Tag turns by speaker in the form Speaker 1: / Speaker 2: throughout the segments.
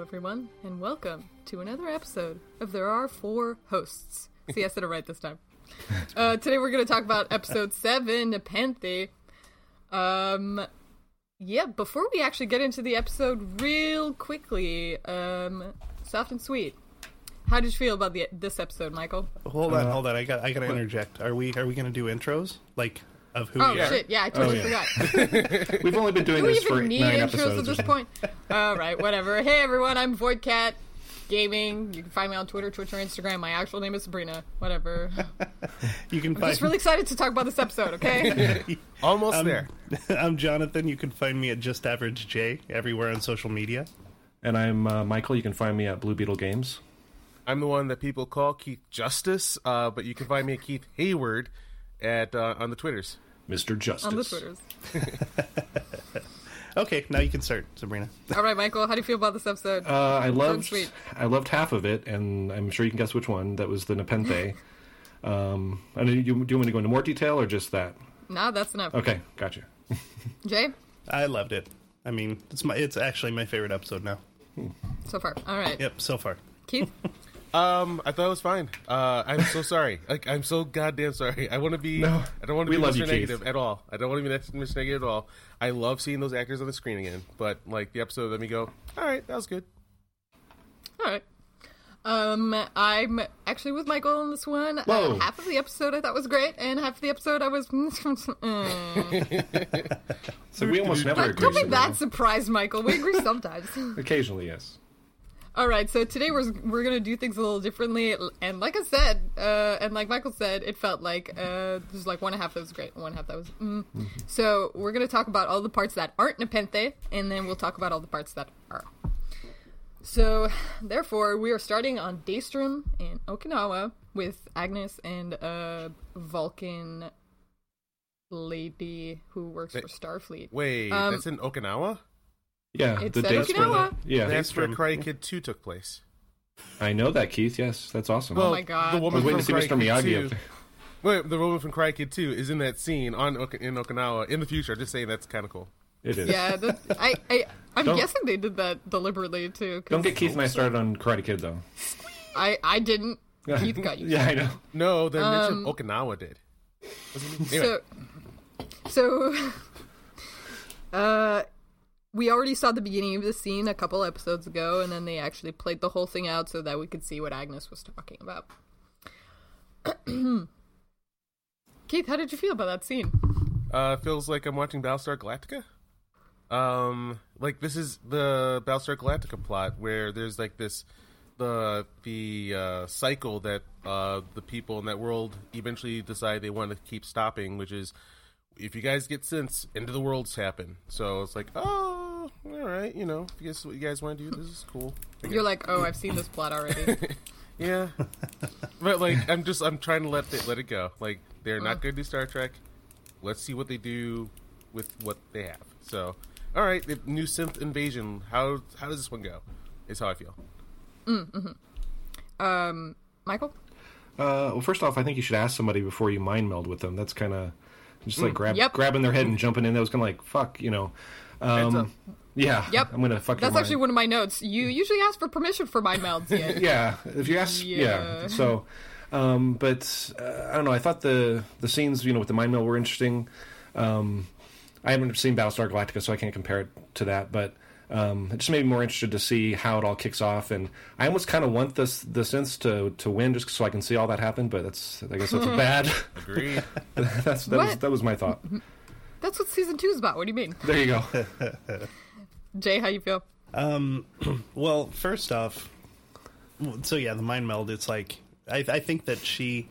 Speaker 1: everyone, and welcome to another episode of There Are Four Hosts. See, I said it right this time. Uh, today we're going to talk about episode seven, Nepenthe. Um, yeah, before we actually get into the episode, real quickly, um, soft and sweet. How did you feel about the this episode, Michael?
Speaker 2: Hold on, hold on. I got I gotta interject. Are we are we gonna do intros like of who
Speaker 1: Oh
Speaker 2: we are?
Speaker 1: shit! Yeah, I totally forgot.
Speaker 3: We've only been doing
Speaker 1: Do we
Speaker 3: this for
Speaker 1: even
Speaker 3: eight-
Speaker 1: need
Speaker 3: nine
Speaker 1: intros at
Speaker 3: episodes. or
Speaker 1: this
Speaker 3: something.
Speaker 1: point? All right, whatever. Hey everyone, I'm Voidcat Gaming. You can find me on Twitter, Twitch, or Instagram. My actual name is Sabrina. Whatever.
Speaker 2: You can find
Speaker 1: Just really excited to talk about this episode. Okay.
Speaker 4: Almost
Speaker 3: Um,
Speaker 2: I'm,
Speaker 4: there.
Speaker 2: I'm Jonathan. You can find me at Just Average J everywhere on social media.
Speaker 3: And I'm uh, Michael. You can find me at Blue Beetle Games.
Speaker 4: I'm the one that people call Keith Justice, uh, but you can find me at Keith Hayward at uh, on the Twitters.
Speaker 3: Mr. Justice.
Speaker 1: On the Twitters.
Speaker 2: Okay, now you can start, Sabrina.
Speaker 1: All right, Michael, how do you feel about this episode?
Speaker 3: Uh, I loved.
Speaker 1: sweet.
Speaker 3: I loved half of it, and I'm sure you can guess which one. That was the Nepenthe. um, and do you, do you want me to go into more detail or just that?
Speaker 1: nah, that's enough.
Speaker 3: Okay, gotcha.
Speaker 1: Jay,
Speaker 2: I loved it. I mean, it's my it's actually my favorite episode now.
Speaker 1: so far. All right.
Speaker 2: Yep, so far.
Speaker 1: Keith,
Speaker 4: Um, I thought it was fine. Uh, I'm so sorry. Like I'm so goddamn sorry. I want to be.
Speaker 3: No.
Speaker 4: I don't want to
Speaker 3: We
Speaker 4: be
Speaker 3: love
Speaker 4: Mr.
Speaker 3: you, Keith.
Speaker 4: Negative at all. I don't want to be Mr. Negative at all. I love seeing those actors on the screen again. But like the episode, let me go. All right, that was good.
Speaker 1: all right. Um, I'm actually with Michael on this one. Uh,
Speaker 3: Whoa.
Speaker 1: half of the episode I thought was great, and half of the episode I was. Mm.
Speaker 3: So we almost never
Speaker 1: But
Speaker 3: agree.
Speaker 1: don't be
Speaker 3: Sabrina.
Speaker 1: that surprised, Michael. We agree sometimes.
Speaker 3: Occasionally, yes.
Speaker 1: All right, so today we're we're gonna do things a little differently, and like I said, uh, and like Michael said, it felt like uh, there's like one and a half that was great, and one and a half that was. Mm. So we're gonna talk about all the parts that aren't Nepenthe, and then we'll talk about all the parts that are. So, therefore, we are starting on Daystrom in Okinawa with Agnes and a Vulcan lady who works for Starfleet.
Speaker 4: Wait,
Speaker 1: Um,
Speaker 4: that's in Okinawa.
Speaker 3: Yeah,
Speaker 1: It's
Speaker 3: the
Speaker 1: at
Speaker 3: dates were-
Speaker 1: Okinawa.
Speaker 3: Yeah,
Speaker 4: That's where
Speaker 2: from-
Speaker 4: Karate Kid Two took place.
Speaker 3: I know that, Keith. Yes, that's awesome.
Speaker 4: Well,
Speaker 1: Oh my God.
Speaker 4: The
Speaker 3: I was
Speaker 4: woman
Speaker 3: waiting to
Speaker 4: from
Speaker 3: see
Speaker 4: Karate
Speaker 3: Mr. Miyagi
Speaker 4: Kid
Speaker 3: up
Speaker 4: 2,
Speaker 3: there.
Speaker 4: Wait, the woman from Karate Kid 2 is in that scene on Ok- in Okinawa in the future. Just saying, that's kind of cool.
Speaker 3: It is.
Speaker 1: Yeah, that's, I, I, I'm
Speaker 3: Don't-
Speaker 1: guessing they did that deliberately too. 'cause
Speaker 3: Don't get Keith and I started on Karate Kid, though.
Speaker 1: I, I didn't. Keith got you.
Speaker 3: yeah, I know.
Speaker 4: No, they mentioned Okinawa did. Anyway,
Speaker 1: So, so, uh, we already saw the beginning of the scene a couple episodes ago, and then they actually played the whole thing out so that we could see what Agnes was talking about. Keith, how did you feel about that scene?
Speaker 4: uh, feels like I'm watching Battlestar Galactica. Um, like this is the Battlestar Galactica plot where there's like this the the uh, cycle that uh, the people in that world eventually decide they want to keep stopping, which is if you guys get sense, end of the worlds happen. So it's like, oh, all right, you know, if you guys what you guys want to do, this is cool.
Speaker 1: You're like, oh, I've seen this plot already.
Speaker 4: Yeah, but like I'm just I'm trying to let it let it go. Like they're not going to do Star Trek. Let's see what they do with what they have. So, all right, the new synth invasion. How how does this one go? Is how I feel.
Speaker 1: um, Michael,
Speaker 3: Uh, well, first off, I think you should ask somebody before you mind meld with them. That's kind of just like grab,
Speaker 1: Mm, Yep.
Speaker 3: grabbing their head and jumping in. That was kind of like fuck, you know.
Speaker 4: Heads
Speaker 3: Um,
Speaker 4: up.
Speaker 3: yeah.
Speaker 1: Yep.
Speaker 3: I'm gonna fuck. your
Speaker 1: that's
Speaker 3: mind.
Speaker 1: actually one of my notes. You usually ask for permission for mind melds, yeah.
Speaker 3: Yeah. If you ask. Yeah.
Speaker 1: Yeah.
Speaker 3: So, um, but uh, I don't know. I thought the the scenes you know with the mind meld were interesting. Um, I haven't seen Battlestar Galactica, so I can't compare it to that, but. Um, it just made me more interested to see how it all kicks off, and I almost kind of want this the sense to to win just so I can see all that happen. But that's I guess that's a bad
Speaker 4: Agreed.
Speaker 3: that's that was,
Speaker 1: What?
Speaker 3: that was my thought.
Speaker 1: That's what season two is about. What do you mean,
Speaker 3: There you go.
Speaker 1: Jay? How you feel?
Speaker 2: Um, well, first off, so yeah, the mind meld. It's like I, I think that she,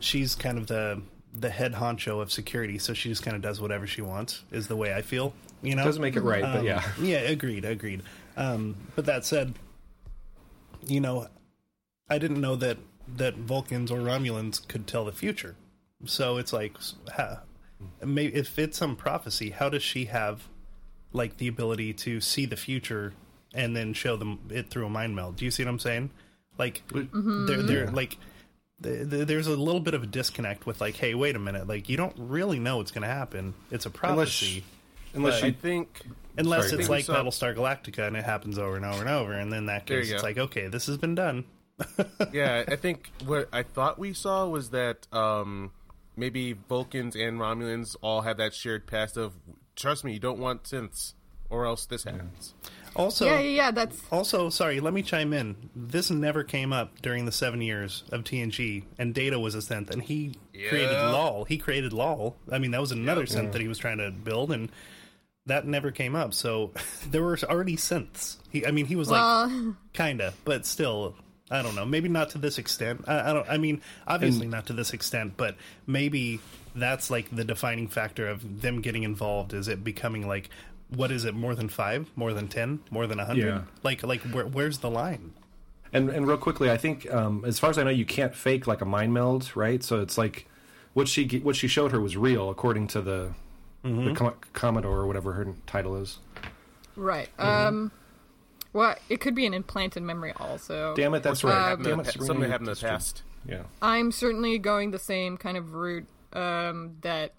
Speaker 2: she's kind of the the head honcho of security, so she just kind of does whatever she wants. Is the way I feel. You know,
Speaker 3: Doesn't make it right, but
Speaker 2: Um,
Speaker 3: yeah.
Speaker 2: yeah, agreed, agreed. Um, but that said, you know, I didn't know that that Vulcans or Romulans could tell the future. So it's like, ha, may if it's some prophecy, how does she have like the ability to see the future and then show them it through a mind meld? Do you see what I'm saying? Like, they're they're like. th- th- There's a little bit of a disconnect with like, hey, wait a minute, like you don't really know what's going to happen. It's a
Speaker 3: Unless
Speaker 2: prophecy.
Speaker 3: she, unless
Speaker 4: I
Speaker 3: she
Speaker 4: think
Speaker 2: Unless
Speaker 3: Sorry,
Speaker 2: it's
Speaker 3: Dave.
Speaker 2: like
Speaker 4: So-
Speaker 2: Battlestar Galactica and it happens over and over and over, and then in that
Speaker 4: There
Speaker 2: case
Speaker 4: you
Speaker 2: it's
Speaker 4: go.
Speaker 2: like, okay, this has been done.
Speaker 4: yeah, I think what I thought we saw was that um, maybe Vulcans and Romulans all have that shared past of trust me, you don't want synths, or else this happens.
Speaker 2: Also,
Speaker 1: yeah, yeah, yeah. That's
Speaker 2: also, sorry, let me chime in. This never came up during the seven years of TNG, and Data was a synth, and he created
Speaker 4: Yeah.
Speaker 2: LOL. He created LOL. I mean, that was another
Speaker 4: Yeah.
Speaker 2: synth that he was trying to build, and that never came up. So there were already synths. He, I mean, he was like
Speaker 1: well,
Speaker 2: kinda, but still, I don't know. Maybe not to this extent. I, I don't. I mean, obviously not to this extent, but maybe that's like the defining factor of them getting involved. Is it becoming like what is it? More than five? More than ten? More than a hundred?
Speaker 3: Yeah.
Speaker 2: Like like where, where's the line?
Speaker 3: And and real quickly, I think um, as far as I know, you can't fake like a mind meld, right? So it's like what she ge- what she showed her was real, according to the the com- Commodore or whatever her title is.
Speaker 1: right. Um, well, it could be an implanted memory also.
Speaker 3: Damn it, that's right.
Speaker 4: Happened in
Speaker 3: Damn
Speaker 4: the
Speaker 3: it,
Speaker 4: pa-
Speaker 3: Sabrina,
Speaker 4: something
Speaker 3: you
Speaker 4: happened in the
Speaker 3: just-
Speaker 4: past.
Speaker 3: Yeah,
Speaker 1: I'm certainly going the same kind of route um, that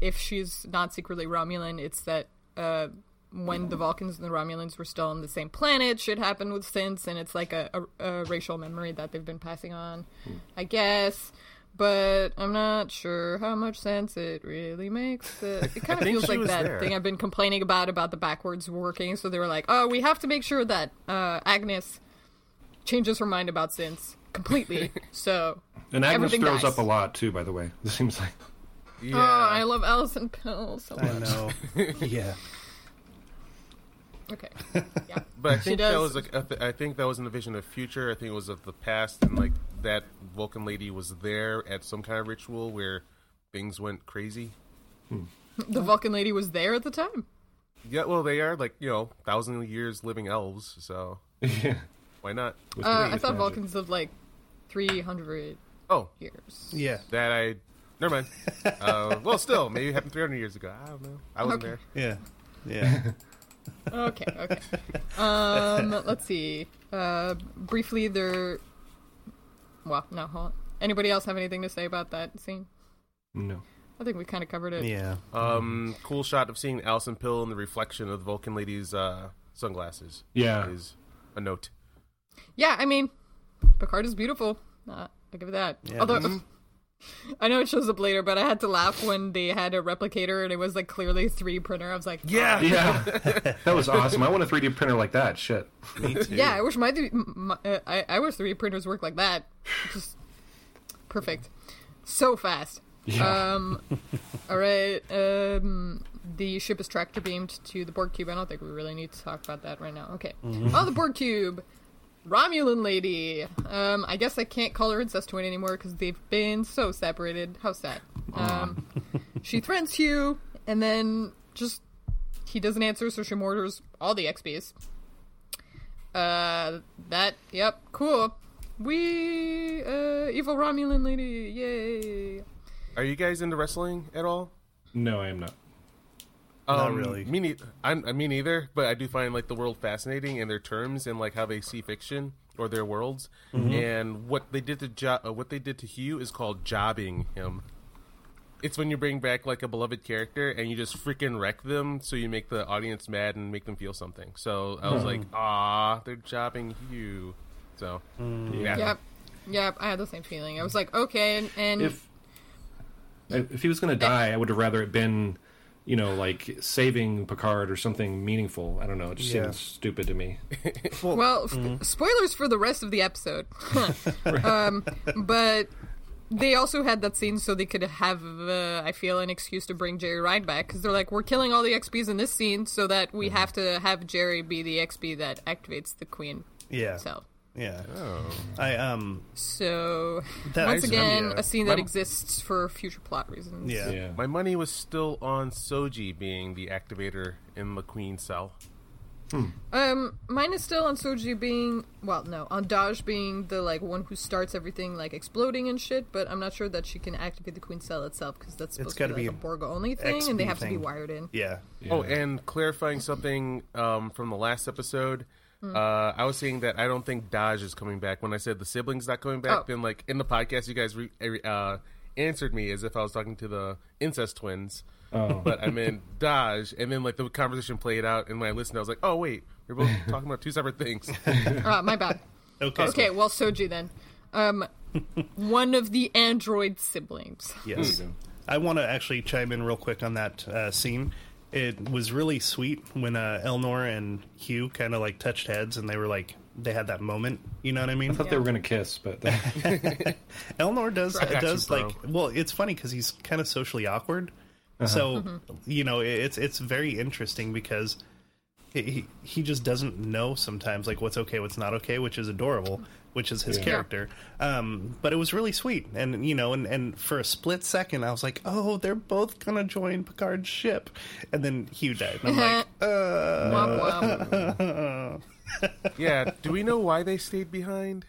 Speaker 1: if she's not secretly Romulan, it's that uh, when the Vulcans and the Romulans were still on the same planet, shit happened with synths, and it's like a, a, a racial memory that they've been passing on, I guess. But I'm not sure how much sense it really makes. It, it kind of
Speaker 4: think
Speaker 1: feels
Speaker 4: she
Speaker 1: like
Speaker 4: was
Speaker 1: that
Speaker 4: there.
Speaker 1: thing I've been complaining about about the backwards working. So they were like, "Oh, we have to make sure that uh, Agnes changes her mind about synths completely." so
Speaker 3: and Agnes
Speaker 1: Everything
Speaker 3: throws
Speaker 1: dies.
Speaker 3: up a lot too. By the way, it seems like
Speaker 4: Yeah.
Speaker 3: Uh,
Speaker 1: Oh, I love Allison Pill so much.
Speaker 2: I know. yeah.
Speaker 1: Okay. Yeah.
Speaker 4: But I think that
Speaker 1: does.
Speaker 4: was like a th- I think that was in the vision of the future. I think it was of the past, and like that Vulcan lady was there at some kind of ritual where things went crazy.
Speaker 1: the Vulcan lady was there at the time.
Speaker 4: Yeah, well, they are like you know thousand years living elves, so
Speaker 3: yeah.
Speaker 4: why not?
Speaker 3: With
Speaker 1: Uh,
Speaker 3: great
Speaker 1: I thought
Speaker 3: magic.
Speaker 1: Vulcans lived like 300
Speaker 4: Oh,
Speaker 1: years.
Speaker 2: Yeah.
Speaker 4: that I never mind. Uh, well, still, maybe it happened three hundred years ago. I don't know. I wasn't
Speaker 1: Okay.
Speaker 4: there.
Speaker 2: Yeah. Yeah.
Speaker 1: Okay, okay. Um, let's see. Uh, briefly, there. Well, no, hold on. Anybody else have anything to say about that scene?
Speaker 3: No.
Speaker 1: I think we kind of covered it.
Speaker 2: Yeah.
Speaker 4: Um, cool shot of seeing Alison Pill in the reflection of the Vulcan lady's uh, sunglasses.
Speaker 3: Yeah.
Speaker 4: is a note.
Speaker 1: Yeah, I mean, Picard is beautiful. Uh, I give it that.
Speaker 2: Yeah,
Speaker 1: Although
Speaker 2: that's-
Speaker 1: I know it shows up later, but I had to laugh when they had a replicator and it was like clearly three printer. I was like,
Speaker 4: Yeah,
Speaker 3: Yeah, that was awesome. I want a 3D printer like that. Shit.
Speaker 2: Me too.
Speaker 1: Yeah, I wish my, three- m- my uh, I, I wish 3D printers worked like that. Just perfect. So fast.
Speaker 3: Yeah.
Speaker 1: Um, all right. Um, the ship is tractor beamed to the Borg cube. I don't think we really need to talk about that right now. Okay. Oh, the Borg cube. Romulan lady. Um, I guess I can't call her incestuine anymore because they've been so separated. How sad. Um, she threatens Hugh, and then just he doesn't answer, so she murders all the XPs. Uh, that. Yep. Cool. We uh, evil Romulan lady. Yay.
Speaker 4: Are you guys into wrestling at all?
Speaker 3: no, I am not.
Speaker 2: Not really.
Speaker 4: Me, nei- I'm, I mean, neither. But I do find like the world fascinating and their terms and like how they see fiction or their worlds. And what they did to jo- uh, what they did to Hugh is called jobbing him. It's when you bring back like a beloved character and you just freaking wreck them, so you make the audience mad and make them feel something. So I was like, ah, they're jobbing Hugh. So yeah,
Speaker 1: Yep. Yep. I had the same feeling. I was like, okay, and, and
Speaker 3: If if he was going to die, I would have rather it been, you know, like saving Picard or something meaningful. I don't know. It just
Speaker 2: Yeah.
Speaker 3: seems stupid to me.
Speaker 1: well, f- spoilers for the rest of the episode. um, but they also had that scene so they could have, uh, I feel, an excuse to bring Jerry Ryan back because they're like, we're killing all the XPs in this scene so that we have to have Jerry be the XP that activates the Queen
Speaker 2: Yeah.
Speaker 1: cell.
Speaker 2: Yeah. I um.
Speaker 1: So
Speaker 2: That
Speaker 1: once
Speaker 2: I-
Speaker 1: again,
Speaker 4: yeah.
Speaker 1: a scene that
Speaker 4: My-
Speaker 1: exists for future plot reasons.
Speaker 2: Yeah.
Speaker 3: Yeah.
Speaker 4: My money was still on Soji being the activator in the Queen cell.
Speaker 1: Um, mine is still on Soji being well, no, on Dodge being the like one who starts everything like exploding and shit. But I'm not sure that she can activate the Queen Cell itself because that's supposed to
Speaker 2: gotta
Speaker 1: be,
Speaker 2: be
Speaker 1: like,
Speaker 2: an
Speaker 1: a Borg only thing, and
Speaker 2: XP
Speaker 1: they have to
Speaker 2: thing.
Speaker 1: be wired in.
Speaker 2: Yeah.
Speaker 4: Oh, and clarifying something um, from the last episode. Uh, I was saying that I don't think Dodge is coming back. When I said the siblings not coming back,
Speaker 1: Oh.
Speaker 4: then eh, like in the podcast, you guys re- uh, answered me as if I was talking to the incest twins.
Speaker 3: Oh.
Speaker 4: but I'm in Dodge, and then like the conversation played out, and when I listened, I was like, oh wait, we're both talking about two separate things.
Speaker 1: Ah, my bad.
Speaker 2: Okay.
Speaker 1: Okay, well, Soju then. Um, one of the android siblings.
Speaker 2: Yes. Hmm. I want to actually chime in real quick on that uh, scene. It was really sweet when uh, Elnor and Hugh kind of like touched heads and they were like, they had that moment. You know what I mean?
Speaker 3: I thought they were going to kiss, but that-
Speaker 2: Elnor does
Speaker 1: Right.
Speaker 2: does
Speaker 4: Action
Speaker 2: like well, it's funny because he's kind of socially awkward, so you know it- it's it's very interesting because he- he he just doesn't know sometimes like what's okay, what's not okay, which is adorable, which is his character. Um, but it was really sweet, and you know, and and for a split second, I was like, oh, they're both gonna join Picard's ship, and then Hugh died, and I'm like, uh,
Speaker 1: Womp womp.
Speaker 4: yeah. Do we know why they stayed behind?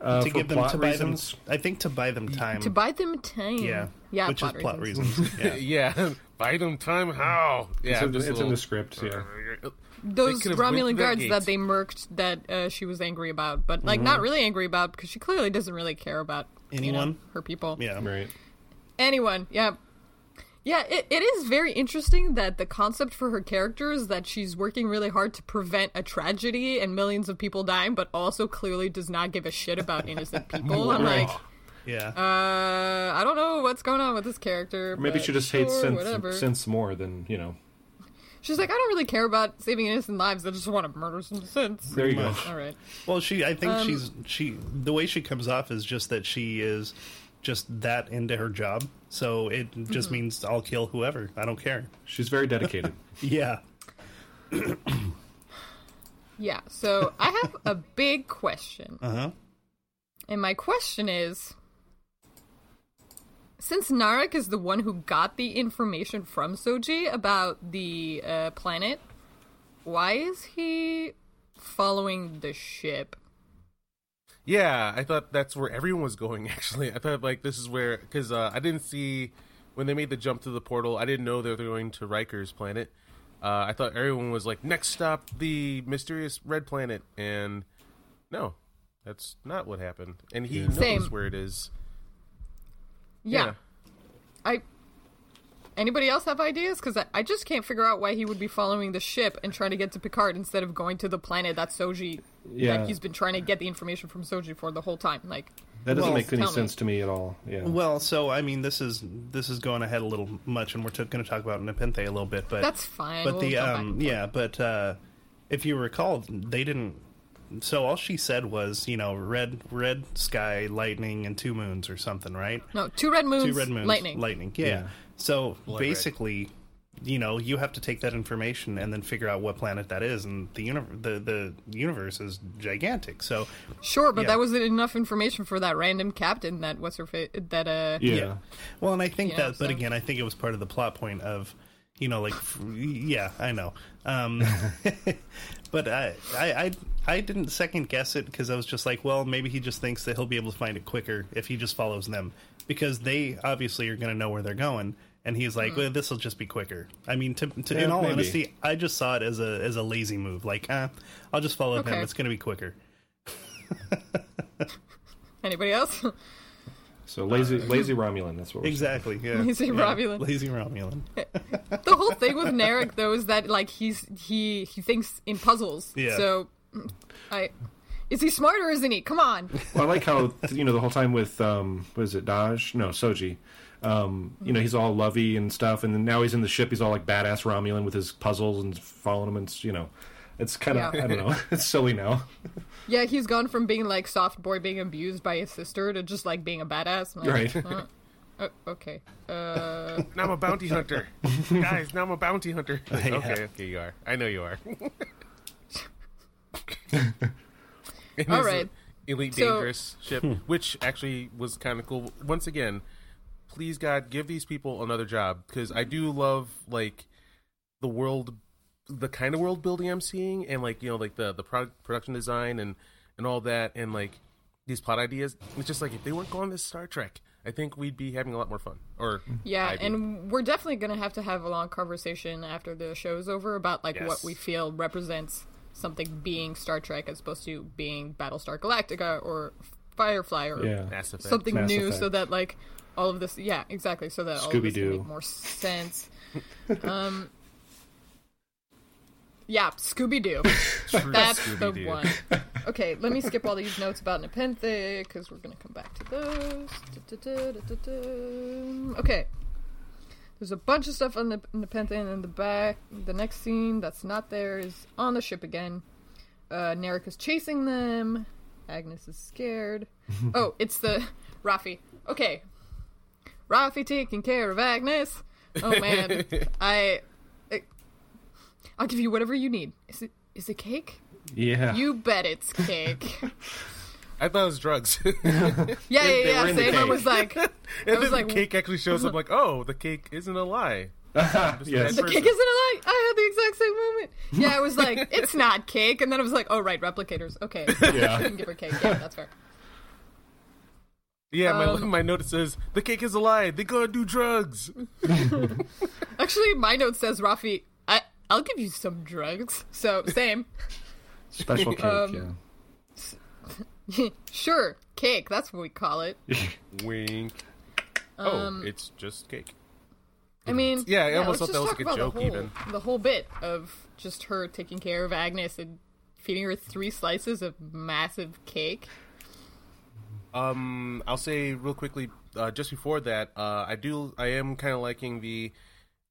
Speaker 3: uh,
Speaker 2: to
Speaker 3: for
Speaker 2: give them
Speaker 3: plot
Speaker 2: to buy
Speaker 3: reasons,
Speaker 2: them, I think to buy them time.
Speaker 1: to buy them time.
Speaker 2: yeah,
Speaker 1: yeah,
Speaker 2: which is plot reasons. Yeah.
Speaker 4: Yeah, buy them time how? Yeah,
Speaker 3: it's, in,
Speaker 4: just a
Speaker 3: it's
Speaker 4: little-
Speaker 3: in
Speaker 4: Uh,
Speaker 3: the script. Yeah,
Speaker 1: Those
Speaker 4: They could've
Speaker 1: Romulan
Speaker 4: went through that
Speaker 1: guards
Speaker 4: gate.
Speaker 1: that they murked that uh, she was angry about, but
Speaker 2: Mm-hmm.
Speaker 1: like not really angry about because she clearly doesn't really care about you know,
Speaker 2: Anyone?
Speaker 1: her people.
Speaker 2: yeah,
Speaker 3: right.
Speaker 1: Anyone, yeah. Yeah, it, it is very interesting that the concept for her character is that she's working really hard to prevent a tragedy and millions of people dying, but also clearly does not give a shit about innocent people. I'm like,
Speaker 2: yeah.
Speaker 1: uh, I don't know what's going on with this character.
Speaker 3: Or maybe
Speaker 1: but
Speaker 3: she just hates
Speaker 1: sure, whatever.
Speaker 3: sense, sense more than you know.
Speaker 1: She's like, I don't really care about saving innocent lives. I just want to murder some sense.
Speaker 3: There you go.
Speaker 1: All right.
Speaker 2: Well, she. I think
Speaker 1: Um,
Speaker 2: she's she. The way she comes off is just that she is just that into her job. So it just
Speaker 1: Mm-hmm.
Speaker 2: means I'll kill whoever. I don't care.
Speaker 3: She's very dedicated.
Speaker 2: Yeah.
Speaker 1: Yeah, so I have a big question.
Speaker 2: Uh huh.
Speaker 1: And my question is since Narek is the one who got the information from Soji about the uh, planet, why is he following the ship?
Speaker 4: Yeah, I thought that's where everyone was going. Actually, I thought like this is where because uh, I didn't see when they made the jump to the portal. I didn't know they were going to Riker's planet. Uh, I thought everyone was like, next stop, the mysterious red planet, and no, that's not what happened. And he knows
Speaker 1: Same.
Speaker 4: where it is.
Speaker 1: Yeah, I. Anybody else have ideas? Because I, I just can't figure out why he would be following the ship and trying to get to Picard instead of going to the planet that Soji.
Speaker 3: Yeah.
Speaker 1: That he's been trying to get the information from Soji for the whole time. Like,
Speaker 3: That doesn't
Speaker 2: Well,
Speaker 3: make any
Speaker 1: tell me.
Speaker 3: sense to me at all. Yeah.
Speaker 2: Well, so I mean, this is this is going ahead a little much, and we're going to talk about Nepenthe a little bit, but
Speaker 1: That's fine.
Speaker 2: But
Speaker 1: We'll
Speaker 2: the
Speaker 1: come back
Speaker 2: um,
Speaker 1: and
Speaker 2: yeah, but uh, if you recall, they didn't. So all she said was, you know, red red sky, lightning, and two moons or something, right?
Speaker 1: no, two red moons,
Speaker 2: two red moons,
Speaker 1: lightning.
Speaker 2: Yeah.
Speaker 3: Yeah.
Speaker 2: So basically, you know, you have to take that information and then figure out what planet that is, and the universe, the, the universe is gigantic. So
Speaker 1: Sure, but
Speaker 2: Yeah.
Speaker 1: that wasn't enough information for that random captain. That what's her face? That uh,
Speaker 3: yeah.
Speaker 2: Well, and I think
Speaker 1: You know,
Speaker 2: that, but
Speaker 1: so-
Speaker 2: again, I think it was part of the plot point of, you know, like, f- yeah, I know. Um, but I, I, I, I didn't second guess it because I was just like, well, maybe he just thinks that he'll be able to find it quicker if he just follows them because they obviously are going to know where they're going. And he's
Speaker 1: Mm-hmm.
Speaker 2: like, well, this will just be quicker. I mean, to, to, in
Speaker 3: Yeah,
Speaker 2: all
Speaker 3: maybe.
Speaker 2: honesty, I just saw it as a as a lazy move. Like, uh, I'll just follow
Speaker 1: Okay.
Speaker 2: them. It's going to be quicker.
Speaker 1: anybody else?
Speaker 3: So lazy, lazy Romulan. That's what we're
Speaker 2: uh, Exactly. Yeah.
Speaker 1: Lazy
Speaker 2: Yeah.
Speaker 1: Romulan.
Speaker 2: Lazy Romulan.
Speaker 1: the whole thing with Narek though is that like he's he he thinks in puzzles.
Speaker 2: Yeah.
Speaker 1: So I is he smart or isn't he? Come on.
Speaker 3: Well, I like how you know the whole time with um, what is it, Daj? No, Soji. Um, you know he's all lovey and stuff, and then now he's in the ship. He's all like badass Romulan with his puzzles and following him, and it's, you know, it's kind of
Speaker 1: Yeah.
Speaker 3: I don't know, it's silly now.
Speaker 1: Yeah, he's gone from being like soft boy being abused by his sister to just like being a badass. I'm like,
Speaker 3: Right.
Speaker 1: uh, uh, okay. Uh,
Speaker 4: Now I'm a bounty hunter, guys. Now I'm a bounty hunter. Like, Okay, okay, you are. I know you are. And
Speaker 1: All
Speaker 4: this
Speaker 1: right.
Speaker 4: Elite
Speaker 1: So-
Speaker 4: Dangerous ship, which actually was kind of cool. Once again, please God, give these people another job because I do love like the world, the kind of world building I'm seeing, and like you know, like the the product production design and and all that, and like these plot ideas. It's just like if they weren't going this Star Trek, I think we'd be having a lot more fun. Or
Speaker 1: Yeah,
Speaker 4: I'd be.
Speaker 1: and we're definitely gonna have to have a long conversation after the show's over about like what
Speaker 4: Yes.
Speaker 1: we feel represents something being Star Trek as opposed to being Battlestar Galactica or f- Firefly or
Speaker 3: Yeah.
Speaker 4: Mass Effect.
Speaker 1: something
Speaker 3: Mass
Speaker 1: new, so
Speaker 3: Effect.
Speaker 1: that like all of this, yeah, exactly, so that all of this can
Speaker 3: Scooby-Doo.
Speaker 1: make more sense. um, yeah, Scooby Doo.
Speaker 4: True
Speaker 1: That's the
Speaker 4: Scooby-Doo.
Speaker 1: one. Okay, let me skip all these notes about Nepenthe because we're gonna come back to those. Du-du-du-du-du-du. Okay, there's a bunch of stuff on the Nepenthe and in the back. The next scene that's not there is on the ship again. Uh, Narek is chasing them. Agnes is scared. oh, it's the Rafi. Okay, Rafi taking care of Agnes. Oh man, I, I, I'll give you whatever you need. Is it is it cake?
Speaker 3: Yeah.
Speaker 1: You bet it's cake.
Speaker 4: I thought it was drugs.
Speaker 1: Yeah,
Speaker 3: If
Speaker 1: yeah,
Speaker 3: they were
Speaker 1: yeah.
Speaker 3: in the
Speaker 1: Same. I
Speaker 3: cake.
Speaker 1: was like,
Speaker 4: And
Speaker 1: was
Speaker 4: then
Speaker 1: like,
Speaker 4: the cake actually shows up like, oh, the cake isn't a lie.
Speaker 3: yes.
Speaker 1: the cake isn't a lie. I had the exact same moment. Yeah, I was like, it's not cake, and then I was like, oh right, replicators. Okay,
Speaker 3: Yeah.
Speaker 1: I can give her cake. Yeah, that's fair.
Speaker 4: Yeah, my,
Speaker 1: Um,
Speaker 4: my note says, the cake is a lie. They gonna do drugs.
Speaker 1: Actually, my note says Rafi. I I'll give you some drugs. So same.
Speaker 3: Special cake.
Speaker 1: Um, sure, cake. That's what we call it.
Speaker 4: Wink.
Speaker 1: Um,
Speaker 4: oh, it's just cake.
Speaker 1: I mean,
Speaker 4: Yeah, I almost
Speaker 1: let's
Speaker 4: thought that
Speaker 1: just
Speaker 4: was like a
Speaker 1: talk about
Speaker 4: joke
Speaker 1: The whole, the whole bit of just her taking care of Agnes and feeding her three slices of massive cake.
Speaker 4: Um, I'll say real quickly, uh, just before that, uh, I do, I am kind of liking the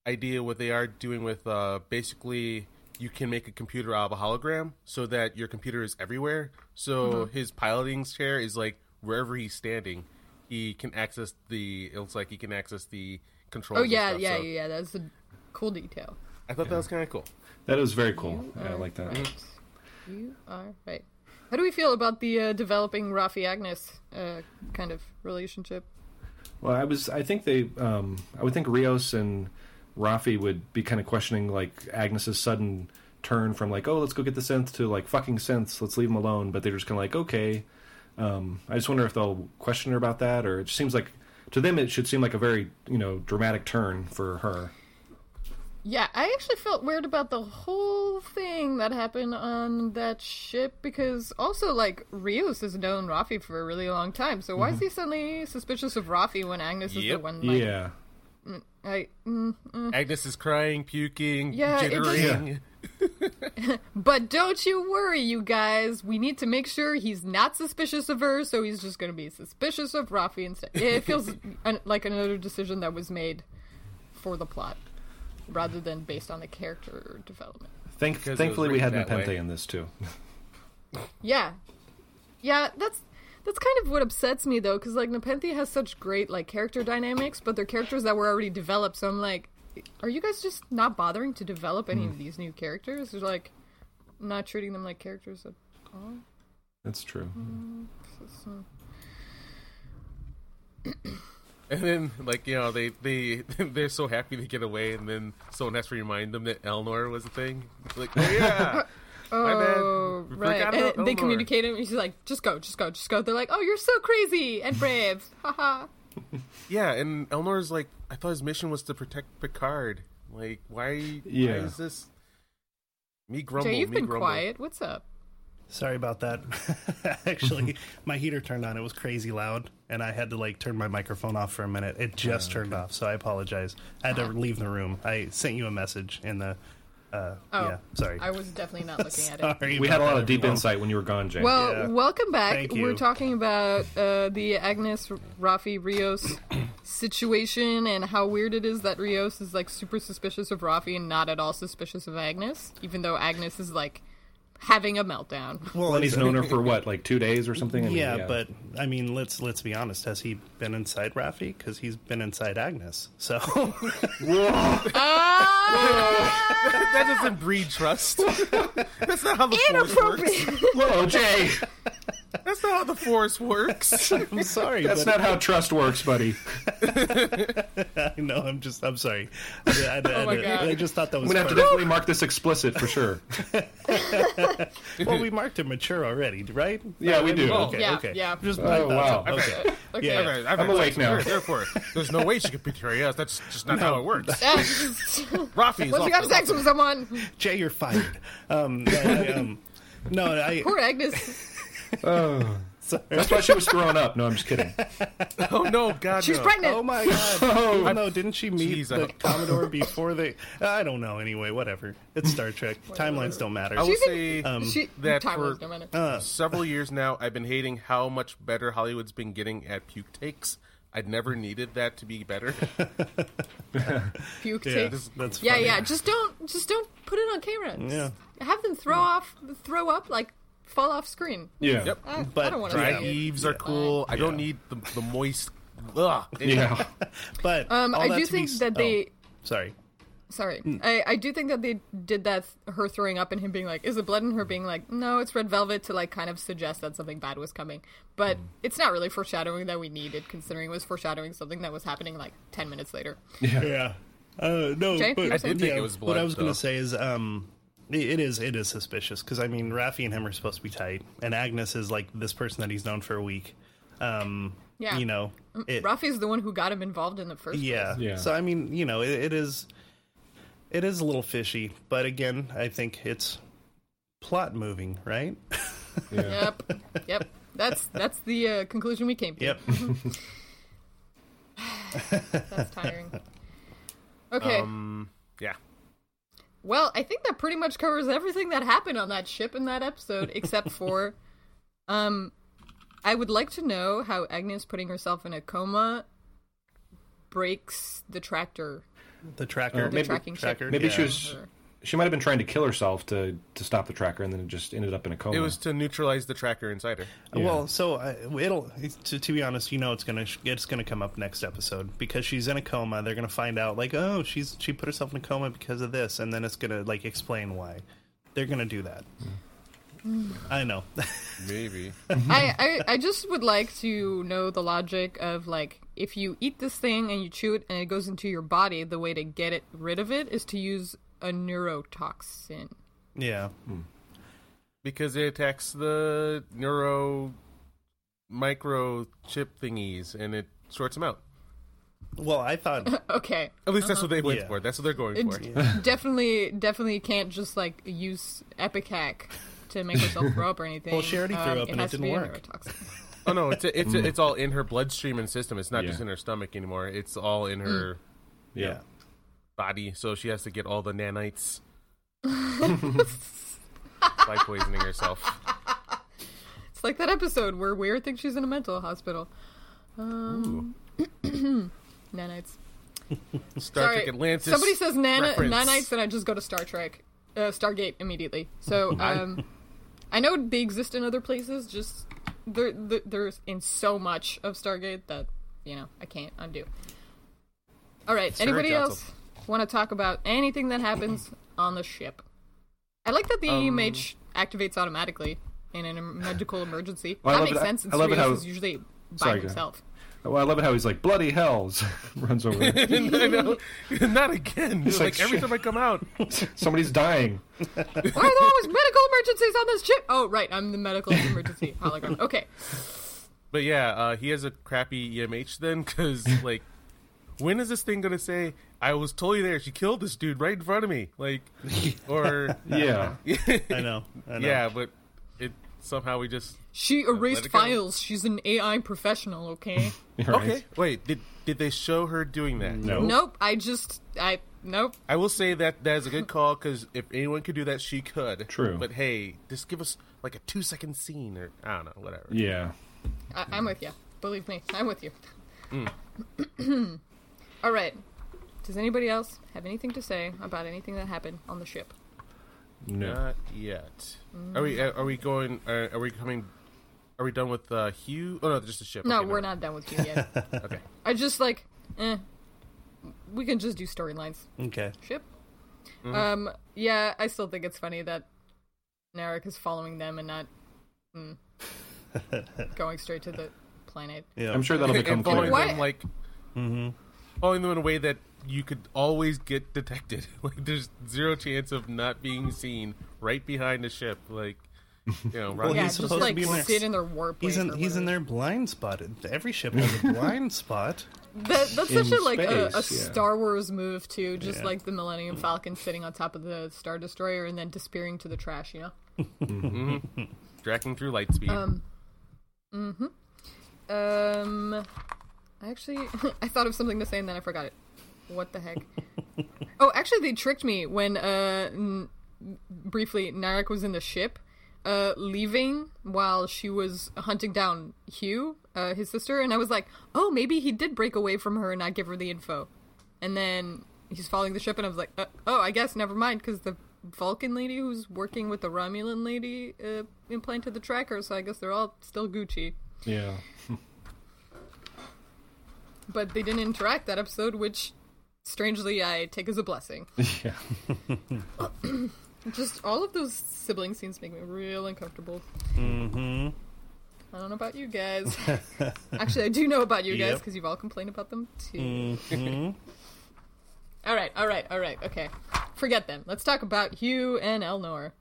Speaker 4: idea what they are doing with uh, basically you can make a computer out of a hologram so that your computer is everywhere. So
Speaker 1: Mm-hmm.
Speaker 4: his piloting chair is like wherever he's standing, he can access the. It looks like he can access the controls.
Speaker 1: Oh
Speaker 4: and
Speaker 1: yeah,
Speaker 4: stuff,
Speaker 1: yeah,
Speaker 4: so
Speaker 1: yeah, yeah. That's a cool detail.
Speaker 4: I thought that was kind of cool.
Speaker 3: that is very cool. Yeah, I like that.
Speaker 1: Right. You are right. How do we feel about the uh, developing Rafi Agnes uh, kind of relationship?
Speaker 3: Well, I was. I think they. Um, I would think Rios and Rafi would be kind of questioning like Agnes's sudden turn from like, oh, let's go get the synth to like fucking synths. Let's leave them alone. But they're just kind of like, okay. Um, I just wonder if they'll question her about that, or it just seems like to them it should seem like a very you know dramatic turn for her.
Speaker 1: Yeah, I actually felt weird about the whole thing that happened on that ship because also like Rios has known Rafi for a really long time, so why is he suddenly suspicious of Rafi when Agnes is the
Speaker 4: Yep.
Speaker 1: one? Like,
Speaker 3: yeah.
Speaker 1: I, mm.
Speaker 4: Agnes is crying, puking,
Speaker 1: Yeah, it just-
Speaker 4: jittering.
Speaker 1: But don't you worry, you guys. We need to make sure he's not suspicious of her, so he's just going to be suspicious of Rafi instead. It feels an, like another decision that was made for the plot rather than based on the character development.
Speaker 3: Thank,
Speaker 4: it was
Speaker 3: thankfully, we had
Speaker 4: written that
Speaker 3: Nepenthe
Speaker 4: way.
Speaker 3: in this too.
Speaker 1: Yeah. Yeah, that's that's kind of what upsets me though cuz like Nepenthe has such great like character dynamics, but they're characters that were already developed. So I'm like, are you guys just not bothering to develop any of these new characters? They're like not treating them like characters at all.
Speaker 3: That's true.
Speaker 2: Mm-hmm.
Speaker 1: So-
Speaker 4: And then, like you know, they they they're so happy to get away, and then someone has to remind them that Elnor was a thing. Like, oh yeah, My bad.
Speaker 1: Oh,
Speaker 4: We
Speaker 1: right.
Speaker 4: forgot
Speaker 1: And
Speaker 4: about
Speaker 1: they
Speaker 4: Elnor.
Speaker 1: communicate him. And she's like, just go, just go, just go. They're like, oh, you're so crazy and brave. Haha.
Speaker 4: yeah. And Elnor's like, I thought his mission was to protect Picard. Like, why? Why
Speaker 3: Yeah.
Speaker 4: is this? Me grumble.
Speaker 1: Jay, you've
Speaker 4: me
Speaker 1: been
Speaker 4: grumble.
Speaker 1: quiet. What's up?
Speaker 2: Sorry about that. Actually, my heater turned on. It was crazy loud, and I had to like turn my microphone off for a minute. It just turned off, so I apologize. I had to leave the room. I sent you a message in the. Uh,
Speaker 1: Oh,
Speaker 2: yeah, sorry.
Speaker 1: I was definitely not looking at it.
Speaker 2: sorry
Speaker 3: We
Speaker 2: about
Speaker 3: had a lot
Speaker 2: that,
Speaker 3: of deep
Speaker 2: everyone.
Speaker 3: insight when you were gone, Jay.
Speaker 1: Well,
Speaker 2: Yeah.
Speaker 1: welcome back.
Speaker 2: Thank
Speaker 1: We're
Speaker 2: you.
Speaker 1: talking about uh, the Agnes Rafi Rios situation and how weird it is that Rios is like super suspicious of Rafi and not at all suspicious of Agnes, even though Agnes is like having a meltdown.
Speaker 2: Well,
Speaker 3: and he's known her for what, like two days or something. I mean,
Speaker 2: yeah, but I mean, let's let's be honest. Has he been inside Rafi? Because he's been inside Agnes. So
Speaker 1: Ah!
Speaker 4: That doesn't breed trust. That's not how the force works.
Speaker 1: Inappropriate.
Speaker 3: whoa, Jay.
Speaker 4: That's not how the force works.
Speaker 2: I'm sorry.
Speaker 3: That's
Speaker 2: but
Speaker 3: not how trust works, buddy.
Speaker 2: I know. I'm just. I'm sorry. I, I, I,
Speaker 1: Oh my God.
Speaker 2: I just thought that
Speaker 3: I'm
Speaker 2: was.
Speaker 3: gonna have to
Speaker 2: part-
Speaker 3: definitely mark this explicit for sure.
Speaker 2: well, we marked him mature already, right?
Speaker 3: Yeah, we do.
Speaker 2: Okay.
Speaker 1: Yeah,
Speaker 2: okay.
Speaker 1: yeah.
Speaker 2: Just,
Speaker 3: Oh, wow.
Speaker 2: Okay.
Speaker 1: Okay.
Speaker 2: Yeah.
Speaker 4: I've, I've
Speaker 3: I'm awake now.
Speaker 4: Therefore, there's no way she could betray us. That's just not how it works. Rafi
Speaker 1: Once
Speaker 4: is
Speaker 1: you
Speaker 4: off
Speaker 1: have
Speaker 4: the-
Speaker 1: sex with someone,
Speaker 2: Jay, you're fired. Um, no, I, um, no, I.
Speaker 1: poor Agnes.
Speaker 2: Sorry.
Speaker 3: That's why she was thrown up. No, I'm just kidding.
Speaker 4: Oh no, God!
Speaker 1: She's
Speaker 4: no.
Speaker 1: pregnant.
Speaker 2: Oh my god! Even though didn't she meet
Speaker 4: Jeez, I
Speaker 2: the
Speaker 4: don't-
Speaker 2: Commodore before they? I don't know. Anyway, whatever. It's Star Trek. Timelines don't matter.
Speaker 4: I will
Speaker 1: She's in-
Speaker 4: say
Speaker 2: um,
Speaker 1: she,
Speaker 4: that
Speaker 1: time
Speaker 4: for-
Speaker 1: was no matter.
Speaker 2: uh,
Speaker 4: Uh. several years now, I've been hating how much better Hollywood's been getting at puke takes. I'd never needed that to be better.
Speaker 1: puke
Speaker 2: Yeah,
Speaker 1: take.
Speaker 2: this- that's
Speaker 1: yeah,
Speaker 2: funny.
Speaker 1: yeah. Just don't, just don't put it on camera. Just
Speaker 2: Yeah. Mm.
Speaker 1: have them throw off, throw up, like fall off screen.
Speaker 3: Yeah.
Speaker 4: Yep.
Speaker 1: I, I
Speaker 2: But
Speaker 1: don't want to.
Speaker 2: dry
Speaker 4: Dry
Speaker 2: Yeah.
Speaker 1: Right.
Speaker 4: heaves are cool. I don't
Speaker 2: Yeah.
Speaker 4: need the, the moist. Ugh.
Speaker 3: Yeah.
Speaker 2: But
Speaker 1: Um,
Speaker 2: all
Speaker 1: I
Speaker 2: that
Speaker 1: do
Speaker 2: to be
Speaker 1: think
Speaker 2: s-
Speaker 1: that they.
Speaker 2: oh, sorry.
Speaker 1: Sorry,
Speaker 2: Mm.
Speaker 1: I, I do think that they did that. Her throwing up and him being like, "Is it blood?" and her being like, "No, it's red velvet," to like kind of suggest that something bad was coming. But
Speaker 2: Mm.
Speaker 1: it's not really foreshadowing that we needed, considering it was foreshadowing something that was happening like ten minutes later.
Speaker 2: Yeah. Uh, no,
Speaker 1: Jay, you
Speaker 2: but
Speaker 1: were saying? I did
Speaker 4: think it was
Speaker 2: What I
Speaker 4: blood,
Speaker 2: was going
Speaker 4: though.
Speaker 2: to say is, um, i- it is it is suspicious because I mean, Raffi and him are supposed to be tight, and Agnes is like this person that he's known for a week. Um,
Speaker 1: Yeah. Mm,
Speaker 2: you know, it,
Speaker 1: Rafi's the one who got him involved in the first.
Speaker 2: yeah.
Speaker 3: Yeah.
Speaker 2: So I mean, you know, it, it is it is a little fishy, but again, I think it's plot moving, right?
Speaker 3: Yeah.
Speaker 1: Yep. Yep. That's that's the uh, conclusion we came to.
Speaker 2: yep.
Speaker 1: That's tiring. Okay.
Speaker 4: Um, yeah.
Speaker 1: well, I think that pretty much covers everything that happened on that ship in that episode, except for, um, I would like to know how Agnes putting herself in a coma breaks the tractor.
Speaker 2: The tracker,
Speaker 3: Or maybe-
Speaker 1: tracking ship.
Speaker 2: tracker.
Speaker 3: Maybe she
Speaker 2: yeah.
Speaker 3: was. She might have been trying to kill herself to to stop the tracker, and then it just ended up in a coma.
Speaker 4: It was to neutralize the tracker inside her.
Speaker 2: Well, so uh, it'll to, to be honest, you know it's gonna it's gonna come up next episode because she's in a coma. They're gonna find out like oh she's she put herself in a coma because of this, and then it's gonna like explain why. They're gonna do that.
Speaker 1: Mm.
Speaker 2: I know.
Speaker 4: Maybe.
Speaker 1: I, I I just would like to know the logic of like if you eat this thing and you chew it and it goes into your body, the way to get it rid of it is to use a neurotoxin.
Speaker 2: yeah.
Speaker 4: because it attacks the neuro micro chip thingies and it sorts them out.
Speaker 2: Well, I thought
Speaker 1: Okay.
Speaker 4: At least that's what they went
Speaker 2: Yeah.
Speaker 4: for. That's what they're going
Speaker 1: It
Speaker 4: for.
Speaker 1: definitely definitely can't just like use Epicac to make herself throw up or anything. Um,
Speaker 2: Well, she already threw up and
Speaker 1: has
Speaker 2: it
Speaker 1: to
Speaker 2: didn't
Speaker 1: be a
Speaker 2: work.
Speaker 1: neurotoxin.
Speaker 4: Oh no, it's it's it's all in her bloodstream and system. It's not
Speaker 3: Yeah.
Speaker 4: just in her stomach anymore. It's all in her
Speaker 3: Yeah.
Speaker 4: body. So she has to get all the nanites by poisoning herself.
Speaker 1: It's like that episode where Weird thinks she's in a mental hospital. Um, nanites.
Speaker 4: Star Trek Atlantis.
Speaker 1: Somebody says nana,
Speaker 4: reference.
Speaker 1: nanites, and I just go to Star Trek, uh, Stargate immediately. So um, I know they exist in other places. Just they're they're they're in so much of Stargate that you know I can't undo. All right.
Speaker 4: very
Speaker 1: anybody
Speaker 4: jostled.
Speaker 1: else want to talk about anything that happens on the ship? I like that the
Speaker 4: Um,
Speaker 1: EMH activates automatically in a medical emergency.
Speaker 3: Well, I
Speaker 1: that
Speaker 3: love
Speaker 1: makes
Speaker 3: it-
Speaker 1: sense. Since
Speaker 3: I love it
Speaker 1: Rios
Speaker 3: how-
Speaker 1: is usually by
Speaker 3: Sorry, go ahead.
Speaker 1: himself.
Speaker 3: Well, I love it how he's like bloody hells runs over.
Speaker 4: I know. Not again. It's
Speaker 3: like,
Speaker 4: like every
Speaker 3: shit.
Speaker 4: time I come out.
Speaker 3: Somebody's dying.
Speaker 1: Why are there always medical emergencies on this ship? Oh, right, I'm the medical emergency hologram. Okay.
Speaker 4: But yeah, uh, he has a crappy EMH then, because like, when is this thing gonna say? I was totally there. She killed this dude right in front of me. Like, or
Speaker 3: Yeah.
Speaker 2: I know. I know.
Speaker 4: yeah, but it somehow we just
Speaker 1: She erased
Speaker 4: it go.
Speaker 1: files. She's an AI professional, okay?
Speaker 3: Right.
Speaker 4: okay. Wait, did did they show her doing that?
Speaker 3: No.
Speaker 1: nope, I just. I. Nope.
Speaker 4: I will say that that is a good call because if anyone could do that, she could.
Speaker 3: True.
Speaker 4: But hey, just give us like a two second scene or I don't know, whatever.
Speaker 3: Yeah.
Speaker 1: I, I'm with you. Believe me, I'm with you.
Speaker 4: Hmm.
Speaker 1: All right. Does anybody else have anything to say about anything that happened on the ship?
Speaker 3: No.
Speaker 4: Not yet. Are we? uh, Are we going? Are, are we coming? Are we done with uh, Hugh? Oh no, just the ship.
Speaker 1: No,
Speaker 4: Okay,
Speaker 1: we're
Speaker 4: never
Speaker 1: not done with you yet.
Speaker 4: mind. Okay.
Speaker 1: I just like. Eh. We can just do storylines.
Speaker 2: Okay.
Speaker 1: ship.
Speaker 2: Mm-hmm.
Speaker 1: Um, yeah, I still think it's funny that Narek is following them and not mm, going straight to the planet.
Speaker 2: Yeah.
Speaker 3: I'm sure that'll become Mm-hmm.
Speaker 4: and following
Speaker 3: clear.
Speaker 1: What?
Speaker 4: them like following them in a way that you could always get detected. Like there's zero chance of not being seen right behind the ship. Like you know, Ron-
Speaker 2: Well,
Speaker 1: yeah,
Speaker 2: he's
Speaker 1: just
Speaker 2: supposed to
Speaker 1: like
Speaker 2: be in there.
Speaker 1: sit in their warp.
Speaker 2: He's
Speaker 1: lane
Speaker 2: in
Speaker 1: or
Speaker 2: he's in
Speaker 1: whatever.
Speaker 2: their blind spot. Every ship has a blind spot.
Speaker 1: That, that's such
Speaker 3: in
Speaker 1: a like a, a
Speaker 3: space, yeah.
Speaker 1: Star Wars move too, just
Speaker 2: Yeah.
Speaker 1: like the Millennium Falcon sitting on top of the Star Destroyer and then disappearing to the trash. You know.
Speaker 4: tracking through light speed.
Speaker 1: Um, I actually I thought of something to say and then I forgot it. What the heck? oh, actually, they tricked me when uh, n- briefly Narek was in the ship, uh, leaving while she was hunting down Hugh, uh, his sister, and I was like, oh, maybe he did break away from her and not give her the info, and then he's following the ship, and I was like, uh, oh, I guess never mind because the Vulcan lady who's working with the Romulan lady uh, implanted the tracker, so I guess they're all still Gucci
Speaker 3: Yeah.
Speaker 1: but they didn't interact that episode, which strangely I take as a blessing.
Speaker 3: Yeah.
Speaker 1: Just all of those sibling scenes make me real uncomfortable. Mm-hmm. I don't know about you guys. Actually, I do know about you guys
Speaker 2: Yep.
Speaker 1: because you've all complained about them too. all right, all right, all right. Okay, forget them. Let's talk about Hugh and Elnor.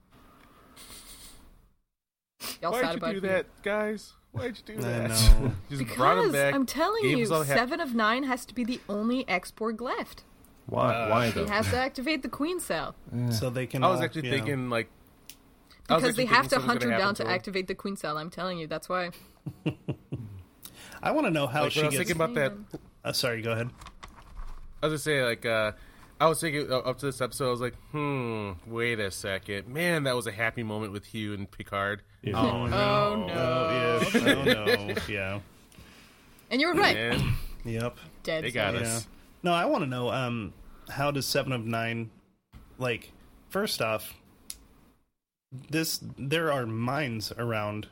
Speaker 1: Y'all
Speaker 4: Why'd
Speaker 1: sad
Speaker 4: you
Speaker 1: about
Speaker 4: do
Speaker 1: Hugh?
Speaker 4: that, guys? Why'd you do that?
Speaker 2: know.
Speaker 4: Just brought him
Speaker 1: Because
Speaker 4: back.
Speaker 1: I'm telling
Speaker 4: gave
Speaker 1: you,
Speaker 4: us all ha-
Speaker 1: seven of nine has to be the only X-Borg left.
Speaker 3: Why? why though?
Speaker 1: He has to activate the Queen Cell.
Speaker 2: So they can.
Speaker 4: I was
Speaker 2: all-
Speaker 4: actually
Speaker 2: yeah.
Speaker 4: thinking like I was
Speaker 1: Because they
Speaker 4: actually
Speaker 1: have
Speaker 4: thinking
Speaker 1: to
Speaker 4: something's
Speaker 1: hunt her
Speaker 4: gonna
Speaker 1: down
Speaker 4: happen
Speaker 1: to
Speaker 4: her.
Speaker 1: activate the queen cell. I'm telling you, that's why.
Speaker 2: I want to know how
Speaker 4: Like,
Speaker 2: she
Speaker 4: when I was
Speaker 2: gets.
Speaker 4: thinking about that.
Speaker 2: uh, sorry, go ahead.
Speaker 4: I was just saying like uh, I was thinking uh, up to this episode. I was like, hmm, wait a second, man, that was a happy moment with Hugh and Picard.
Speaker 3: Yeah.
Speaker 2: Oh no!
Speaker 1: Oh no!
Speaker 2: Oh, yes. oh no! Yeah.
Speaker 1: And you were right.
Speaker 4: Man,
Speaker 2: Yep.
Speaker 1: Dead.
Speaker 4: they got
Speaker 2: Yeah.
Speaker 4: us.
Speaker 2: No, I want to know. Um, how does Seven of Nine? Like, first off, this there are mines around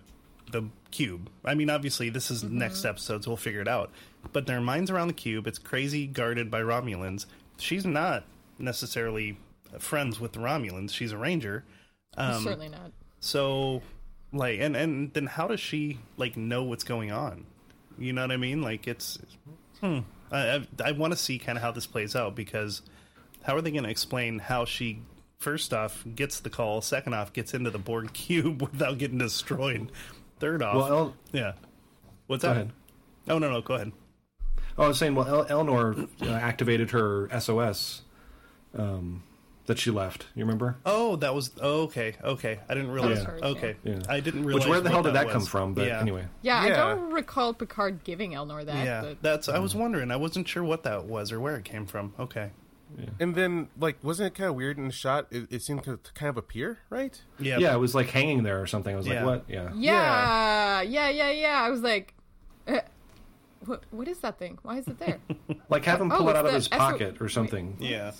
Speaker 2: the cube. I mean, obviously, this is next episodes. We'll figure it out. But there are mines around the cube. It's crazy guarded by Romulans. She's not necessarily friends with the Romulans. She's a ranger.
Speaker 1: Certainly not.
Speaker 2: So, like, and and then how does she like know what's going on? You know what I mean? Like, it's hmm. I I, I want to see kind of how this plays out because how are they going to explain how she first off gets the call, second off gets into the Borg cube without getting destroyed, third off,
Speaker 3: Well, El-
Speaker 2: yeah. What's
Speaker 3: Go
Speaker 2: that?
Speaker 3: ahead.
Speaker 2: Oh no no go ahead.
Speaker 3: Oh, I was saying, well, El- Elnor uh, activated her SOS um, that she left. You remember?
Speaker 2: Oh, that was oh, okay. Okay, I didn't
Speaker 1: was
Speaker 2: realize.
Speaker 1: hers,
Speaker 2: Okay,
Speaker 3: yeah. Yeah.
Speaker 2: I didn't realize.
Speaker 3: Which where the
Speaker 2: what
Speaker 3: hell did that, come
Speaker 2: was.
Speaker 3: from? But
Speaker 2: Yeah.
Speaker 3: anyway,
Speaker 1: Yeah, I
Speaker 4: Yeah.
Speaker 1: don't recall Picard giving Elnor that.
Speaker 2: Yeah,
Speaker 1: but
Speaker 2: that's. I was wondering. I wasn't sure what that was or where it came from. Okay.
Speaker 4: And then like, wasn't it kind of weird in the shot? It, it seemed to to kind of appear, right?
Speaker 2: Yeah.
Speaker 3: yeah, it was like hanging there or something. I was
Speaker 2: Yeah.
Speaker 3: like, what? Yeah.
Speaker 1: yeah, yeah, yeah, yeah. I was like, uh, what? What is that thing? Why is it there?
Speaker 3: Like have him
Speaker 1: Oh,
Speaker 3: pull it
Speaker 1: it's
Speaker 3: out of
Speaker 1: the
Speaker 3: his
Speaker 1: SO
Speaker 3: pocket or something.
Speaker 2: Yeah.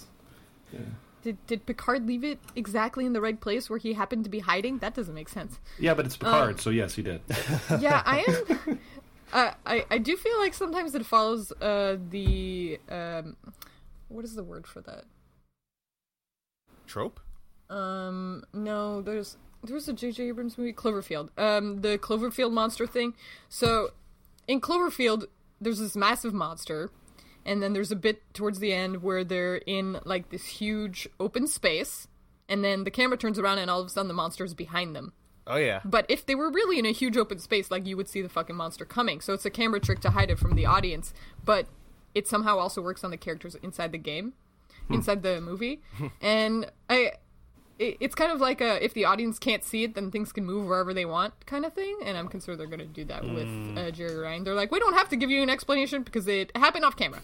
Speaker 1: did Did Picard leave it exactly in the right place where he happened to be hiding? That doesn't make sense.
Speaker 3: Yeah, but it's
Speaker 1: Oh.
Speaker 3: Picard, so yes, he did.
Speaker 1: yeah, I am. Uh, I I do feel like sometimes it follows uh, the um, what is the word for that?
Speaker 4: Trope.
Speaker 1: Um, no, there's there's a J.J. Abrams movie, Cloverfield. Um, the Cloverfield monster thing. So, in Cloverfield, there's this massive monster, and then there's a bit towards the end where they're in like this huge open space, and then the camera turns around, and all of a sudden the monster's behind them.
Speaker 4: Oh yeah.
Speaker 1: But if they were really in a huge open space, like you would see the fucking monster coming. So it's a camera trick to hide it from the audience, but it somehow also works on the characters inside the game, inside the movie. and I it, it's kind of like a if the audience can't see it, then things can move wherever they want kind of thing. And I'm concerned they're going to do that with uh, Jerry Ryan. They're like, we don't have to give you an explanation because it happened off camera.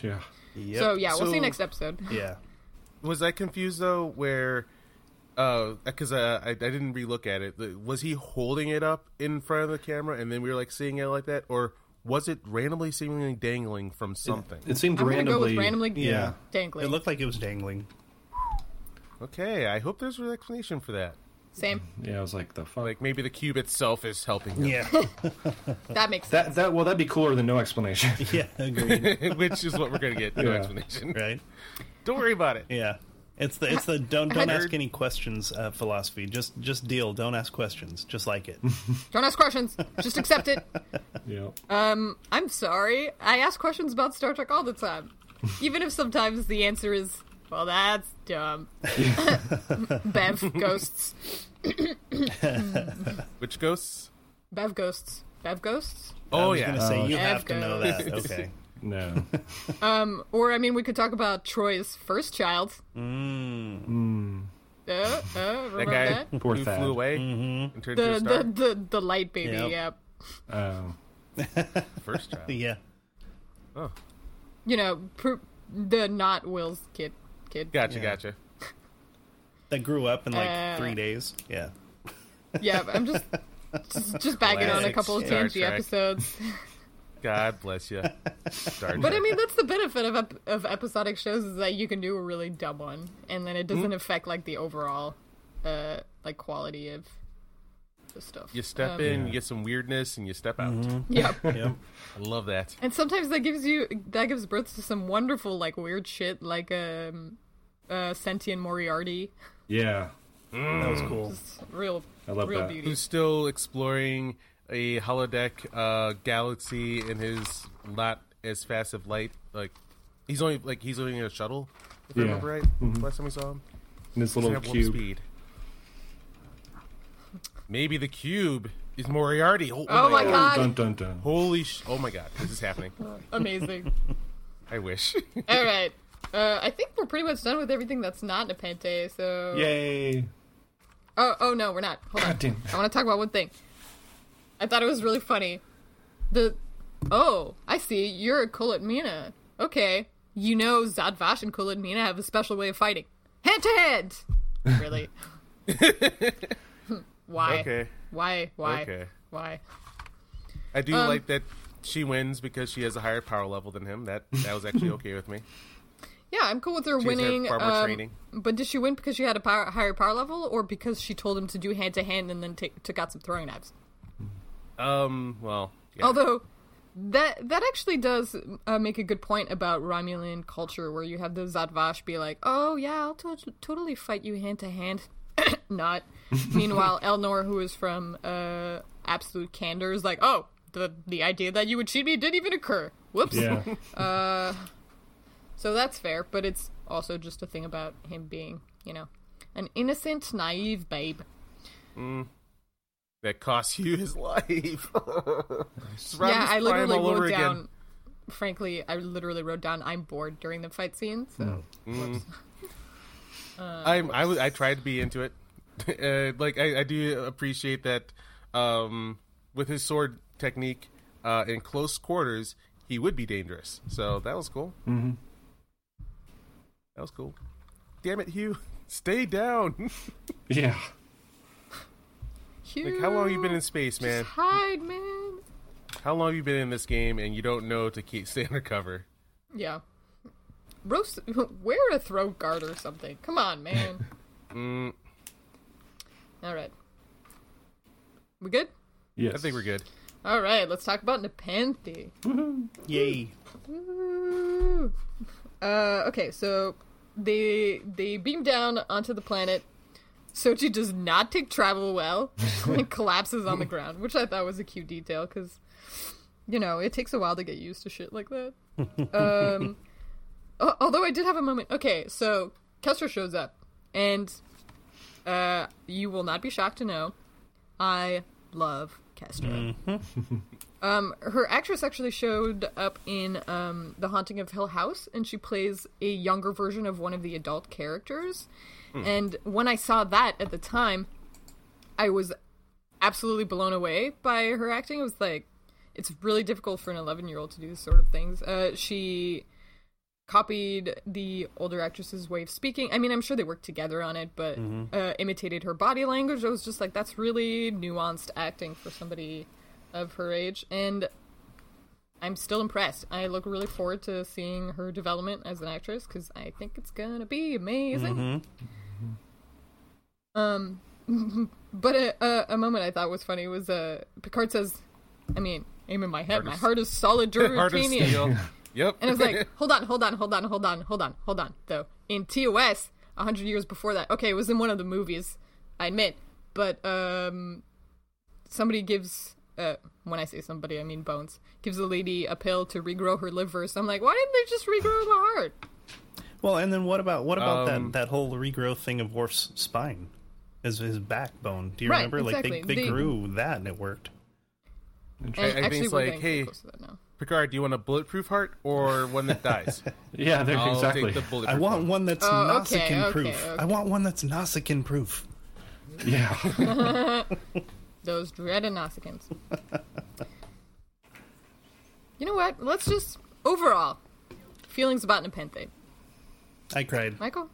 Speaker 3: yeah.
Speaker 2: Yep.
Speaker 1: so yeah, we'll see
Speaker 4: So-
Speaker 1: next episode.
Speaker 2: Yeah.
Speaker 4: Was I confused though? Where, because uh, I, I didn't relook at it. The- Was he holding it up in front of the camera, and then we were like seeing it like that, or was it randomly seemingly dangling from something?
Speaker 3: It seemed
Speaker 1: I'm going to
Speaker 3: randomly.
Speaker 1: go with randomly
Speaker 2: Yeah.
Speaker 1: dangling.
Speaker 2: It looked like it was dangling.
Speaker 4: Okay, I hope there's an explanation for that.
Speaker 1: Same.
Speaker 3: Yeah, I was like the fuck.
Speaker 4: Like maybe the cube itself is helping him,
Speaker 2: Yeah.
Speaker 1: That makes sense.
Speaker 3: that that well, that'd be cooler than no explanation.
Speaker 2: yeah. Agreed.
Speaker 4: which is what we're gonna get. No
Speaker 3: Yeah.
Speaker 4: explanation.
Speaker 2: Right.
Speaker 4: Don't worry about it.
Speaker 2: Yeah. It's the it's the don't don't
Speaker 4: Hundred-
Speaker 2: ask any questions uh, philosophy. Just just deal. Don't ask questions. Just like it.
Speaker 1: Don't ask questions. Just accept it.
Speaker 3: yeah.
Speaker 1: Uh. I'm sorry. I ask questions about Star Trek all the time. Even if sometimes the answer is, well, that's dumb. Bev ghosts.
Speaker 4: Which ghosts?
Speaker 1: Bev ghosts. Bev ghosts?
Speaker 4: Oh
Speaker 2: I was
Speaker 4: yeah.
Speaker 2: gonna say you
Speaker 1: Oh,
Speaker 2: have
Speaker 1: shit.
Speaker 2: to know that. Okay.
Speaker 3: No.
Speaker 1: Or, I mean, we could talk about Troy's first child. Uh, uh, remember
Speaker 4: that
Speaker 1: that?
Speaker 4: guy
Speaker 3: Poor
Speaker 4: who
Speaker 3: Thad.
Speaker 4: flew away and turned to a
Speaker 1: The,
Speaker 2: Mm-hmm.
Speaker 4: star.
Speaker 1: the, the, the light baby,
Speaker 2: Yep.
Speaker 1: yeah.
Speaker 3: Um,
Speaker 4: First child.
Speaker 2: Yeah.
Speaker 4: Oh,
Speaker 1: You know, pr- the not Will's kid. Kid.
Speaker 4: gotcha,
Speaker 2: Yeah.
Speaker 4: gotcha.
Speaker 2: That grew up in like
Speaker 1: Uh,
Speaker 2: three days. Yeah.
Speaker 1: Yeah, but I'm just just, just bagging on a
Speaker 4: Classic
Speaker 1: couple of
Speaker 4: Star
Speaker 1: TNG
Speaker 4: Trek.
Speaker 1: episodes.
Speaker 4: God bless you.
Speaker 1: But I mean, that's the benefit of ep- of episodic shows is that you can do a really dumb one, and then
Speaker 3: Mm-hmm.
Speaker 1: it doesn't affect like the overall uh like quality of the stuff.
Speaker 4: you step
Speaker 1: Um, Mm-hmm.
Speaker 4: in, you get some weirdness, and you step out.
Speaker 1: Yeah.
Speaker 2: Yep.
Speaker 4: I love that.
Speaker 1: And sometimes that gives you that gives birth to some wonderful like weird shit like um uh sentient Moriarty.
Speaker 3: yeah,
Speaker 2: that
Speaker 4: Hmm.
Speaker 2: was cool.
Speaker 1: Real
Speaker 3: I love
Speaker 1: real
Speaker 3: that.
Speaker 1: beauty.
Speaker 4: Who's still exploring a holodeck uh, galaxy in his not as fast of light? Like he's only like he's only in a shuttle. If
Speaker 3: Yeah.
Speaker 4: I remember right,
Speaker 1: Mm-hmm.
Speaker 4: last time we saw him,
Speaker 3: in this
Speaker 4: Doesn't
Speaker 3: little
Speaker 4: have warp
Speaker 3: cube.
Speaker 4: speed. Maybe the cube is Moriarty. Oh,
Speaker 1: Oh my God.
Speaker 3: Dun dun dun.
Speaker 4: Holy sh! Oh my god, this is happening.
Speaker 1: Amazing.
Speaker 4: I wish.
Speaker 1: All right. Uh, I think we're pretty much done with everything that's not Nepente, so
Speaker 3: Yay!
Speaker 1: Oh, oh no, we're not. Hold on.
Speaker 3: God damn.
Speaker 1: I want to talk about one thing. I thought it was really funny. The oh, I see. You're a Kulit Mina. Okay, you know Zadvash and Kulit Mina have a special way of fighting, hand to hand. Really? Why?
Speaker 4: okay,
Speaker 1: Why? Why?
Speaker 4: Okay.
Speaker 1: Why?
Speaker 4: I do
Speaker 1: Um,
Speaker 4: like that she wins because she has a higher power level than him. That that was actually okay with me.
Speaker 1: Yeah, I'm cool with her
Speaker 4: She's had
Speaker 1: winning.
Speaker 4: far more
Speaker 1: um,
Speaker 4: training.
Speaker 1: But did she win because she had a power, higher power level, or because she told him to do hand to hand and then ta took out some throwing knives?
Speaker 4: Um, well, yeah.
Speaker 1: Although that that actually does uh, make a good point about Romulan culture, where you have the Zadvash be like, "Oh yeah, I'll to- totally fight you hand to hand." Not. Meanwhile, Elnor, who is from uh, Absolute Candor, is like, "Oh, the the idea that you would cheat me didn't even occur. Whoops."
Speaker 3: Yeah,
Speaker 1: So that's fair, but it's also just a thing about him being, you know, an innocent, naive babe.
Speaker 4: that costs you his life. It's
Speaker 1: yeah,
Speaker 4: Robbie's
Speaker 1: I
Speaker 4: prime
Speaker 1: literally
Speaker 4: all over
Speaker 1: wrote
Speaker 4: again.
Speaker 1: down. Frankly, I literally wrote down I'm bored during the fight scene, so uh,
Speaker 4: I'm, I, w- I tried to be into it. uh, like I, I do appreciate that um, with his sword technique uh, in close quarters, he would be dangerous. So that was cool. Mm-hmm. That was cool. Damn it, Hugh! Stay down.
Speaker 3: yeah.
Speaker 4: like how long you been in space,
Speaker 1: Just
Speaker 4: man?
Speaker 1: hide, man.
Speaker 4: How long you been in this game and you don't know to keep stay undercover?
Speaker 1: Yeah. Roast. Wear a throat guard or something. Come on, man.
Speaker 4: Mm.
Speaker 1: All right. We good?
Speaker 3: Yes.
Speaker 4: I think we're good.
Speaker 1: All right. Let's talk about Nepenthe.
Speaker 2: Yay.
Speaker 1: Woo. Uh, okay, so they they beam down onto the planet. Sochi does not take travel well and collapses on the ground, which I thought was a cute detail because, you know, it takes a while to get used to shit like that. Um, al- although I did have a moment. Okay, so Kester shows up, and uh, you will not be shocked to know I love Kester. Um, her actress actually showed up in um, The Haunting of Hill House, and she plays a younger version of one of the adult characters. And when I saw that at the time, I was absolutely blown away by her acting. It was like, it's really difficult for an 11 year old to do this sort of things. Uh, she copied the older actress's way of speaking. I mean, I'm sure they worked together on it, but uh, imitated her body language. I was just like, that's really nuanced acting for somebody of her age. And I'm still impressed. I look really forward to seeing her development as an actress because I think it's going to be amazing. Um, but a, a, a moment I thought was funny was uh, Picard says, I mean, aim in my head. my
Speaker 4: of s-
Speaker 1: heart is solid
Speaker 4: Heart of
Speaker 1: Durutanian.
Speaker 4: steel. Yep.
Speaker 1: And I was like, hold on, hold on, hold on, hold on, hold on, hold on. Though in TOS, a hundred years before that, okay, it was in one of the movies, I admit, but um, somebody gives. Uh, when I say somebody, I mean Bones gives a lady a pill to regrow her liver. So I'm like, why didn't they just regrow the heart?
Speaker 2: Well, and then what about what about
Speaker 4: Um,
Speaker 2: that that whole regrowth thing of Worf's spine, his his backbone? Do you
Speaker 1: Right,
Speaker 2: remember? Like
Speaker 1: exactly.
Speaker 2: they, they
Speaker 1: They-
Speaker 2: grew that and it worked.
Speaker 1: And
Speaker 4: I think it's
Speaker 1: we're
Speaker 4: like,
Speaker 1: getting pretty
Speaker 4: hey,
Speaker 1: close to that now.
Speaker 4: Picard, do you want a bulletproof heart or one that dies?
Speaker 3: Yeah, they're-
Speaker 4: I'll
Speaker 3: exactly.
Speaker 4: take the bulletproof.
Speaker 2: I want one that's
Speaker 1: Oh, okay,
Speaker 2: Nausicaan
Speaker 1: okay,
Speaker 2: proof.
Speaker 1: okay.
Speaker 2: I want one that's Nausicaan proof.
Speaker 3: yeah.
Speaker 1: those dreaded Nausicaans. You know what? Let's just overall feelings about Nepenthe.
Speaker 2: I cried.
Speaker 1: Michael,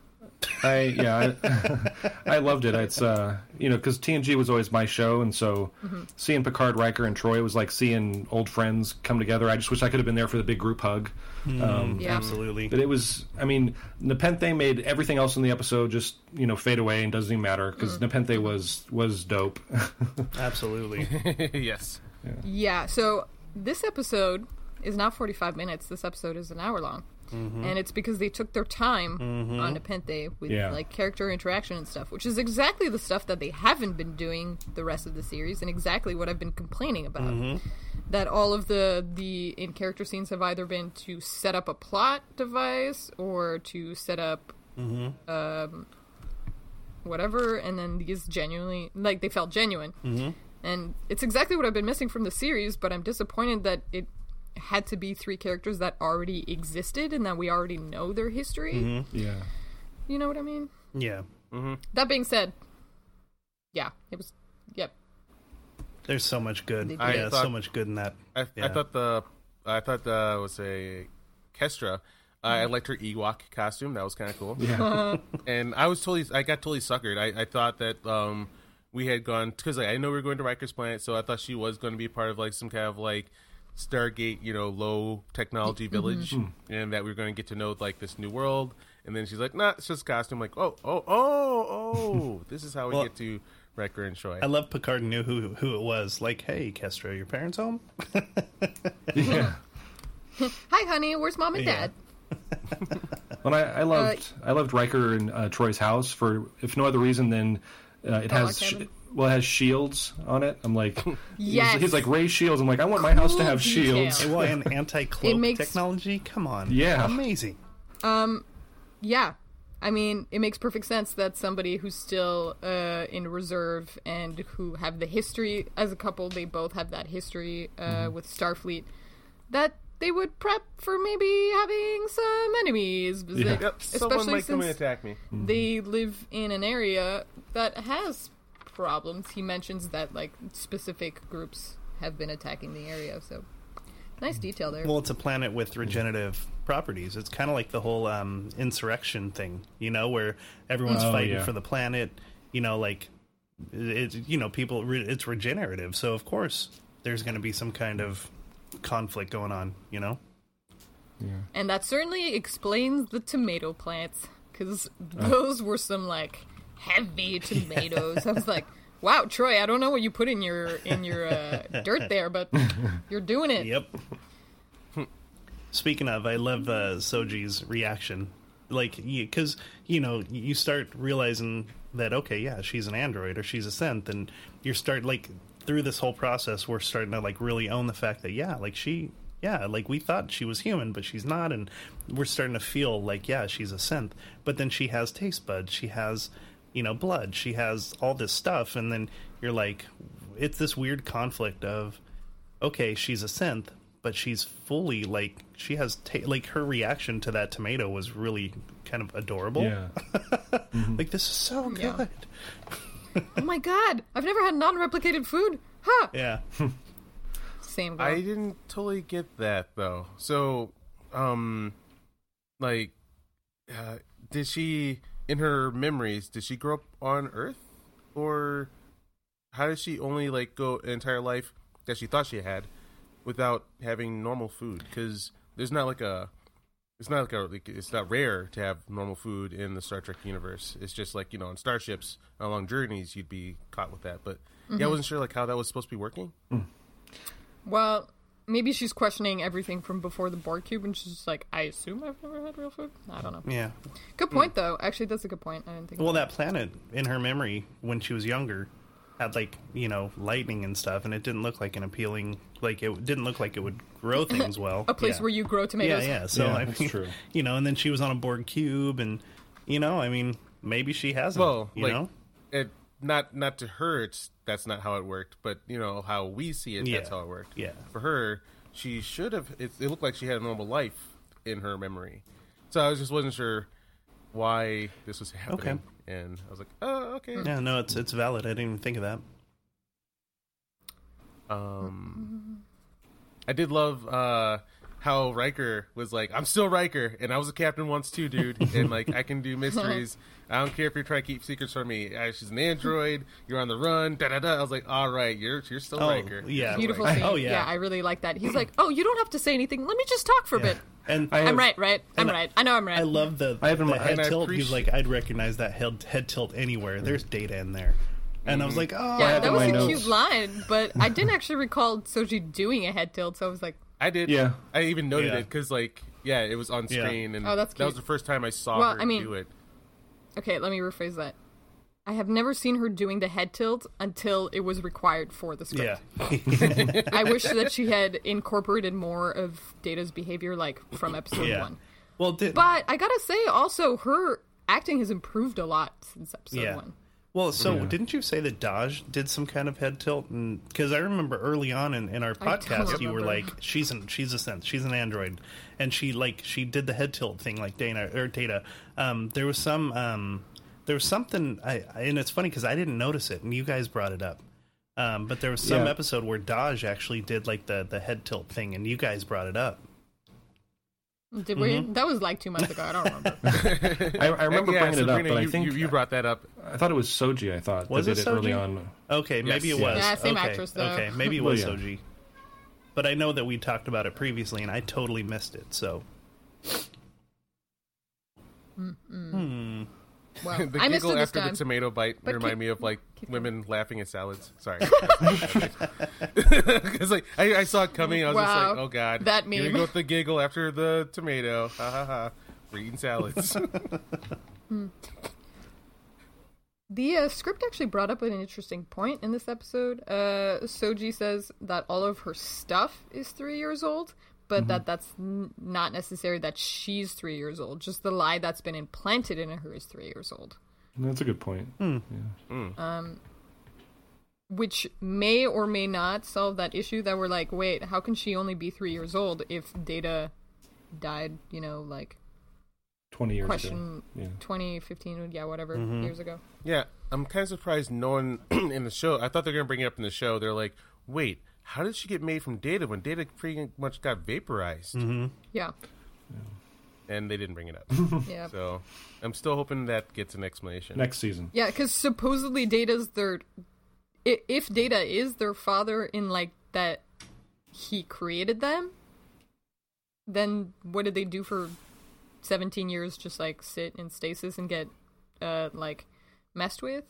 Speaker 3: I yeah, I, I loved it. It's uh, you know, because TNG was always my show, and so seeing Picard, Riker, and Troy was like seeing old friends come together. I just wish I could have been there for the big group hug. Um,
Speaker 1: yeah,
Speaker 2: Absolutely.
Speaker 3: But it was, I mean, Nepenthe made everything else in the episode just you know fade away and doesn't even matter because Nepenthe was was dope.
Speaker 2: Absolutely.
Speaker 4: yes.
Speaker 1: yeah. So this episode is not 45 minutes. This episode is an hour long, and it's because they took their time on Nepenthe with
Speaker 3: Yeah.
Speaker 1: like character interaction and stuff, which is exactly the stuff that they haven't been doing the rest of the series, and exactly what I've been complaining about. That all of the the in character scenes have either been to set up a plot device or to set up um, whatever and then these genuinely like they felt genuine mm-hmm. and it's exactly what i've been missing from the series but i'm disappointed that it had to be three characters that already existed and that we already know their history
Speaker 3: yeah,
Speaker 1: you know what i mean
Speaker 2: yeah.
Speaker 1: that being said yeah it was yep
Speaker 2: There's so much good.
Speaker 1: I
Speaker 2: yeah,
Speaker 4: thought-
Speaker 2: so much good in that.
Speaker 4: I, I
Speaker 2: Yeah.
Speaker 4: thought the I thought the was a Kestra. I I liked her Ewok costume. That was kind of cool.
Speaker 3: yeah,
Speaker 4: and I was totally, I got totally suckered. I, I thought that um, we had gone because like, I know we were going to Riker's planet, so I thought she was going to be part of like some kind of like Stargate, you know, low technology
Speaker 1: Mm-hmm.
Speaker 4: village, and that we were going to get to know like this new world. And then she's like, "Nah, it's just costume." Like, oh, oh, oh, oh, this is how we
Speaker 2: Well-
Speaker 4: get to Riker and Troy.
Speaker 2: I love Picard knew who who it was. Like, hey, Kestra, your parents home?
Speaker 3: yeah.
Speaker 1: hi honey where's mom and
Speaker 2: Yeah.
Speaker 1: dad
Speaker 3: Well, I,
Speaker 1: Uh,
Speaker 3: I loved I loved Riker and uh, Troy's house for if no other reason than uh,
Speaker 1: Oh,
Speaker 3: it has sh-
Speaker 1: cabin?
Speaker 3: well it has shields on it. I'm like,
Speaker 1: Yes.
Speaker 3: he's, he's like Ray shields. I'm like, I want my house to
Speaker 1: Cool
Speaker 3: have shields.
Speaker 1: detail.
Speaker 2: Well, and anti cloak
Speaker 1: It makes-
Speaker 2: technology? Come on.
Speaker 3: Yeah.
Speaker 2: Amazing.
Speaker 1: yeah i mean it makes perfect sense that somebody who's still uh, in reserve and who have the history as a couple they both have that history uh, with starfleet that they would prep for maybe having some enemies
Speaker 3: Yeah.
Speaker 4: yep, someone
Speaker 1: especially
Speaker 4: might come and
Speaker 1: since
Speaker 4: attack Mm-hmm. me.
Speaker 1: they live in an area that has problems he mentions that like specific groups have been attacking the area so nice detail there
Speaker 2: Well, it's a planet with regenerative properties. It's kind of like the whole um, insurrection thing, you know, where everyone's
Speaker 3: Oh,
Speaker 2: fighting
Speaker 3: yeah.
Speaker 2: for the planet. You know, like it's you know people. Re- it's regenerative, so of course there's going to be some kind of conflict going on. You know,
Speaker 1: And that certainly explains the tomato plants, because those were some like heavy tomatoes. I was like, "Wow, Troy, I don't know what you put in your in your uh, dirt there, but you're doing it."
Speaker 2: Yep. Speaking of, I love uh, Soji's reaction. Like, because, you know, you start realizing that, okay, yeah, she's an android or she's a synth. And you start, like, through this whole process, we're starting to, like, really own the fact that, yeah, like, she, yeah, like, we thought she was human, but she's not. And we're starting to feel like, yeah, she's a synth. But then she has taste buds. She has, you know, blood. She has all this stuff. And then you're like, it's this weird conflict of, okay, she's a synth, but she's fully like she has ta- like her reaction to that tomato was really kind of adorable. Mm-hmm.
Speaker 3: Yeah,
Speaker 2: Like this is so
Speaker 1: Yeah.
Speaker 2: good.
Speaker 1: Oh my god, I've never had non-replicated food. Huh?
Speaker 2: Yeah.
Speaker 1: Same girl.
Speaker 4: I didn't totally get that though. So, um, like, uh, did she in her memories? Did she grow up on Earth, or how does she only like go an entire life that she thought she had without having normal food? Because there's not like a it's not like a like, it's not rare to have normal food in the Star Trek universe. It's just like you know on starships on long journeys you'd be caught with that. But yeah, I wasn't sure like how that was supposed to be working.
Speaker 1: Well, maybe she's questioning everything from before the bar cube, and she's just like, "I assume I've never had real food." I don't know.
Speaker 2: Yeah.
Speaker 1: Good point, though. Actually, that's a good point. I didn't think.
Speaker 2: Well, that planet in her memory when she was younger had like, you know, lightning and stuff and it didn't look like an appealing like it didn't look like it would grow things well.
Speaker 1: a place
Speaker 2: Yeah.
Speaker 1: where you grow
Speaker 2: Yeah,
Speaker 1: tomatoes.
Speaker 2: yeah. So
Speaker 3: Yeah,
Speaker 2: I
Speaker 3: that's
Speaker 2: mean,
Speaker 3: true.
Speaker 2: you know, and then she was on a Borg cube and you know, I mean, maybe she hasn't,
Speaker 4: Well,
Speaker 2: you
Speaker 4: like,
Speaker 2: know?
Speaker 4: it not not to her. It's that's not how it worked, but you know how we see it. That's
Speaker 2: Yeah.
Speaker 4: how it worked.
Speaker 2: Yeah.
Speaker 4: For her, she should have. It, it looked like she had a normal life in her memory. So I was just wasn't sure why this was happening. And I was like, oh, okay.
Speaker 2: Yeah, no, it's it's
Speaker 1: Mm-hmm.
Speaker 2: valid. I didn't even think of that.
Speaker 4: Um, I did love uh, how Riker was like, "I'm still Riker, and I was a captain once too, dude, and like I can do mysteries. I don't care if you're trying to keep secrets from me. Uh, she's an android. You're on the run. Da da da." I was like, "All right, you're you're still
Speaker 2: Oh,
Speaker 4: Riker."
Speaker 2: yeah.
Speaker 4: Still
Speaker 1: Beautiful
Speaker 4: Riker.
Speaker 1: scene.
Speaker 2: Oh, yeah.
Speaker 1: I really like that. He's like, oh, you don't have to say anything. Let me just talk for a bit.
Speaker 2: And
Speaker 3: I-
Speaker 1: I'm right, right? I'm
Speaker 2: And I-
Speaker 1: right. I know I'm right.
Speaker 2: I love the,
Speaker 3: I have in
Speaker 2: the
Speaker 3: my-
Speaker 2: head
Speaker 4: and I
Speaker 2: tilt. He's
Speaker 4: appreciate-
Speaker 2: like, I'd recognize that head, head tilt anywhere. There's data in there. And
Speaker 3: Mm-hmm.
Speaker 2: I was like, oh,
Speaker 1: yeah,
Speaker 3: have
Speaker 1: that
Speaker 3: in
Speaker 1: was
Speaker 3: my
Speaker 1: a
Speaker 3: notes.
Speaker 1: cute line, but I didn't actually recall Soji doing a head tilt, so I was like,
Speaker 4: I did.
Speaker 3: Yeah.
Speaker 4: I even noted
Speaker 2: Yeah.
Speaker 4: it 'cause it because like yeah, it was on
Speaker 2: Yeah.
Speaker 4: screen, and
Speaker 1: Oh, that's
Speaker 4: that was the
Speaker 1: cute.
Speaker 4: first time I saw
Speaker 1: Well,
Speaker 4: her
Speaker 1: I mean-
Speaker 4: do it.
Speaker 1: okay, let me rephrase that. I have never seen her doing the head tilt until it was required for the script.
Speaker 2: yeah.
Speaker 1: I wish that she had incorporated more of Data's behavior, like from episode
Speaker 2: yeah.
Speaker 1: one.
Speaker 2: Well, did,
Speaker 1: But I gotta say, also her acting has improved a lot since episode
Speaker 2: yeah.
Speaker 1: one.
Speaker 2: Well, so didn't you say that Dodge did some kind of head tilt? Because I remember early on in, in our
Speaker 1: I don't
Speaker 2: podcast, you were like,
Speaker 1: remember.
Speaker 2: "She's an she's a synth, she's an android," and she like she did the head tilt thing like Dana or Data. Um, there was some um, there was something, I, I- and it's funny because I didn't notice it, and you guys brought it up. Um, but there was some
Speaker 3: Yeah.
Speaker 2: episode where Dodge actually did like the the head tilt thing, and you guys brought it up.
Speaker 1: Did we?
Speaker 2: Mm-hmm.
Speaker 1: That was like two months ago. I don't remember.
Speaker 3: I, I remember
Speaker 4: yeah,
Speaker 3: bringing
Speaker 4: Sabrina,
Speaker 3: it up, but
Speaker 4: you,
Speaker 3: I think
Speaker 4: you, you brought that up.
Speaker 3: I thought it was Soji. I thought
Speaker 2: Was
Speaker 3: that
Speaker 2: it
Speaker 3: did it early
Speaker 2: Soji?
Speaker 3: on.
Speaker 2: Okay, maybe
Speaker 3: Yes.
Speaker 2: it was.
Speaker 1: Yeah, same
Speaker 2: okay.
Speaker 1: actress, though.
Speaker 2: Okay, maybe it
Speaker 3: Well,
Speaker 2: was
Speaker 3: yeah.
Speaker 2: Soji. But I know that we talked about it previously, and I totally missed it. So
Speaker 1: Well,
Speaker 4: The
Speaker 1: I missed
Speaker 4: giggle
Speaker 1: it this
Speaker 4: after
Speaker 1: time.
Speaker 4: the tomato bite
Speaker 1: But
Speaker 4: remind
Speaker 1: keep-
Speaker 4: me of like
Speaker 1: keep going.
Speaker 4: women laughing at salads. Sorry, because like I, I saw it coming. I was just like,
Speaker 1: Wow.
Speaker 4: oh god,
Speaker 1: That
Speaker 4: Here we
Speaker 1: meme.
Speaker 4: go with the giggle after the tomato. Ha ha ha. We're eating salads.
Speaker 1: The uh, script actually brought up an interesting point in this episode. Uh, Soji says that all of her stuff is three years old, but
Speaker 3: Mm-hmm.
Speaker 1: that that's n- not necessary that she's three years old. Just the lie that's been implanted in her is three years old,
Speaker 3: That's a good point.
Speaker 1: Hmm. which may or may not solve that issue that we're like, wait, how can she only be three years old if Data died, you know, like
Speaker 3: Twenty years
Speaker 1: question
Speaker 3: ago. Yeah.
Speaker 1: 2015, yeah, whatever, years ago?
Speaker 4: yeah, I'm kind of surprised no one in the show. I thought they were gonna bring it up in the show. They're like, wait, how did she get made from data when data pretty much got vaporized?
Speaker 1: Yeah.
Speaker 4: And they didn't bring it up.
Speaker 3: Hmm.
Speaker 1: Yeah.
Speaker 4: so I'm still hoping that gets an explanation.
Speaker 3: Next season.
Speaker 1: Yeah, because supposedly Data's their. i- If Data is their father in, like, that he created them, then what did they do for 17 years? Just, like, sit in stasis and get, uh, like, messed with?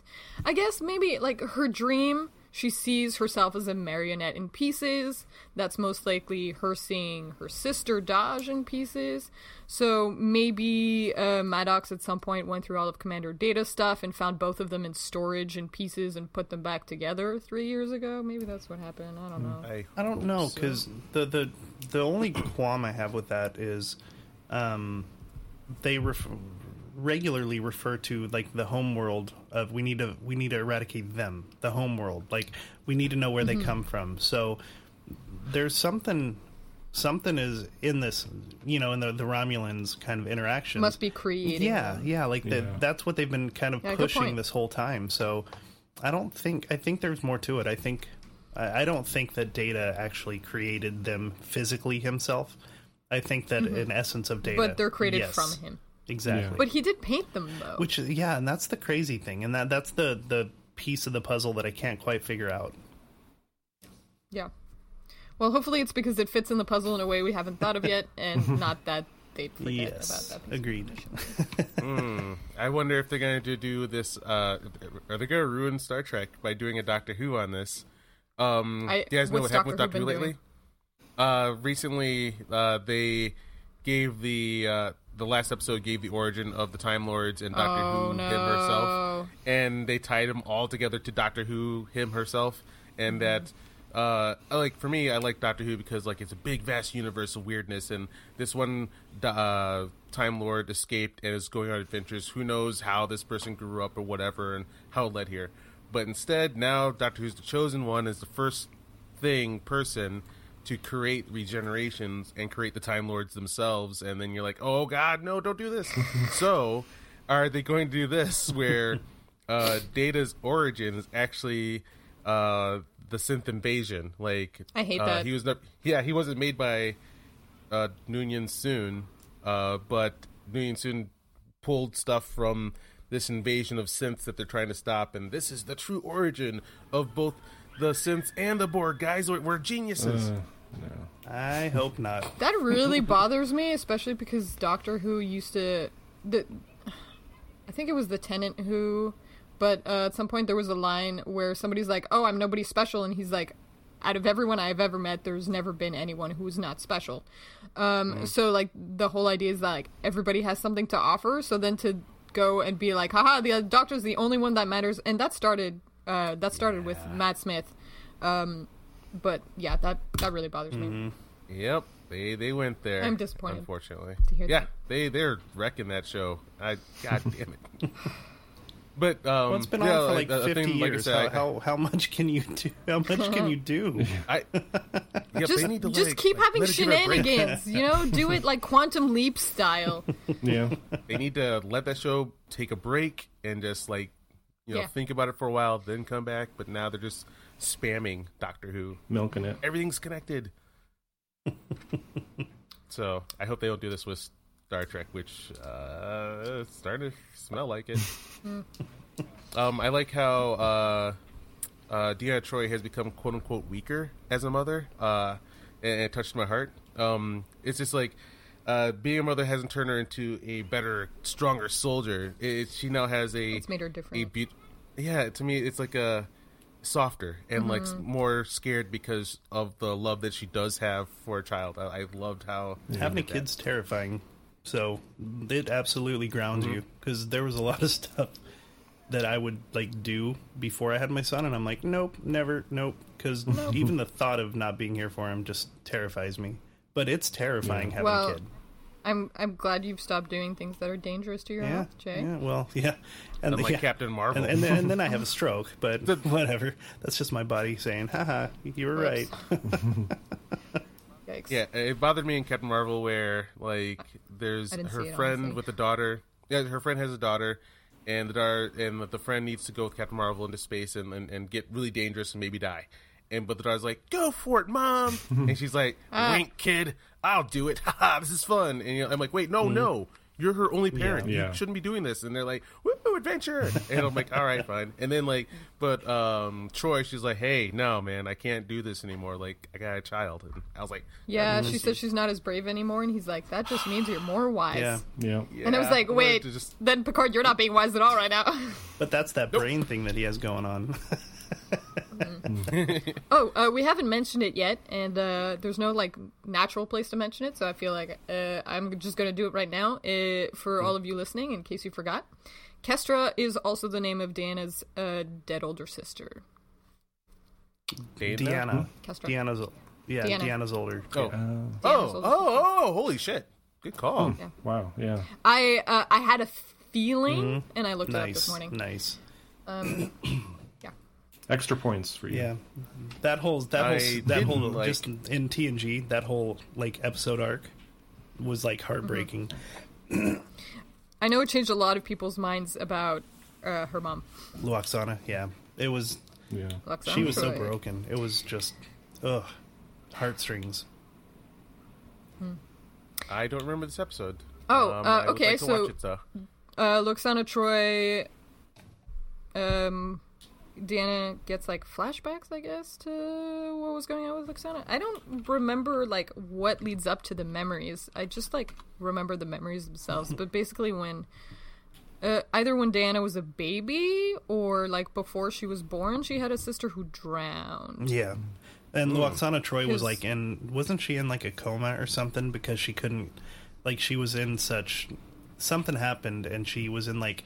Speaker 1: I guess maybe, like, her dream, she sees herself as a marionette in pieces. That's most likely her seeing her sister Dodge in pieces. So maybe uh, Maddox at some point went through all of Commander Data stuff and found both of them in storage in pieces and put them back together three years ago. Maybe that's what happened. I don't
Speaker 2: Mm,
Speaker 1: know.
Speaker 4: I
Speaker 2: I don't know
Speaker 4: so.
Speaker 2: because the the the only qualm I have with that is, um, they ref- regularly refer to like the home world of we need to we need to eradicate them the home world like we need to know where
Speaker 1: Mm-hmm.
Speaker 2: they come from so there's something something is in this you know in the, the romulans kind of interaction
Speaker 1: Must be creating.
Speaker 2: yeah yeah like the,
Speaker 3: Yeah.
Speaker 2: that's what they've been kind of
Speaker 1: Yeah, good
Speaker 2: pushing
Speaker 1: point.
Speaker 2: this whole time so i don't think i think there's more to it i think i, I don't think that data actually created them physically himself i think that in essence of data
Speaker 1: Mm-hmm. But they're created
Speaker 2: yes,
Speaker 1: from him.
Speaker 2: exactly
Speaker 1: But he did paint them, though.
Speaker 2: which is yeah and that's the crazy thing and that that's the the piece of the puzzle that i can't quite figure out
Speaker 1: Yeah. Well, hopefully it's because it fits in the puzzle in a way we haven't thought of yet, and not that they'd forget
Speaker 2: yes
Speaker 1: about that. piece.
Speaker 2: agreed
Speaker 4: I wonder if they're going to do this. Uh, are they going to ruin Star Trek by doing a Doctor Who on this? Um,
Speaker 1: I-
Speaker 4: you guys know what
Speaker 1: what's
Speaker 4: happened
Speaker 1: Doctor Who
Speaker 4: with Doctor Who
Speaker 1: been
Speaker 4: lately? Uh, recently, uh, they gave the uh, the last episode gave the origin of the Time Lords and Doctor
Speaker 1: Oh,
Speaker 4: Who
Speaker 1: no.
Speaker 4: him herself, and they tied them all together to Doctor Who him herself, and
Speaker 1: Mm-hmm.
Speaker 4: that. Uh, I like for me, I like Doctor Who because like it's a big, vast universe of weirdness, and this one uh, Time Lord escaped and is going on adventures. Who knows how this person grew up or whatever, and how it led here. But instead, now Doctor Who's the chosen one is the first thing person to create regenerations and create the time lords themselves and then you're like oh god no don't do this so are they going to do this where uh data's origin is actually uh, the synth invasion. Like
Speaker 1: I hate
Speaker 4: uh,
Speaker 1: that.
Speaker 4: He was never, yeah, he wasn't made by uh, Noonien Soon, uh, but Noonien Soon pulled stuff from this invasion of synths that they're trying to stop, and this is the true origin of both the synths and the Borg. Guys, we're, we're geniuses.
Speaker 2: Uh. I hope not.
Speaker 1: That really bothers me, especially because Doctor Who used to. The, I think it was the Tenant Who, but uh, at some point there was a line where somebody's like, "Oh, I'm nobody special," and he's like, "Out of everyone I've ever met, there's never been anyone who's not special." Um, So like the whole idea is that like everybody has something to offer. So then to go and be like, "Haha, the other Doctor's the only one that matters," and that started uh, that started with Matt Smith. Um, but yeah, that that really bothers me.
Speaker 4: Yep, they they went there.
Speaker 1: I'm disappointed
Speaker 4: Unfortunately,
Speaker 1: to hear
Speaker 4: yeah,
Speaker 1: that.
Speaker 4: they they're wrecking that show. I god damn it. But um,
Speaker 2: Well, it's been
Speaker 4: yeah,
Speaker 2: on for like
Speaker 4: a- a
Speaker 2: fifty
Speaker 4: thing,
Speaker 2: years.
Speaker 4: Like I said, I-
Speaker 2: how, how how much can you do? How much can you do?
Speaker 4: I, yep,
Speaker 1: just,
Speaker 4: they need to let
Speaker 1: just
Speaker 4: it-
Speaker 1: keep
Speaker 4: like,
Speaker 1: having
Speaker 4: let it give it a break.
Speaker 1: shenanigans, you know? Do it like Quantum Leap style.
Speaker 3: Yeah.
Speaker 4: They need to let that show take a break and just like you know
Speaker 1: Yeah.
Speaker 4: think about it for a while, then come back. But now they're just spamming Doctor Who.
Speaker 3: Milking it.
Speaker 4: Everything's connected. so I hope they don't do this with Star Trek, which uh, it's starting to smell like it. um, I like how uh, uh, Deanna Troy has become quote unquote weaker as a mother, uh, and it touched my heart. Um, it's just like uh, being a mother hasn't turned her into a better, stronger soldier. It, it- she now has a
Speaker 1: It's made her different.
Speaker 4: a beau- yeah, to me, it's like a softer and like s- more scared because of the love that she does have for a child. I, I loved how
Speaker 2: Having a kid's terrifying, so it absolutely grounds
Speaker 4: Mm-hmm.
Speaker 2: you. 'Cause you. Because there was a lot of stuff that I would like do before I had my son, and I'm like, nope, never, nope. Because even the thought of not being here for him just terrifies me. But it's terrifying having
Speaker 1: Well,
Speaker 2: a kid.
Speaker 1: I'm I'm glad you've stopped doing things that are dangerous to your
Speaker 2: Yeah,
Speaker 1: health, Jay.
Speaker 2: yeah. Well, yeah. And
Speaker 4: like
Speaker 2: yeah.
Speaker 4: Captain Marvel.
Speaker 2: And, and, then, and then I have a stroke, but whatever. That's just my body saying, haha, you were right.
Speaker 1: Oops. Yikes.
Speaker 4: Yeah, it bothered me in Captain Marvel where like there's
Speaker 1: I didn't
Speaker 4: her
Speaker 1: see it,
Speaker 4: friend
Speaker 1: honestly.
Speaker 4: with a daughter. Yeah, her friend has a daughter, and the daughter and the friend needs to go with Captain Marvel into space and, and, and get really dangerous and maybe die. And but the daughter's like, "Go for it, mom!" and she's like,
Speaker 1: Ah.
Speaker 4: "Wink, kid, I'll do it. Ha ha, this is fun." And you know, I'm like, "Wait, no, no." You're her only parent.
Speaker 3: Mm-hmm. Yeah.
Speaker 4: You shouldn't be doing this. And they're like, "Woo, adventure!" And I'm like, "All right, fine." And then like, but um, Troy, she's like, "Hey, no, man, I can't do this anymore. Like, I got a child." And I was like,
Speaker 1: Yeah, she says she's not as brave anymore, and he's like, that just means you're more wise.
Speaker 2: Yeah.
Speaker 3: Yeah.
Speaker 1: And I was
Speaker 4: Yeah,
Speaker 1: like,
Speaker 4: I wanted
Speaker 1: wait,
Speaker 4: to just-
Speaker 1: then Picard, you're not being wise at all right now.
Speaker 2: But that's that brain thing that he has going on.
Speaker 1: oh, uh, we haven't mentioned it yet, and uh, there's no like natural place to mention it, so I feel like uh, I'm just gonna do it right now uh, for all of you listening, in case you forgot. Kestra is also the name of Diana's uh, dead older sister.
Speaker 4: Dana?
Speaker 2: Deanna.
Speaker 1: Kestra.
Speaker 2: Deanna's, yeah,
Speaker 1: Deanna.
Speaker 2: Deanna's older.
Speaker 4: Oh.
Speaker 1: Deanna's
Speaker 4: oh,
Speaker 1: older
Speaker 4: oh, oh, holy shit. Good call.
Speaker 3: Wow. Yeah.
Speaker 1: I uh, I had a feeling, and I looked it up this
Speaker 2: Mm-hmm. Nice.
Speaker 1: morning.
Speaker 2: Nice.
Speaker 1: Yeah,
Speaker 3: Extra points for you.
Speaker 2: Yeah, that whole that whole
Speaker 4: I
Speaker 2: that whole
Speaker 4: didn't like-
Speaker 2: just in TNG that whole like episode arc was
Speaker 1: Mm-hmm.
Speaker 2: like heartbreaking.
Speaker 1: I know it changed a lot of people's minds about uh, her mom.
Speaker 2: Luoxana, yeah, it was.
Speaker 3: Yeah.
Speaker 1: Luxana
Speaker 2: she was so
Speaker 1: Troy.
Speaker 2: broken. It was just ugh, heartstrings.
Speaker 4: I don't remember this episode. Um,
Speaker 1: Oh, uh,
Speaker 4: I would
Speaker 1: okay,
Speaker 4: like to
Speaker 1: so-
Speaker 4: watch it, though.
Speaker 1: Uh, Luxana Troy. Um, Deanna gets like flashbacks, I guess, to what was going on with Luxana. I don't remember like what leads up to the memories. I just like remember the memories themselves. but basically, when uh, either when Deanna was a baby or like before she was born, she had a sister who drowned.
Speaker 2: Yeah,
Speaker 3: Hmm.
Speaker 2: and Luoxana Troy was
Speaker 1: His-
Speaker 2: like in wasn't she in like a coma or something because she couldn't like she was in such something happened and she was in like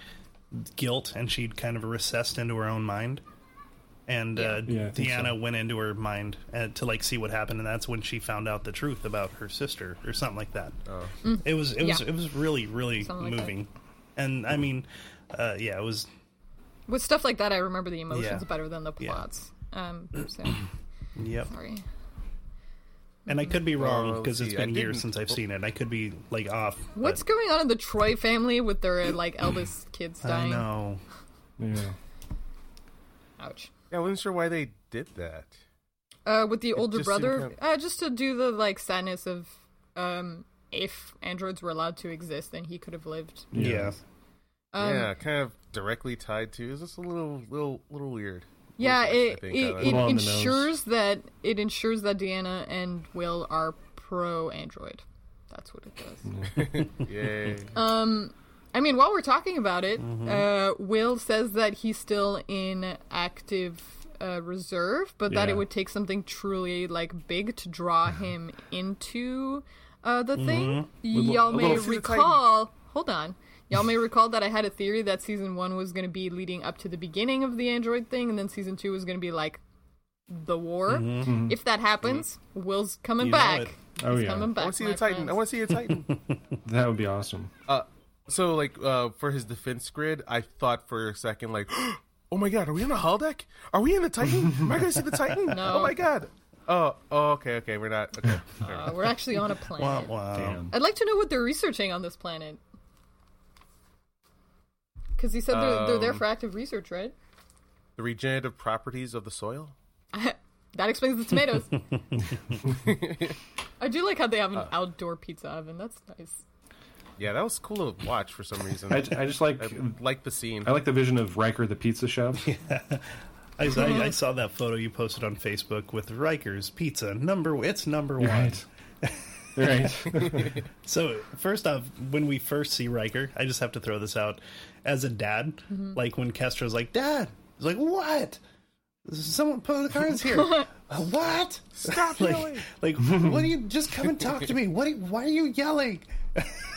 Speaker 2: guilt and she'd kind of recessed into her own mind. And uh,
Speaker 3: Yeah, I think
Speaker 2: Deanna
Speaker 3: so.
Speaker 2: went into her mind uh, to like see what happened, and that's when she found out the truth about her sister or something like that.
Speaker 4: Oh.
Speaker 1: Mm.
Speaker 2: It was it was
Speaker 1: Hmm. Yeah.
Speaker 2: it was really really
Speaker 1: Something like that.
Speaker 2: moving, and I mean, uh, yeah, it was
Speaker 1: With stuff like that, I remember the emotions
Speaker 2: Yeah.
Speaker 1: better than the
Speaker 2: Yeah.
Speaker 1: plots. Um, so
Speaker 2: yep.
Speaker 1: sorry.
Speaker 2: And I could be wrong
Speaker 4: Uh,
Speaker 2: because it's
Speaker 4: see, I
Speaker 2: been years
Speaker 4: didn't-
Speaker 2: since I've seen it. I could be like off. but
Speaker 1: What's going on in the Troy family with their like eldest kids
Speaker 2: I
Speaker 1: dying?
Speaker 2: know.
Speaker 3: Yeah.
Speaker 1: Ouch.
Speaker 4: Yeah, I wasn't sure why they did that.
Speaker 1: uh, with the older
Speaker 4: just
Speaker 1: brother,
Speaker 4: seemed
Speaker 1: uh, just to do the like sadness of um, if androids were allowed to exist, then he could have lived.
Speaker 2: Yeah.
Speaker 1: Um,
Speaker 4: yeah, kind of directly tied to. Is this a little, little, little weird?
Speaker 1: Yeah,
Speaker 4: Little harsh,
Speaker 1: it, it,
Speaker 4: I
Speaker 1: it
Speaker 4: don't know.
Speaker 3: on the nose.
Speaker 1: ensures that it ensures that Deanna and Will are pro Android. That's what it does. Oh,
Speaker 4: Yay.
Speaker 1: I mean, while we're talking about it,
Speaker 3: Mm-hmm.
Speaker 1: uh, Will says that he's still in active uh, reserve, but that it
Speaker 3: Yeah. Mm-hmm.
Speaker 1: would take something truly like big to draw him into uh, the thing. Y'all
Speaker 3: a
Speaker 1: may
Speaker 3: little-
Speaker 4: Teen Titans.
Speaker 1: recall. Hold on. Y'all may recall that I had a theory that season one was going to be leading up to the beginning of the android thing, and then season two was going to be like the war.
Speaker 3: Mm-hmm.
Speaker 1: If that happens, Will's coming
Speaker 2: You know
Speaker 1: back.
Speaker 2: it.
Speaker 3: Oh,
Speaker 1: He's
Speaker 3: yeah.
Speaker 1: coming back.
Speaker 4: I want to see
Speaker 1: my
Speaker 4: the Titan. I
Speaker 1: friends.
Speaker 4: want to see a Titan.
Speaker 3: That would be awesome.
Speaker 4: Uh, so like uh, for his defense grid, I thought for a second like, oh my god, are we in a holodeck? Are we in the Titan? Am I gonna see the Titan?
Speaker 1: No.
Speaker 4: Oh my god. Oh, oh, okay, okay, we're not. Okay, All right.
Speaker 1: Uh, we're actually on a planet.
Speaker 2: Wow, wow.
Speaker 3: Damn.
Speaker 1: I'd like to know what they're researching on this planet. Because he said they're, they're there for
Speaker 2: Um.
Speaker 1: active research, right?
Speaker 4: the regenerative properties of the soil.
Speaker 1: that explains the tomatoes. I do like how they have
Speaker 2: Uh.
Speaker 1: an outdoor pizza oven. That's nice.
Speaker 4: Yeah, that was cool to watch for some reason.
Speaker 3: I,
Speaker 4: I,
Speaker 3: I just like
Speaker 4: like the scene.
Speaker 3: I like the vision of Riker the pizza chef.
Speaker 2: I, I, I saw that photo you posted on Facebook with Rikers Pizza number. It's number one.
Speaker 3: right.
Speaker 2: So first off, when we first see Riker, I just have to throw this out as a dad.
Speaker 4: Mm-hmm.
Speaker 2: Like when Kestra's like, "Dad," he's like, "What? Someone put the cards here. "Uh, what?
Speaker 4: Stop
Speaker 2: like,
Speaker 4: yelling.
Speaker 2: like, what do you just come and talk to me? What? Are, why are you yelling?"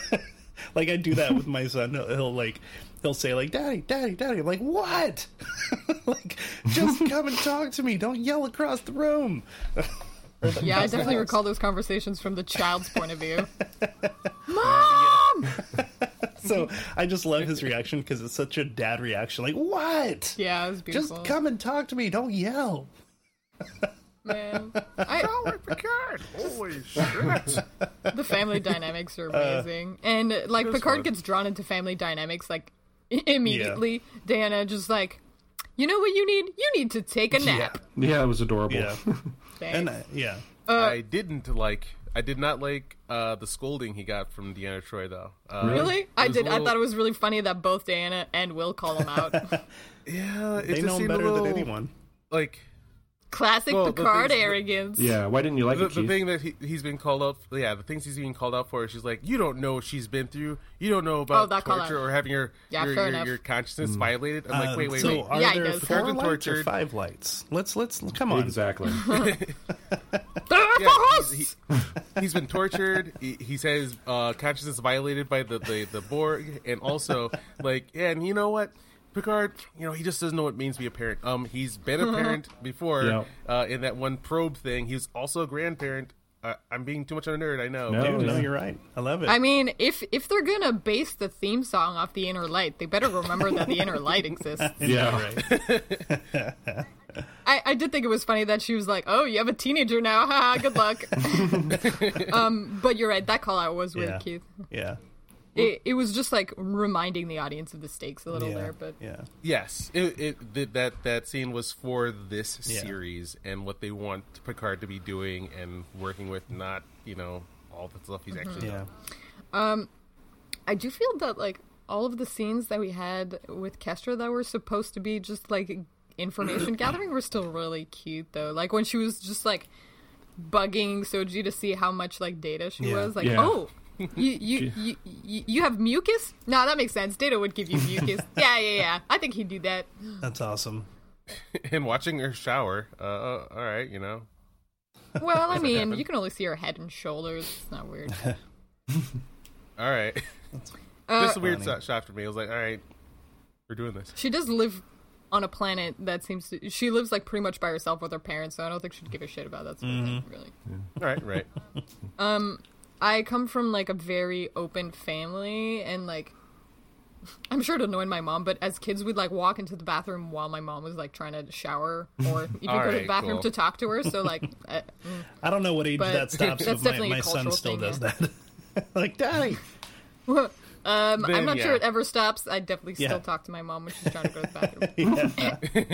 Speaker 2: like I do that with my son. He'll, he'll like, he'll say like, "Daddy, Daddy, Daddy." I'm like, "What? like, just come and talk to me. Don't yell across the room."
Speaker 1: Yeah, I definitely recall those conversations from the child's point of view. Mom!
Speaker 2: So I just love his reaction because it's such a dad reaction. Like, what?
Speaker 1: Yeah, it was beautiful.
Speaker 2: Just come and talk to me. Don't yell.
Speaker 1: Man. I,
Speaker 4: Oh my god! Holy shit!
Speaker 1: the family dynamics are amazing, and uh, like
Speaker 4: was
Speaker 1: Picard
Speaker 4: fun.
Speaker 1: gets drawn into family dynamics like i- immediately. Diana just like, you know what you need? You need to take a nap.
Speaker 3: Yeah, it was adorable.
Speaker 2: Yeah.
Speaker 1: Thanks.
Speaker 2: and I, yeah.
Speaker 4: I didn't like. I did not like uh, the scolding he got from Deanna Troy though. Uh,
Speaker 1: Really? I
Speaker 4: was a
Speaker 1: did. I
Speaker 4: little-
Speaker 1: thought it was really funny that both Diana and Will call him out.
Speaker 4: Yeah, it
Speaker 2: They
Speaker 4: just
Speaker 2: know him
Speaker 4: seemed a
Speaker 2: better
Speaker 4: little,
Speaker 2: than anyone.
Speaker 4: Like
Speaker 1: Classic
Speaker 4: Well, the
Speaker 1: Picard
Speaker 4: things that-
Speaker 1: arrogance.
Speaker 3: Yeah, Why didn't you like
Speaker 4: the,
Speaker 3: it,
Speaker 4: the
Speaker 3: Keith?
Speaker 4: thing that he, he's been called out yeah the things he's being called out for she's like you don't know what she's been through you don't know
Speaker 1: Oh,
Speaker 4: about
Speaker 1: that call
Speaker 4: torture
Speaker 1: out.
Speaker 4: or having your
Speaker 1: Yeah,
Speaker 4: your,
Speaker 1: fair
Speaker 4: your,
Speaker 1: enough.
Speaker 4: your
Speaker 3: Mm.
Speaker 4: consciousness violated i'm
Speaker 3: Uh,
Speaker 4: like
Speaker 2: Um,
Speaker 4: wait wait
Speaker 2: so
Speaker 4: wait
Speaker 2: are
Speaker 1: Yeah, he
Speaker 2: there
Speaker 1: does.
Speaker 2: four
Speaker 4: Picard's been
Speaker 2: lights or
Speaker 4: tortured.
Speaker 2: five lights? Let's let's come on.
Speaker 3: Exactly.
Speaker 1: They're
Speaker 4: Yeah,
Speaker 1: for
Speaker 4: he's-
Speaker 1: us!
Speaker 4: he, has been tortured he, he says uh, consciousness violated by the, the the borg and also like yeah, and you know what Picard, you know, he just doesn't know what it means to be a parent. Um, he's been
Speaker 1: Mm-hmm.
Speaker 4: a parent before
Speaker 3: Yeah.
Speaker 4: uh, in that one probe thing. He's also a grandparent. Uh, I'm being too much of a nerd, I know.
Speaker 3: No.
Speaker 2: Dude, no,
Speaker 3: Yeah.
Speaker 2: you're right. I love it.
Speaker 1: I mean, if if they're gonna base the theme song off the inner light, they better remember that the inner light exists.
Speaker 3: yeah.
Speaker 1: I, I did think it was funny that she was like, "Oh, you have a teenager now. Haha, good luck." um, but you're right. That call out was weird,
Speaker 2: Yeah.
Speaker 1: Keith.
Speaker 2: yeah.
Speaker 1: It, it was just like reminding the audience of the stakes a little
Speaker 2: Yeah.
Speaker 1: there, but
Speaker 2: yeah.
Speaker 4: Yes, it, it th- that that scene was for this
Speaker 2: Yeah.
Speaker 4: series and what they want Picard to be doing and working with, not you know all the stuff
Speaker 1: Mm-hmm.
Speaker 4: he's actually.
Speaker 2: Yeah.
Speaker 1: I do feel that like all of the scenes that we had with Kestra that were supposed to be just like information gathering were still really cute though. Like when she was just like bugging Soji to see how much like data she
Speaker 2: Yeah.
Speaker 1: was like,
Speaker 3: Yeah.
Speaker 1: "Oh, you you, you you you have mucus? No, that makes sense. Data would give you mucus. yeah, yeah, yeah. I think he'd do that.
Speaker 2: That's awesome.
Speaker 4: And watching her shower, uh, uh, all right, you know,
Speaker 1: Well, I mean,
Speaker 4: happen.
Speaker 1: you can only see her head and shoulders. It's not weird.
Speaker 4: all right. Just
Speaker 2: Uh,
Speaker 4: a weird shot, shot for me. I was like, all right, we're doing this.
Speaker 1: She does live on a planet that seems to. She lives like pretty much by herself with her parents, so I don't think she'd give a shit about that sort of thing, really.
Speaker 4: All right, right.
Speaker 1: I come from like a very open family, and like, I'm sure it annoyed my mom, but as kids, we'd like walk into the bathroom while my mom was like trying to shower or even go to the
Speaker 4: Alright,
Speaker 1: bathroom
Speaker 4: cool.
Speaker 1: to talk to her. So like, I, mm.
Speaker 2: I don't know what age
Speaker 1: But
Speaker 2: that stops,
Speaker 1: that's
Speaker 2: but my,
Speaker 1: definitely a
Speaker 2: my son
Speaker 1: cultural
Speaker 2: still
Speaker 1: thing,
Speaker 2: does that. like, Daddy.
Speaker 1: Um,
Speaker 4: Then,
Speaker 1: I'm not sure
Speaker 4: yeah.
Speaker 1: it ever stops. I definitely
Speaker 2: Yeah.
Speaker 1: still talk to my mom when she's trying to go to the bathroom.
Speaker 2: Yeah.
Speaker 4: Yeah,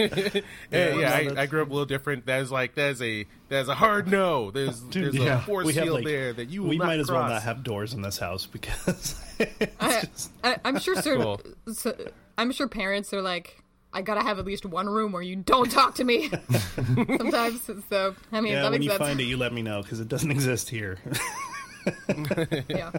Speaker 2: Yeah,
Speaker 4: yeah,
Speaker 2: no,
Speaker 4: I, I
Speaker 2: that's-
Speaker 4: grew up a little different. That's like that's a that's a hard no. There's there's
Speaker 3: yeah.
Speaker 4: a force
Speaker 2: we have
Speaker 4: field
Speaker 2: like
Speaker 4: there that you will
Speaker 2: we
Speaker 4: not
Speaker 2: might as well
Speaker 4: cross.
Speaker 2: not have doors in this house because
Speaker 1: I, I, I'm sure certain,
Speaker 4: Cool.
Speaker 1: so- I'm sure parents are like, I gotta have at least one room where you don't talk to me. Sometimes, so I mean,
Speaker 2: yeah,
Speaker 1: that
Speaker 2: when
Speaker 1: makes
Speaker 2: you
Speaker 1: sense.
Speaker 2: find it, you let me know because it doesn't exist here.
Speaker 1: yeah.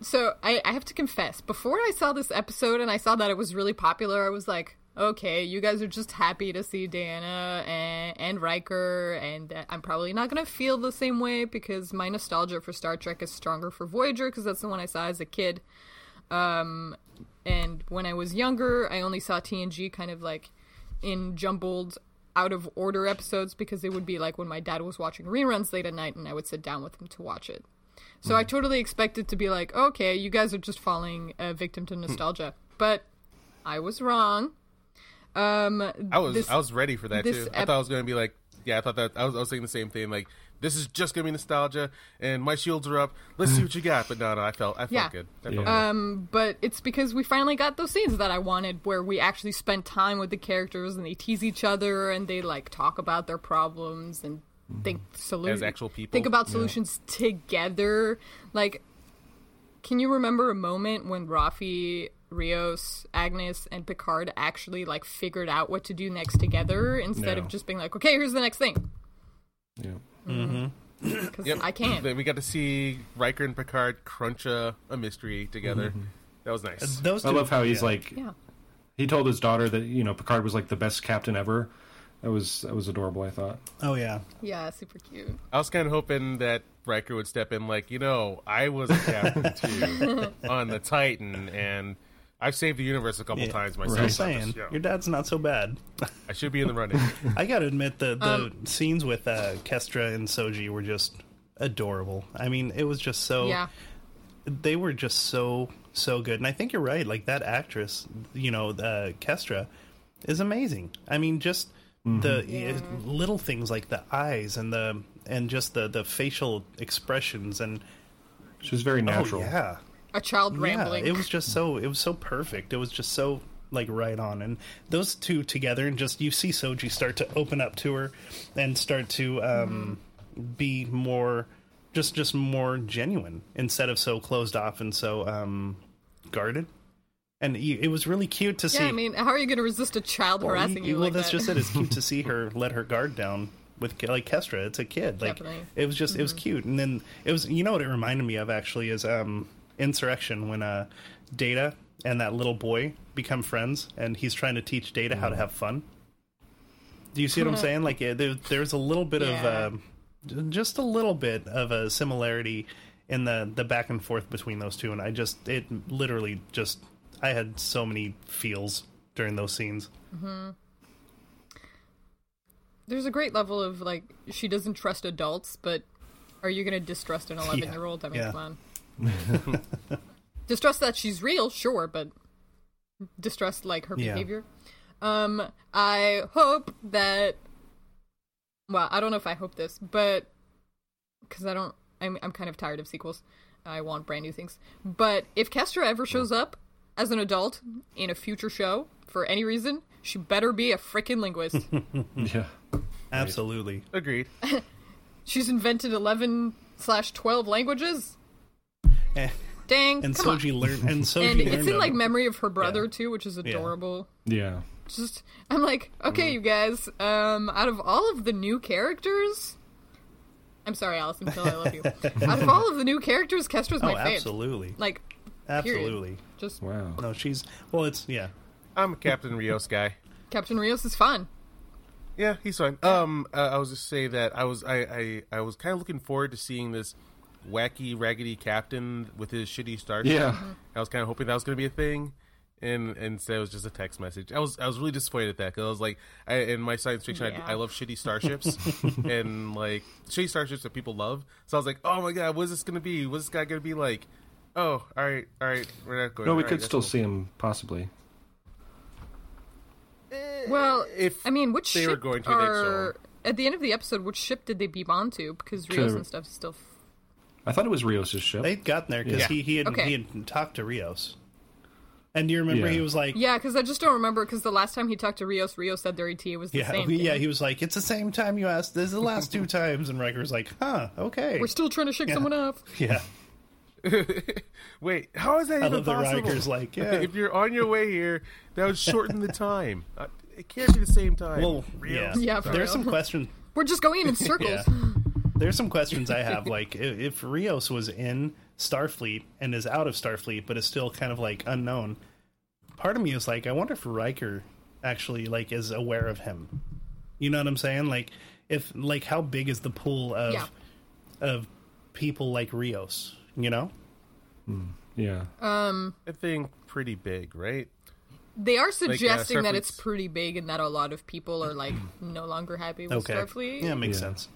Speaker 1: So I, I have to confess, before I saw this episode and I saw that it was really popular, I was like, okay, you guys are just happy to see Diana and, and Riker, and uh, I'm probably not going to feel the same way because my nostalgia for Star Trek is stronger for Voyager because that's the one I saw as a kid. Um, and when I was younger, I only saw TNG kind of like in jumbled out of order episodes because it would be like when my dad was watching reruns late at night and I would sit down with him to watch it. So
Speaker 4: Mm.
Speaker 1: I totally expected to be like, okay, you guys are just falling uh, victim
Speaker 4: Hmm.
Speaker 1: to nostalgia. But I was wrong. Um,
Speaker 4: I was
Speaker 1: this-
Speaker 4: I was ready for that
Speaker 1: this
Speaker 4: too. I
Speaker 1: ep-
Speaker 4: thought I was gonna be like, yeah, I thought that I was I was thinking the same thing. Like this is just gonna be nostalgia, and my shields are up. Let's see what you got. But no, no, I felt I felt
Speaker 1: Yeah.
Speaker 4: good. I felt good.
Speaker 1: but it's because we finally got those scenes that I wanted where we actually spent time with the characters and they tease each other and they like talk about their problems and think solutions
Speaker 4: Mm. As actual people.
Speaker 1: think about solutions together like can you remember a moment when Rafi Rios, Agnes, and Picard actually like figured out what to do next together instead
Speaker 3: No.
Speaker 1: of just being like, "Okay, here's the next thing,"
Speaker 3: Yeah.
Speaker 1: because
Speaker 4: Yep.
Speaker 1: I can't.
Speaker 4: Then we got to see Riker and Picard crunch a, a mystery together.
Speaker 2: Mm-hmm.
Speaker 4: That was nice.
Speaker 2: Those
Speaker 3: I
Speaker 2: two-
Speaker 3: love how he's
Speaker 2: yeah.
Speaker 3: like
Speaker 1: Yeah,
Speaker 3: he told his daughter that you know Picard was like the best captain ever. That was that was adorable. I thought.
Speaker 2: oh yeah,
Speaker 1: yeah, super cute.
Speaker 4: I was kind of hoping that Riker would step in, like you know, I was a captain too on the Titan, and I've saved the universe a couple
Speaker 2: Yeah.
Speaker 4: times
Speaker 2: I'm
Speaker 4: myself.
Speaker 2: just
Speaker 4: I
Speaker 2: saying
Speaker 4: just- yeah,
Speaker 2: your dad's not so bad.
Speaker 4: I should be in the running.
Speaker 2: I gotta admit the the
Speaker 1: Um,
Speaker 2: scenes with uh, Kestra and Soji were just adorable. I mean, it was just
Speaker 4: Oh.
Speaker 2: so
Speaker 1: Yeah,
Speaker 2: they were just so so good and i think you're right like that actress you know uh, kestra is amazing i mean just the
Speaker 1: Mm-hmm. Yeah.
Speaker 2: uh, little things like the eyes and the and just the the facial expressions and
Speaker 3: She was very natural.
Speaker 2: oh yeah
Speaker 1: a child rambling.
Speaker 2: yeah it was just so it was so perfect it was just so like right on and those two together and just you see soji start to open up to her and start to um be more just just more genuine instead of so closed off and so um guarded and you, it was really cute to see Oh,
Speaker 1: yeah, I mean, how are you going to resist a child harassing you
Speaker 2: well,
Speaker 1: like
Speaker 2: that's
Speaker 1: that?
Speaker 2: just it. It's cute to see her let her guard down with Ke- like Kestra. It's a kid. Like
Speaker 1: Definitely. Mm-hmm.
Speaker 2: it was just it was cute. And then it was you know what it reminded me of actually is um Insurrection when uh Data and that little boy become friends and he's trying to teach Data how to
Speaker 1: Mm-hmm.
Speaker 2: have fun. Do you see what I'm saying? Like yeah, there, there's a little bit
Speaker 1: Yeah.
Speaker 2: of um, j- just a little bit of a similarity in the the back and forth between those two and I just it literally just I had so many feels during those scenes.
Speaker 1: There's a great level of like she doesn't trust adults, but are you going to distrust an 11 year old? I mean,
Speaker 2: yeah.
Speaker 1: come on. distrust that she's real, sure, but distrust like her
Speaker 2: Yeah.
Speaker 1: behavior. Um, I hope that. Well, I don't know if I hope this, but because I don't, I'm I'm kind of tired of sequels. I want brand new things. But if Kestra ever shows up as an adult in a future show for any reason, she better be a freaking linguist.
Speaker 3: Yeah.
Speaker 2: Absolutely.
Speaker 4: Agreed.
Speaker 1: She's invented 11 slash 12 languages?
Speaker 2: And,
Speaker 1: Dang.
Speaker 2: Eh, and
Speaker 1: come
Speaker 2: Soji
Speaker 1: on.
Speaker 2: learned and Soji
Speaker 1: And
Speaker 2: learned
Speaker 1: it's in
Speaker 2: them.
Speaker 1: like memory of her brother too, which is adorable.
Speaker 3: Yeah.
Speaker 1: Just I'm like, okay, you guys, um out of all of the new characters, I'm sorry, Allison Phil, I love you. out of all of the new characters, Kestra's
Speaker 2: Oh,
Speaker 1: my favorite.
Speaker 2: absolutely.
Speaker 1: Like period.
Speaker 2: Absolutely.
Speaker 1: Just
Speaker 3: Wow.
Speaker 2: No, she's well, it's yeah.
Speaker 4: I'm a Captain Rios guy.
Speaker 1: Captain Rios is fun.
Speaker 4: Yeah, he's fine. Um, uh, I was just say that I was I, I, I was kind of looking forward to seeing this wacky raggedy captain with his shitty starship.
Speaker 3: Yeah.
Speaker 4: I was kind of hoping that was going to be a thing, and and so it was just a text message. I was I was really disappointed at that because I was like, I, in my science fiction,
Speaker 1: Yeah.
Speaker 4: I, I love shitty starships and like shitty starships that people love. So I was like, oh my god, what's this going to be? What's this guy going to be like? Oh, all right, all right, we're not going.
Speaker 3: No, we
Speaker 4: All right,
Speaker 3: could
Speaker 4: that's
Speaker 3: still
Speaker 4: cool.
Speaker 3: see him possibly.
Speaker 1: Well,
Speaker 4: if
Speaker 1: I mean, which
Speaker 4: they
Speaker 1: ship
Speaker 4: were going to, they'd
Speaker 1: are at the end of the episode? Which ship did they beam onto? Because Rios
Speaker 3: the-
Speaker 1: and stuff is still
Speaker 3: I thought it was Rios' ship.
Speaker 2: They'd gotten there because
Speaker 3: Yeah.
Speaker 2: he he had,
Speaker 1: Okay.
Speaker 2: he had talked to Rios, and do you remember
Speaker 3: Yeah.
Speaker 2: he was like,
Speaker 1: Yeah, because I just don't remember. Because the last time he talked to Rios, Rios said their ET was the
Speaker 2: yeah,
Speaker 1: same.
Speaker 2: we-
Speaker 1: thing.
Speaker 2: yeah, he was like, it's the same time you asked. This is the last two times, and Riker was like, huh, okay,
Speaker 1: We're still trying to shake someone off.
Speaker 2: yeah.
Speaker 4: Wait, how is that
Speaker 2: I
Speaker 4: even
Speaker 2: love that
Speaker 4: possible?
Speaker 2: Riker's like, yeah.
Speaker 4: if you're on your way here, that would shorten the time. Uh, It can't be the same time.
Speaker 2: Well, yeah,
Speaker 4: Real.
Speaker 1: Yeah, for
Speaker 2: There's
Speaker 1: real.
Speaker 2: some questions.
Speaker 1: We're just going in circles.
Speaker 2: There's some questions I have. Like, i- if Rios was in Starfleet and is out of Starfleet, but is still kind of like unknown, part of me is like, I wonder if Riker actually like is aware of him. You know what I'm saying? Like, if like how big is the pool of
Speaker 1: Yeah.
Speaker 2: of people like Rios? You know?
Speaker 3: yeah.
Speaker 4: That thing pretty big, right?
Speaker 1: They are suggesting that it's
Speaker 4: Starfleet's-
Speaker 1: pretty big and that a lot of people are like no longer happy with
Speaker 2: Okay.
Speaker 1: Starfleet.
Speaker 2: Yeah, makes
Speaker 3: Yeah.
Speaker 2: sense.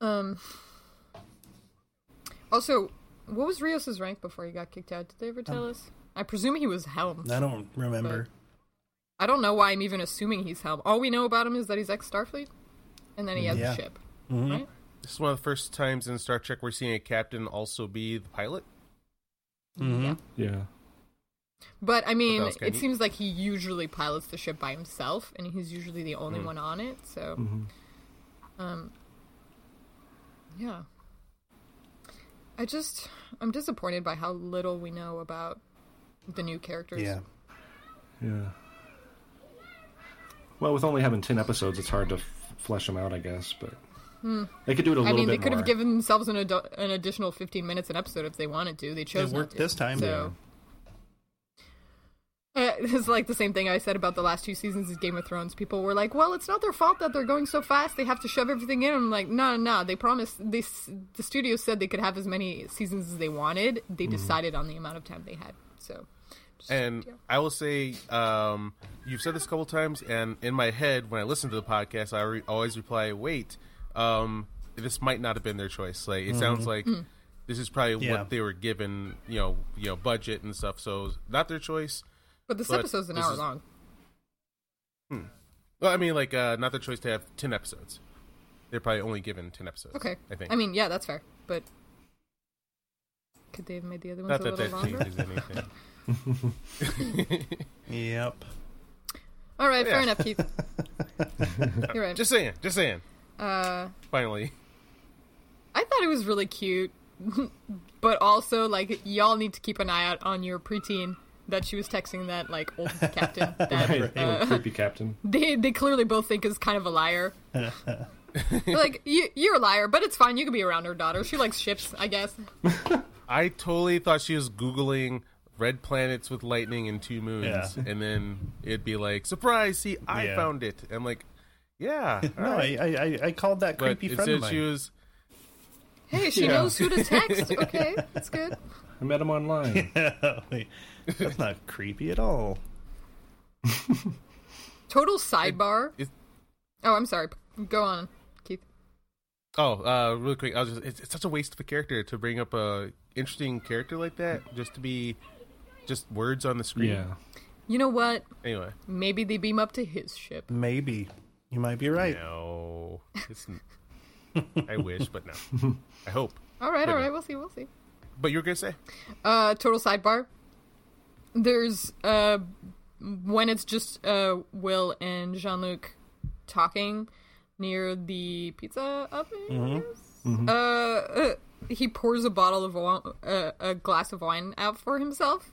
Speaker 1: Um. Also, what was Rios' rank before he got kicked out? Did they ever tell us? I presume he was Helm.
Speaker 2: Um, I don't remember.
Speaker 1: I don't know why I'm even assuming he's Helm. All we know about him is that he's ex Starfleet, and then he has
Speaker 2: Yeah.
Speaker 1: a ship.
Speaker 2: Mm-hmm.
Speaker 1: Right?
Speaker 4: This is one of the first times in Star Trek we're seeing a captain also be the pilot.
Speaker 2: Mm-hmm.
Speaker 1: Yeah.
Speaker 3: Yeah.
Speaker 1: But I mean,
Speaker 4: that was
Speaker 1: it
Speaker 4: kinda-
Speaker 1: seems like he usually pilots the ship by himself, and he's usually the only
Speaker 2: Hmm.
Speaker 1: one on it. So,
Speaker 2: Mm-hmm.
Speaker 1: um, yeah. I just I'm disappointed by how little we know about the new characters.
Speaker 2: Yeah.
Speaker 3: Yeah. Well, with only having ten episodes, it's hard to f- flesh them out, I guess. But they could do it a
Speaker 1: Hmm. I
Speaker 3: little
Speaker 1: mean, they
Speaker 3: bit
Speaker 1: could
Speaker 3: more.
Speaker 1: have given themselves an, ado- an additional 15 minutes an episode if they wanted to. They chose
Speaker 2: It worked
Speaker 1: not to.
Speaker 2: this time.
Speaker 1: So. Uh, it's like the same thing I said about the last two seasons of Game of Thrones. People were like, "Well, it's not their fault that they're going so fast. They have to shove everything in." I'm like, "No, no, no. They promised. They, s- the studio said they could have as many seasons as they wanted. They decided on the amount of time they had. So, just-
Speaker 4: Mm-hmm. And
Speaker 1: yeah.
Speaker 4: I will say, um, you've said this a couple times, and in my head, when I listen to the podcast, I re- always reply, "Wait, um, this might not have been their choice. Like, it sounds like this is probably
Speaker 2: Yeah.
Speaker 4: what they were given, you know, you know, budget and stuff. So, not their choice.
Speaker 1: but this
Speaker 4: but
Speaker 1: episode's an
Speaker 4: this
Speaker 1: hour
Speaker 4: is-
Speaker 1: long.
Speaker 4: Well, I mean, like, uh, not their choice to have ten episodes. They're probably only given ten episodes.
Speaker 1: Okay,
Speaker 4: I think.
Speaker 1: mean, yeah, that's fair. But could they have made the other ones
Speaker 4: not
Speaker 1: a
Speaker 4: that
Speaker 1: little
Speaker 4: that
Speaker 1: longer?
Speaker 4: changes anything.
Speaker 2: Yep.
Speaker 1: All right, fair
Speaker 4: Yeah.
Speaker 1: enough, Keith. You're right.
Speaker 4: just saying. Just saying.
Speaker 1: uh,
Speaker 4: Finally.
Speaker 1: I thought it was really cute, but also like y'all need to keep an eye out on your preteen that she was texting that like old captain that
Speaker 3: Hey, creepy captain.
Speaker 1: they they clearly both think is kind of a liar. like you you're a liar, but it's fine. You can be around her daughter. She likes ships, I guess.
Speaker 4: I totally thought she was googling red planets with lightning and two moons,
Speaker 2: Yeah.
Speaker 4: and then it'd be like, "Surprise! See, I
Speaker 2: Yeah.
Speaker 4: found it." I'm like, "Yeah,
Speaker 2: No,
Speaker 4: alright."
Speaker 2: I, I I- I called that
Speaker 4: but
Speaker 2: creepy
Speaker 4: it
Speaker 2: friend of
Speaker 4: said
Speaker 2: mine.
Speaker 4: she was.
Speaker 1: Hey, she
Speaker 3: Yeah.
Speaker 1: knows who to text. Okay, that's good.
Speaker 3: I met him online.
Speaker 2: Wait, that's not creepy at all.
Speaker 1: Total sidebar.
Speaker 4: it-
Speaker 1: oh, I'm sorry. Go on, Keith.
Speaker 4: Oh, uh, really quick. I was just, it's, it's such a waste of a character to bring up a interesting character like that just to be just words on the screen.
Speaker 3: yeah.
Speaker 1: You know what?
Speaker 4: Anyway,
Speaker 1: Maybe they beam up to his ship.
Speaker 2: Maybe you might be right.
Speaker 4: no, it's. I wish, but no. I hope.
Speaker 1: All right, all
Speaker 4: Maybe.
Speaker 1: right. We'll see. We'll see.
Speaker 4: But you were gonna say
Speaker 1: uh, total sidebar. There's uh, when it's just uh, Will and Jean Luc talking near the pizza oven. I guess? Uh, uh, he pours a bottle of wine, uh, a glass of wine out for himself.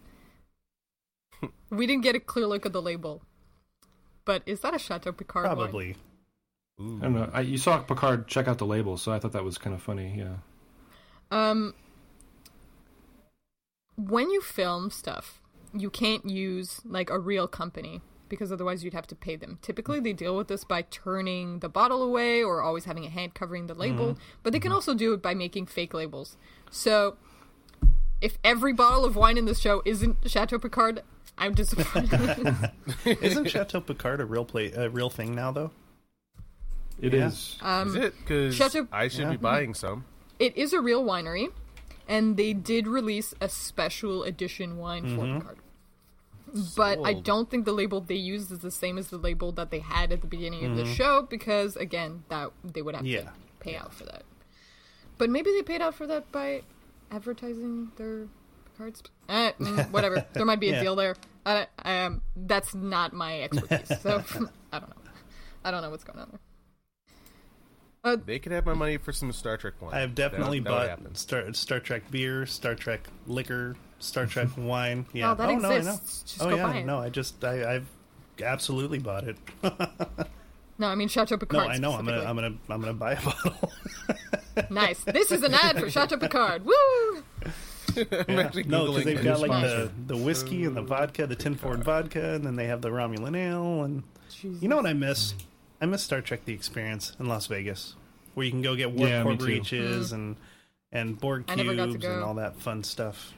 Speaker 1: we didn't get a clear look at the label, but is that a Chateau Picard? wine?
Speaker 2: Probably.
Speaker 3: I don't know. I, you saw Picard check out the label, so I thought that was kind of funny. Yeah.
Speaker 1: Um, when you film stuff, you can't use like a real company because otherwise you'd have to pay them. Typically, they deal with this by turning the bottle away or always having a hand covering the label, but they can also do it by making fake labels. So, if every bottle of wine in this show isn't Chateau Picard, I'm disappointed.
Speaker 2: Isn't Chateau Picard a real play, a real thing now though?
Speaker 3: It
Speaker 2: Yeah.
Speaker 3: is.
Speaker 1: Uh.
Speaker 4: is
Speaker 1: Um,
Speaker 4: it because
Speaker 1: shut up.
Speaker 4: I should
Speaker 2: Yeah.
Speaker 4: be buying some.
Speaker 1: it is a real winery, and they did release a special edition wine for Picard. But I
Speaker 4: Sold.
Speaker 1: don't think the label they used is the same as the label that they had at the beginning of the show because, again, that they would have
Speaker 2: Mm-hmm.
Speaker 1: to
Speaker 2: Yeah.
Speaker 1: pay out for that. But maybe they paid out for that by advertising their cards. Eh, mm, whatever. There might be a
Speaker 2: Yeah.
Speaker 1: deal there. I, um, that's not my expertise, so I don't know. I don't know what's going on there. Uh,
Speaker 4: They could have my money for some Star Trek wine.
Speaker 2: I have definitely
Speaker 4: that, would- that would happen.
Speaker 2: bought Star, Star Trek beer, Star Trek liquor, Star Trek wine. Yeah.
Speaker 1: that
Speaker 2: oh no, I know.
Speaker 1: exists. Just
Speaker 2: oh
Speaker 1: go
Speaker 2: yeah,
Speaker 1: buy it.
Speaker 2: no, I just I, I've absolutely bought it.
Speaker 1: no, I mean Chateau Picard.
Speaker 2: No, I know. I'm gonna
Speaker 1: specifically.
Speaker 2: I'm gonna I'm gonna buy a bottle.
Speaker 1: Nice. This is an ad for Chateau Picard. Woo!
Speaker 4: I'm
Speaker 2: Yeah.
Speaker 4: actually
Speaker 2: No, because
Speaker 4: Googling
Speaker 2: they've
Speaker 4: it.
Speaker 2: got like the, the whiskey and the vodka, the tin Ford vodka, and then they have the Romulan ale. And you know what I miss? I miss Star Trek: The Experience in Las Vegas, where you can go get warp
Speaker 3: Yeah, me
Speaker 2: core
Speaker 3: too.
Speaker 2: breaches and and Borg
Speaker 1: Mm. I
Speaker 2: cubes
Speaker 1: never got to
Speaker 2: and
Speaker 1: go.
Speaker 2: all that fun stuff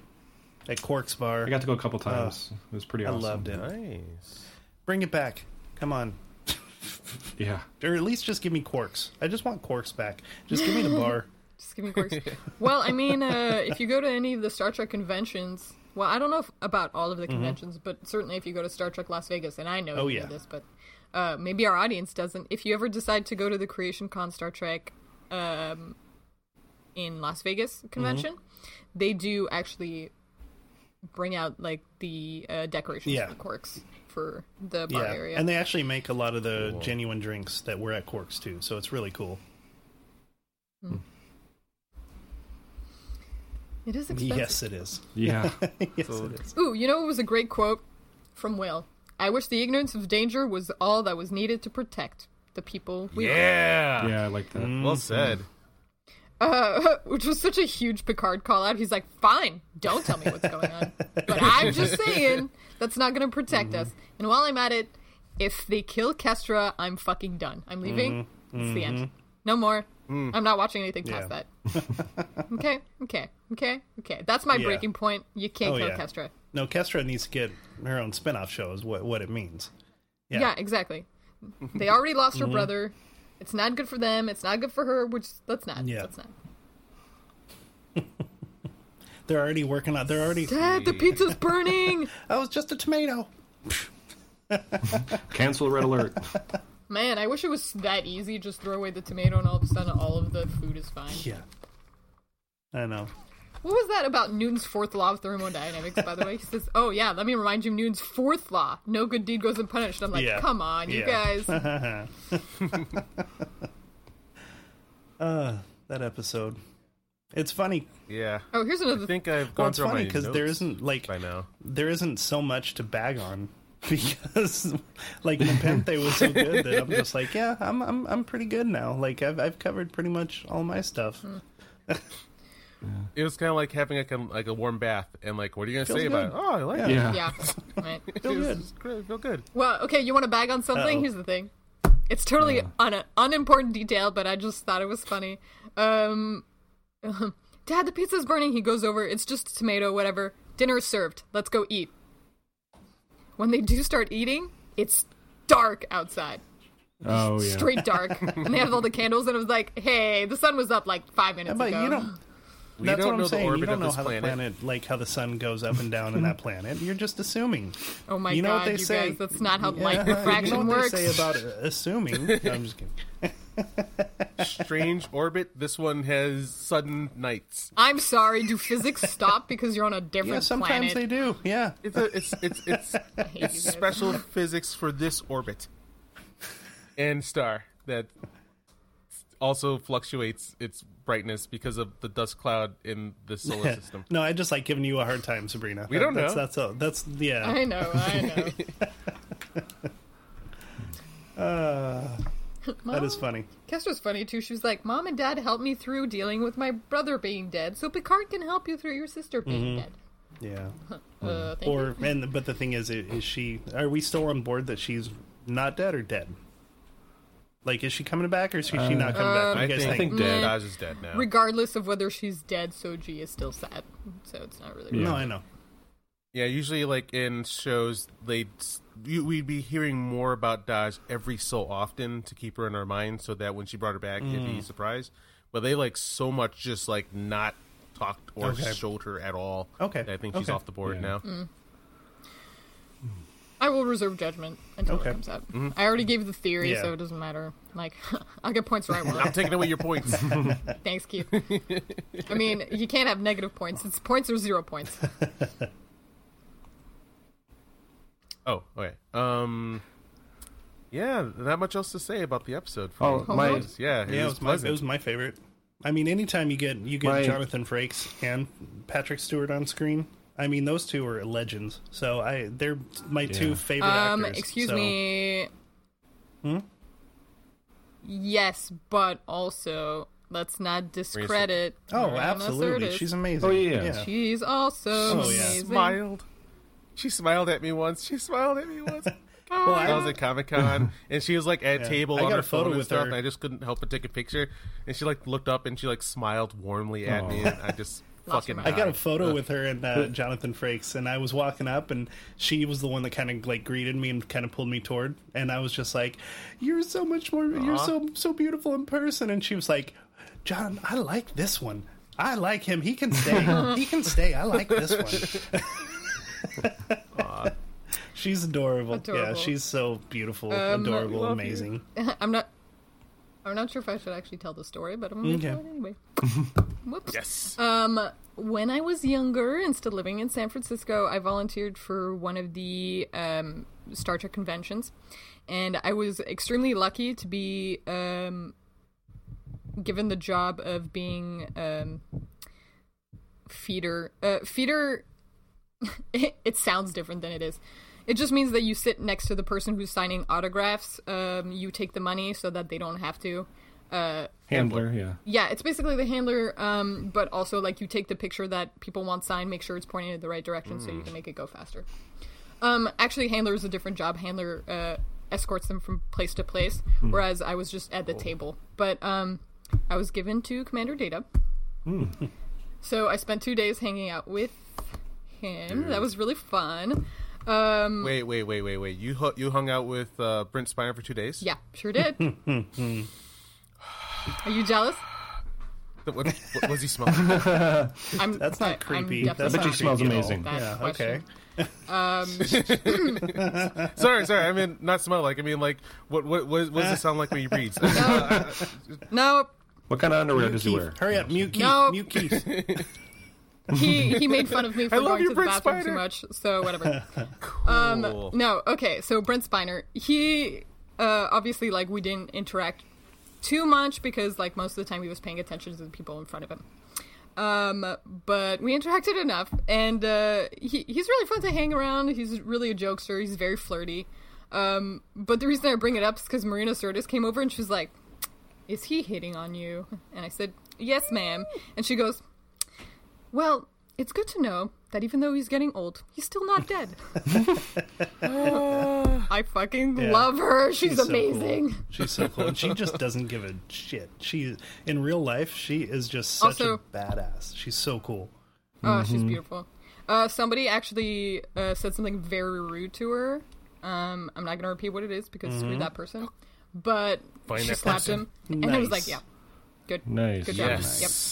Speaker 2: at Quark's Bar.
Speaker 3: I got to go a couple times. it was pretty
Speaker 2: Uh, I
Speaker 3: awesome.
Speaker 2: loved it.
Speaker 4: Nice.
Speaker 2: Bring it back. Come on.
Speaker 3: Yeah.
Speaker 2: Or at least just give me Quarks. I just want Quarks back. Just give me the bar.
Speaker 1: Just give me quirks. well, I mean, uh, if you go to any of the Star Trek conventions, well, I don't know if, about all of the conventions, but certainly if you go to Star Trek Las Vegas, and I know
Speaker 2: Mm-hmm. Oh,
Speaker 1: you know
Speaker 2: yeah.
Speaker 1: this, but uh, maybe our audience doesn't. If you ever decide to go to the Creation Con Star Trek um, in Las Vegas
Speaker 2: Mm-hmm.
Speaker 1: convention, they do actually bring out like the uh, decorations
Speaker 2: Yeah.
Speaker 1: for quirks for the bar
Speaker 2: yeah.
Speaker 1: area.
Speaker 2: And they actually make a lot of the genuine drinks that were at Quarks too, so it's really cool.
Speaker 1: it is expensive.
Speaker 2: Yes, it is.
Speaker 3: Yeah.
Speaker 2: Yes, it is.
Speaker 1: Ooh, you know what was a great quote from Will? I wish the ignorance of danger was all that was needed to protect the people we
Speaker 4: Yeah.
Speaker 3: yeah, I like that.
Speaker 2: Mm.
Speaker 4: Well said.
Speaker 1: uh, which was such a huge Picard call out. He's like, "Fine, don't tell me what's going on, but I'm just saying that's not going to protect us."
Speaker 2: Mm-hmm.
Speaker 1: And while I'm at it, if they kill Kestra, I'm fucking done. I'm leaving. It's the end. No more. I'm not watching anything past
Speaker 2: Mm-hmm. Mm. Yeah.
Speaker 1: that. okay, okay, okay, okay. That's my
Speaker 2: Yeah.
Speaker 1: breaking point. You can't
Speaker 2: Oh,
Speaker 1: kill
Speaker 2: yeah.
Speaker 1: Kestra.
Speaker 2: No, Kestra needs to get her own spin-off show is what, what it means. Yeah. Mm-hmm.
Speaker 1: Yeah, exactly. They already lost her brother. It's not good for them. It's not good for her. Which let's not.
Speaker 2: Yeah.
Speaker 1: Let's not.
Speaker 2: They're already working on they're already
Speaker 1: Dad, the pizza's burning.
Speaker 2: I was just a tomato.
Speaker 3: Cancel red alert.
Speaker 1: Man, I wish it was that easy. Just throw away the tomato, and all of a sudden, all of the food is fine.
Speaker 2: Yeah. I know.
Speaker 1: What was that about Newton's fourth law of thermodynamics? By the way, he says, "Oh yeah, let me remind you, of Newton's fourth law: no good deed goes unpunished." I'm like,
Speaker 2: Yeah.
Speaker 1: come on, you
Speaker 2: Yeah.
Speaker 1: guys.
Speaker 2: Uh that episode. It's funny.
Speaker 4: Yeah.
Speaker 1: Oh, here's
Speaker 4: I
Speaker 1: another. thing.
Speaker 4: think I've gone
Speaker 2: Well, it's
Speaker 4: through
Speaker 2: funny
Speaker 4: my
Speaker 2: because there
Speaker 4: notes
Speaker 2: isn't like
Speaker 4: by now.
Speaker 2: there isn't so much to bag on because like Nepenthe was so good that I'm just like, yeah, I'm I'm I'm pretty good now. Like I've I've covered pretty much all my stuff.
Speaker 4: It was kind of like having like a, like a warm bath and like, what are you gonna
Speaker 2: Feels
Speaker 4: say about it?
Speaker 2: good.
Speaker 4: Oh, I like
Speaker 2: Yeah.
Speaker 4: it.
Speaker 3: Yeah.
Speaker 1: Yeah. Right.
Speaker 4: Feel
Speaker 2: good.
Speaker 4: good. Feel good.
Speaker 1: Well, okay, you want to bag on something?
Speaker 2: Uh-oh.
Speaker 1: Here's the thing. It's totally on an unimportant detail, but I just thought it was funny. Um, Dad, the pizza's burning. He goes over. It's just a tomato, whatever. Dinner is served. Let's go eat. When they do start eating, it's dark outside.
Speaker 3: Oh yeah.
Speaker 1: Straight dark. and they have all the candles, and it was like, hey, the sun was up like five minutes
Speaker 2: Yeah, but
Speaker 1: ago.
Speaker 2: you don't.
Speaker 4: We
Speaker 2: that's
Speaker 4: don't
Speaker 2: what I'm
Speaker 4: know the
Speaker 2: saying.
Speaker 4: orbit
Speaker 2: you
Speaker 4: of
Speaker 2: don't know
Speaker 4: this
Speaker 2: how
Speaker 4: planet.
Speaker 2: the planet, like how the sun goes up and down in that planet. You're just assuming.
Speaker 1: oh my
Speaker 2: you know
Speaker 1: god,
Speaker 2: what they
Speaker 1: you
Speaker 2: say.
Speaker 1: guys, that's not how
Speaker 2: Yeah,
Speaker 1: light
Speaker 2: you know
Speaker 1: refraction
Speaker 2: what
Speaker 1: works.
Speaker 2: They say about uh, assuming. No, I'm just kidding.
Speaker 4: Strange orbit. This one has sudden nights.
Speaker 1: I'm sorry, do physics stop because you're on a different
Speaker 2: Yeah, sometimes
Speaker 1: planet?
Speaker 2: they do. Yeah,
Speaker 4: It's a, it's it's it's
Speaker 1: hate
Speaker 4: it's
Speaker 1: you guys.
Speaker 4: special physics for this orbit and star that also fluctuates its brightness because of the dust cloud in the solar system.
Speaker 2: no, I just like giving you a hard time, Sabrina. We
Speaker 4: don't
Speaker 2: that's,
Speaker 4: know.
Speaker 2: That's all. That's yeah.
Speaker 1: I know, I know.
Speaker 2: Uh, that is funny.
Speaker 1: Kestra's funny too. She was like, "Mom and Dad helped me through dealing with my brother being dead, so Picard can help you through your sister being dead."
Speaker 2: Yeah.
Speaker 1: Uh, thank you.
Speaker 2: Mm-hmm. Or and but the thing is, i- is she? Are we still on board that she's not dead or dead? Like, is she coming back or is she, she not coming back? What do
Speaker 4: I
Speaker 2: you guys
Speaker 4: think, Uh, I think
Speaker 1: dead.
Speaker 4: Dodge is dead now.
Speaker 1: Regardless of whether she's dead, Soji is still sad, so it's not really.
Speaker 2: No,
Speaker 3: Yeah.
Speaker 2: I know.
Speaker 4: Yeah, usually like in shows, they we'd be hearing more about Dodge every so often to keep her in our mind, so that when she brought her back, it'd
Speaker 2: Mm.
Speaker 4: be a surprise. But they like so much just like not talked or
Speaker 2: Okay.
Speaker 4: showed her at all.
Speaker 2: Okay.
Speaker 4: that I think she's
Speaker 2: Okay.
Speaker 4: off the board
Speaker 3: Yeah.
Speaker 4: now.
Speaker 1: I I will reserve judgment until
Speaker 2: Okay.
Speaker 1: it comes out. I already gave the theory,
Speaker 2: Mm-hmm. Yeah.
Speaker 1: so it doesn't matter. Like, I'll get points where I
Speaker 4: I'm
Speaker 1: want.
Speaker 4: taking away your points.
Speaker 1: Thanks, Keith. I mean, you can't have negative points. It's points or zero points.
Speaker 4: Oh, okay. Um, yeah, not much else to say about the episode. For
Speaker 3: Oh,
Speaker 4: me.
Speaker 1: my-
Speaker 4: It was- yeah, it
Speaker 2: Yeah, it
Speaker 4: was,
Speaker 2: was, my,
Speaker 4: pleasant.
Speaker 2: it was my favorite. I mean, anytime you get you get
Speaker 3: My-
Speaker 2: Jonathan Frakes and Patrick Stewart on screen, I mean, those two are legends. So I, they're my
Speaker 3: Yeah.
Speaker 2: two favorite
Speaker 1: Um,
Speaker 2: actors.
Speaker 1: excuse
Speaker 2: so- Hmm?
Speaker 1: me. Yes, but also let's not discredit.
Speaker 2: Oh,
Speaker 1: Mariana
Speaker 2: absolutely,
Speaker 1: Sirtis.
Speaker 2: she's amazing.
Speaker 3: Oh, yeah.
Speaker 1: She's also
Speaker 2: Oh, yeah.
Speaker 4: She
Speaker 1: amazing.
Speaker 4: smiled. She smiled at me once. She smiled at me once.
Speaker 2: Well, I
Speaker 4: I was at Comic Con, and she was like at
Speaker 2: Yeah.
Speaker 4: table
Speaker 2: I
Speaker 4: on
Speaker 2: got
Speaker 4: her
Speaker 2: a photo
Speaker 4: phone and
Speaker 2: with
Speaker 4: stuff.
Speaker 2: her.
Speaker 4: And I just couldn't help but take a picture. And she like looked up and she like smiled warmly at me, and I just
Speaker 1: Lost your
Speaker 4: fucking.
Speaker 1: mind.
Speaker 2: I got a photo with her and uh, Jonathan Frakes, and I was walking up, and she was the one that kind of like greeted me and kind of pulled me toward, and I was just like, "You're so much more, you're so so beautiful in person," and she was like, "John, I like this one. I like him. He can stay. he can stay. I like this one." she's adorable. Yeah,
Speaker 1: Adorable. Um,
Speaker 2: she's so beautiful, adorable,
Speaker 4: love you.
Speaker 2: amazing.
Speaker 1: I'm not. I'm not sure if I should actually tell the story, but I'm gonna
Speaker 2: Okay.
Speaker 1: tell it anyway. Whoops.
Speaker 4: yes.
Speaker 1: Um, when I was younger and still living in San Francisco, I volunteered for one of the um, Star Trek conventions, and I was extremely lucky to be um, given the job of being um, feeder. Uh, feeder. it, it sounds different than it is. It just means that you sit next to the person who's signing autographs. Um, you take the money so that they don't have to.
Speaker 3: Handler, yeah.
Speaker 1: Yeah, it's basically the handler, um, but also like you take the picture that people want signed, make sure it's pointing in the right direction so you
Speaker 2: Hmm.
Speaker 1: can make it go faster. Um, actually, handler is a different job. Handler uh, escorts them from place to place,
Speaker 2: Hmm.
Speaker 1: whereas I was just at the table. But um, I was given to Commander Data,
Speaker 2: Hmm.
Speaker 1: so I spent two days hanging out with him. That was really fun. Um,
Speaker 4: Wait, wait, wait, wait, wait. You hu- you hung out with uh, Brent Spiner for two days.
Speaker 1: yeah, sure did. Are you jealous?
Speaker 4: What, what, what was he smelling?
Speaker 1: I'm,
Speaker 2: That's
Speaker 1: I-
Speaker 2: not
Speaker 1: I'm
Speaker 2: creepy.
Speaker 1: definitely
Speaker 2: That's not
Speaker 3: But she
Speaker 2: creepy
Speaker 3: smells
Speaker 2: at all.
Speaker 3: amazing.
Speaker 1: That
Speaker 2: Yeah.
Speaker 1: question.
Speaker 2: Okay.
Speaker 4: sorry, sorry. I mean, not smell like. I mean, like, what what what, what does it sound like when he breathes?
Speaker 1: Nope.
Speaker 3: What kind of underwear does he
Speaker 2: Keith,
Speaker 3: wear?
Speaker 2: hurry up, mute Keith.
Speaker 1: No.
Speaker 2: Mute Keith.
Speaker 1: he he made fun of me for
Speaker 4: I love
Speaker 1: going
Speaker 4: you,
Speaker 1: to the
Speaker 4: Brent
Speaker 1: bathroom too
Speaker 4: Spiner.
Speaker 1: much, so whatever. Um,
Speaker 4: Cool.
Speaker 1: no, okay. So Brent Spiner, he uh, obviously like we didn't interact too much because like most of the time he was paying attention to the people in front of him. Um, but we interacted enough, and uh, he he's really fun to hang around. He's really a jokester. He's very flirty. Um, but the reason I bring it up is because Marina Sirtis came over and she was like, "Is he hitting on you?" And I said, "Yes, ma'am." And she goes, "Well." It's good to know that even though he's getting old, he's still not dead. I fucking
Speaker 2: Yeah.
Speaker 1: love her. She's,
Speaker 2: so cool.
Speaker 1: amazing.
Speaker 2: She's so cool. And she just doesn't give a shit. She in real life, she is just such
Speaker 1: Also-
Speaker 2: a badass. She's so cool.
Speaker 1: Oh, she's
Speaker 4: Mm-hmm.
Speaker 1: beautiful. Uh, somebody actually uh, said something very rude to her. Um, I'm not gonna repeat what it is because
Speaker 2: Mm-hmm.
Speaker 1: screw that person. But
Speaker 4: Find
Speaker 1: she
Speaker 4: that
Speaker 1: slapped
Speaker 4: person.
Speaker 1: him, and I was like,
Speaker 2: Nice.
Speaker 1: "Yeah, good,
Speaker 3: Nice.
Speaker 1: good job." Yep.
Speaker 4: yes.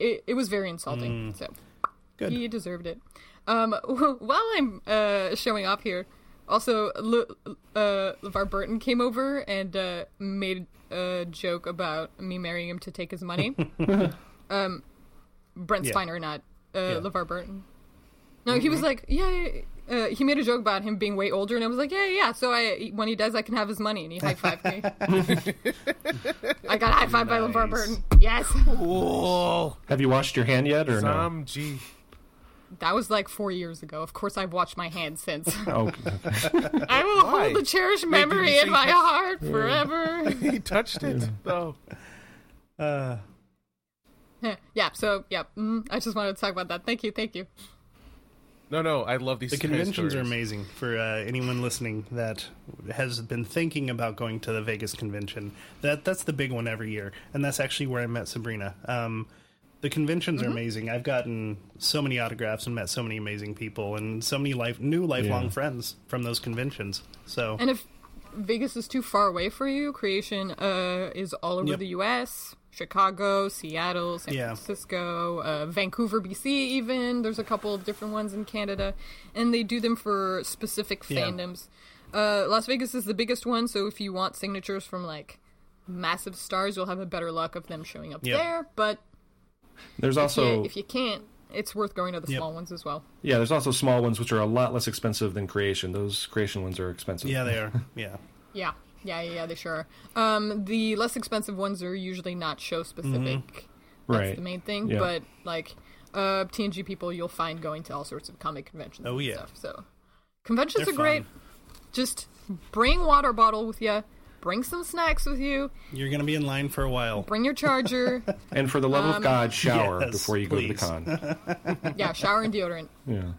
Speaker 1: It, it was very insulting. So
Speaker 2: Mm. Good.
Speaker 1: he deserved it. Um, while I'm uh, showing off here, also Le- uh, LeVar Burton came over and uh, made a joke about me marrying him to take his money. um, Brent
Speaker 2: Yeah.
Speaker 1: Spiner, not uh,
Speaker 2: Yeah. Mm-hmm.
Speaker 1: LeVar Burton. No, he was like, yeah. yeah, yeah. Uh, he made a joke about him being way older, and I was like, "Yeah, yeah." yeah. So I, when he dies, I can have his money, and he high fived me. I got high fived by LeVar
Speaker 2: Nice.
Speaker 1: Burton. Yes,
Speaker 4: Cool.
Speaker 3: Have you washed your hand yet or no?
Speaker 4: Some G.
Speaker 1: that was like four years ago. Of course, I've watched my hand since.
Speaker 3: Oh,
Speaker 1: I will
Speaker 4: Why?
Speaker 1: hold the cherished
Speaker 4: Wait, did
Speaker 1: memory
Speaker 4: you
Speaker 1: in
Speaker 4: say
Speaker 1: my
Speaker 4: touch-
Speaker 1: heart forever.
Speaker 4: He touched
Speaker 1: Mm.
Speaker 4: it though.
Speaker 2: Uh,
Speaker 1: yeah, so, yeah, mm, I just wanted to talk about that. Thank you, thank you.
Speaker 4: No, no, I love these.
Speaker 2: the
Speaker 4: kind of
Speaker 2: conventions are
Speaker 4: stories.
Speaker 2: amazing for uh, anyone listening that has been thinking about going to the Vegas convention. That that's the big one every year, and that's actually where I met Sabrina. Um, the conventions
Speaker 1: Mm-hmm.
Speaker 2: are amazing. I've gotten so many autographs and met so many amazing people and so many life new lifelong
Speaker 3: Yeah.
Speaker 2: friends from those conventions. So
Speaker 1: And if Vegas is too far away for you. Creation uh, is all over
Speaker 2: Yep.
Speaker 1: the U.S. Chicago, Seattle, San
Speaker 2: Yeah.
Speaker 1: Francisco, uh, Vancouver, BC. Even there's a couple of different ones in Canada, and they do them for specific
Speaker 2: Yeah.
Speaker 1: fandoms. Uh, Las Vegas is the biggest one, so if you want signatures from like massive stars, you'll have a better luck of them showing up
Speaker 2: Yep.
Speaker 1: there. But
Speaker 3: There's also
Speaker 1: yeah, if you can't, it's worth going to the
Speaker 2: Yep.
Speaker 1: small ones as well.
Speaker 3: yeah, there's also small ones which are a lot less expensive than creation. Those creation ones are expensive.
Speaker 2: Yeah, they are. Yeah.
Speaker 1: Yeah, yeah, yeah, yeah they sure are. Um, the less expensive ones are usually not show specific.
Speaker 2: Mm-hmm.
Speaker 1: That's
Speaker 3: Right.
Speaker 1: the main thing.
Speaker 3: Yeah.
Speaker 1: But like uh, TNG people, you'll find going to all sorts of comic conventions.
Speaker 2: Oh,
Speaker 1: and
Speaker 2: yeah.
Speaker 1: stuff, so conventions
Speaker 2: They're
Speaker 1: are great.
Speaker 2: fun.
Speaker 1: Just bring water bottle with you. Bring some snacks with you.
Speaker 2: You're going to be in line for a while.
Speaker 1: Bring your charger.
Speaker 3: And for the love
Speaker 1: Um,
Speaker 3: of God, shower
Speaker 2: yes,
Speaker 3: before you
Speaker 2: please.
Speaker 3: go to the con.
Speaker 1: yeah, shower and deodorant.
Speaker 3: Yeah.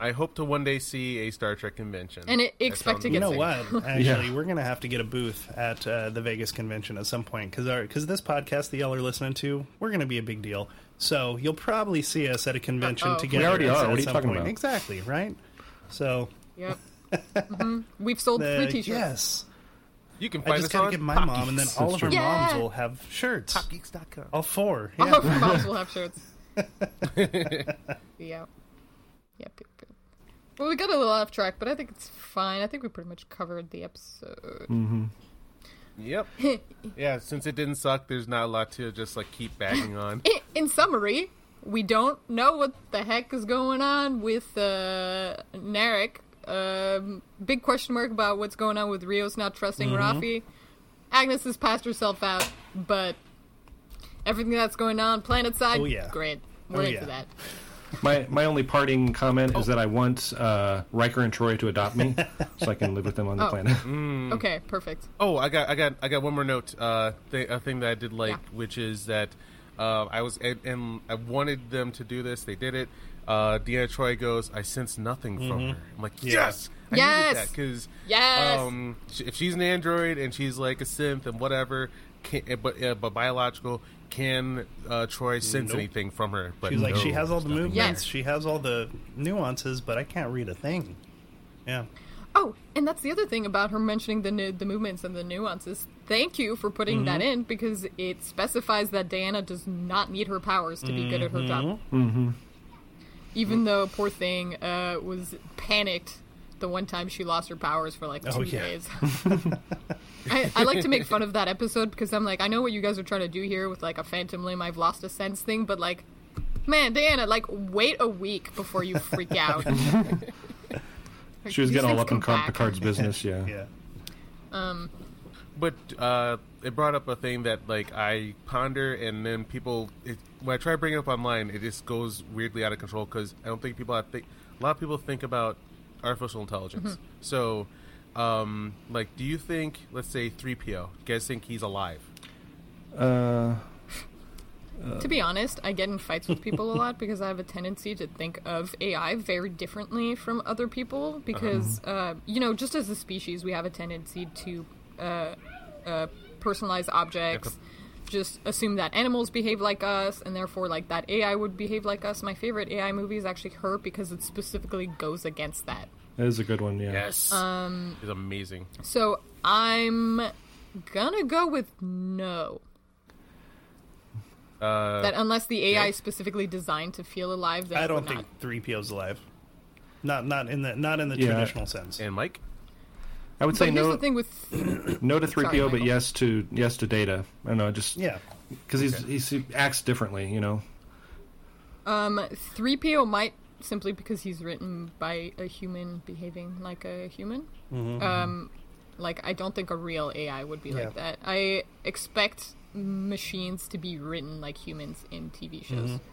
Speaker 4: I hope to one day see a Star Trek convention.
Speaker 1: And it-
Speaker 4: That
Speaker 1: expect to
Speaker 4: sounds-
Speaker 1: get
Speaker 2: You know
Speaker 1: sick.
Speaker 2: what? Actually, we're going to have to get a booth at uh, the Vegas convention at some point because because this podcast that y'all are listening to, we're going to be a big deal. So you'll probably see us at a convention
Speaker 1: Uh-oh. We
Speaker 2: together.
Speaker 3: already
Speaker 2: at,
Speaker 3: are.
Speaker 2: at
Speaker 3: What are you
Speaker 2: some
Speaker 3: talking
Speaker 2: point.
Speaker 3: about?
Speaker 2: Exactly right. So
Speaker 1: Yep. hmm We've sold
Speaker 2: uh,
Speaker 1: free T-shirts.
Speaker 2: yes,
Speaker 4: You can find
Speaker 2: I just
Speaker 4: us
Speaker 2: got
Speaker 4: on
Speaker 2: to get my mom, and then
Speaker 3: That's
Speaker 2: all of our
Speaker 3: true.
Speaker 1: Yeah. Oh.
Speaker 2: moms will have shirts.
Speaker 4: geeks.com.
Speaker 2: All four.
Speaker 1: All
Speaker 2: Yeah.
Speaker 1: of our moms will have shirts. yeah. Yep, yep, yep. Well, we got a little off track, but I think it's fine. I think we pretty much covered the episode.
Speaker 2: Mm.
Speaker 4: Yep. yeah, since it didn't suck, there's not a lot to just like keep bagging on.
Speaker 1: I- In summary, we don't know what the heck is going on with uh, Narek. Um, big question mark about what's going on with Rios not trusting
Speaker 2: Mm-hmm.
Speaker 1: Rafi. Agnes has passed herself out, but everything that's going on planet side,
Speaker 2: Oh, yeah.
Speaker 1: great. We're
Speaker 2: Oh,
Speaker 1: into
Speaker 2: yeah.
Speaker 1: that.
Speaker 3: My my only parting comment
Speaker 1: Oh.
Speaker 3: is that I want uh, Riker and Troy to adopt me so I can live with them on the
Speaker 1: Oh.
Speaker 3: planet.
Speaker 2: Mm.
Speaker 1: Okay, perfect.
Speaker 4: Oh, I got, I got, I got one more note. Uh, th- a thing that I did like,
Speaker 1: Yeah.
Speaker 4: which is that uh, I was and, and I wanted them to do this. They did it. Uh, Deanna Troy goes, "I sense nothing from her." I'm like,
Speaker 2: Mm-hmm. Yeah.
Speaker 4: "Yes, I
Speaker 1: Yes!
Speaker 4: because
Speaker 1: Yes!
Speaker 4: um, sh- if she's an android and she's like a synth and whatever, can, uh, but uh, but biological, can uh, Troy sense
Speaker 2: Nope.
Speaker 4: anything from her? But
Speaker 2: She's like,
Speaker 4: no,
Speaker 2: she has all the
Speaker 4: there's nothing
Speaker 2: movements,
Speaker 1: there.
Speaker 2: she has all the nuances, but I can't read a thing. Yeah.
Speaker 1: Oh, and that's the other thing about her mentioning the nu- the movements and the nuances. Thank you for putting that in because it specifies that Diana does not need her powers to be good at her job. Mm-hmm. Even though poor thing uh, was panicked the one time she lost her powers for like two
Speaker 2: Oh, yeah.
Speaker 1: days. I, I like to make fun of that episode because I'm like, I know what you guys are trying to do here with like a phantom limb, I've lost a sense thing, but like, man, Diana, like wait a week before you freak out.
Speaker 3: She
Speaker 1: These
Speaker 3: was getting all
Speaker 1: things
Speaker 3: up
Speaker 1: come
Speaker 3: in Car-
Speaker 1: back.
Speaker 3: Picard's business, yeah.
Speaker 2: Yeah.
Speaker 4: But uh, it brought up a thing that like I ponder, and then people it, when I try to bring it up online, it just goes weirdly out of control because I don't think people have think a lot of people think about artificial intelligence. So, um, like, do you think let's say three PO? You guys think he's alive?
Speaker 3: Uh,
Speaker 1: To be honest, I get in fights with people a lot because I have a tendency to think of AI very differently from other people because,
Speaker 3: Uh-huh.
Speaker 1: uh, you know, just as a species, we have a tendency to uh, uh, personalize objects, just assume that animals behave like us, and therefore, like, that AI would behave like us. My favorite AI movie is actually Her because it specifically goes against that.
Speaker 3: that is a good one, yeah.
Speaker 4: Um, it's amazing.
Speaker 1: So I'm gonna go with no.
Speaker 4: Uh,
Speaker 1: That unless the AI
Speaker 4: yeah.
Speaker 1: is specifically designed to feel alive, then
Speaker 2: I
Speaker 1: it
Speaker 2: don't
Speaker 1: would
Speaker 2: think
Speaker 1: not.
Speaker 2: three PO's alive. Not not in the not in the
Speaker 3: Yeah.
Speaker 2: traditional sense.
Speaker 4: and Mike,
Speaker 3: I would
Speaker 1: But
Speaker 3: say
Speaker 1: here's
Speaker 3: no
Speaker 1: the thing with
Speaker 3: no to 3PO
Speaker 1: Sorry,
Speaker 3: but
Speaker 1: Michael.
Speaker 3: yes to yes to data. I don't know, just
Speaker 2: Yeah.
Speaker 3: cuz he's he acts differently, you know.
Speaker 1: um, three PO might simply because he's written by a human behaving like a human.
Speaker 4: Mm-hmm.
Speaker 1: Um, like I don't think a real AI would be like
Speaker 2: Yeah.
Speaker 1: that. I expect machines to be written like humans in TV shows.
Speaker 4: Mm-hmm.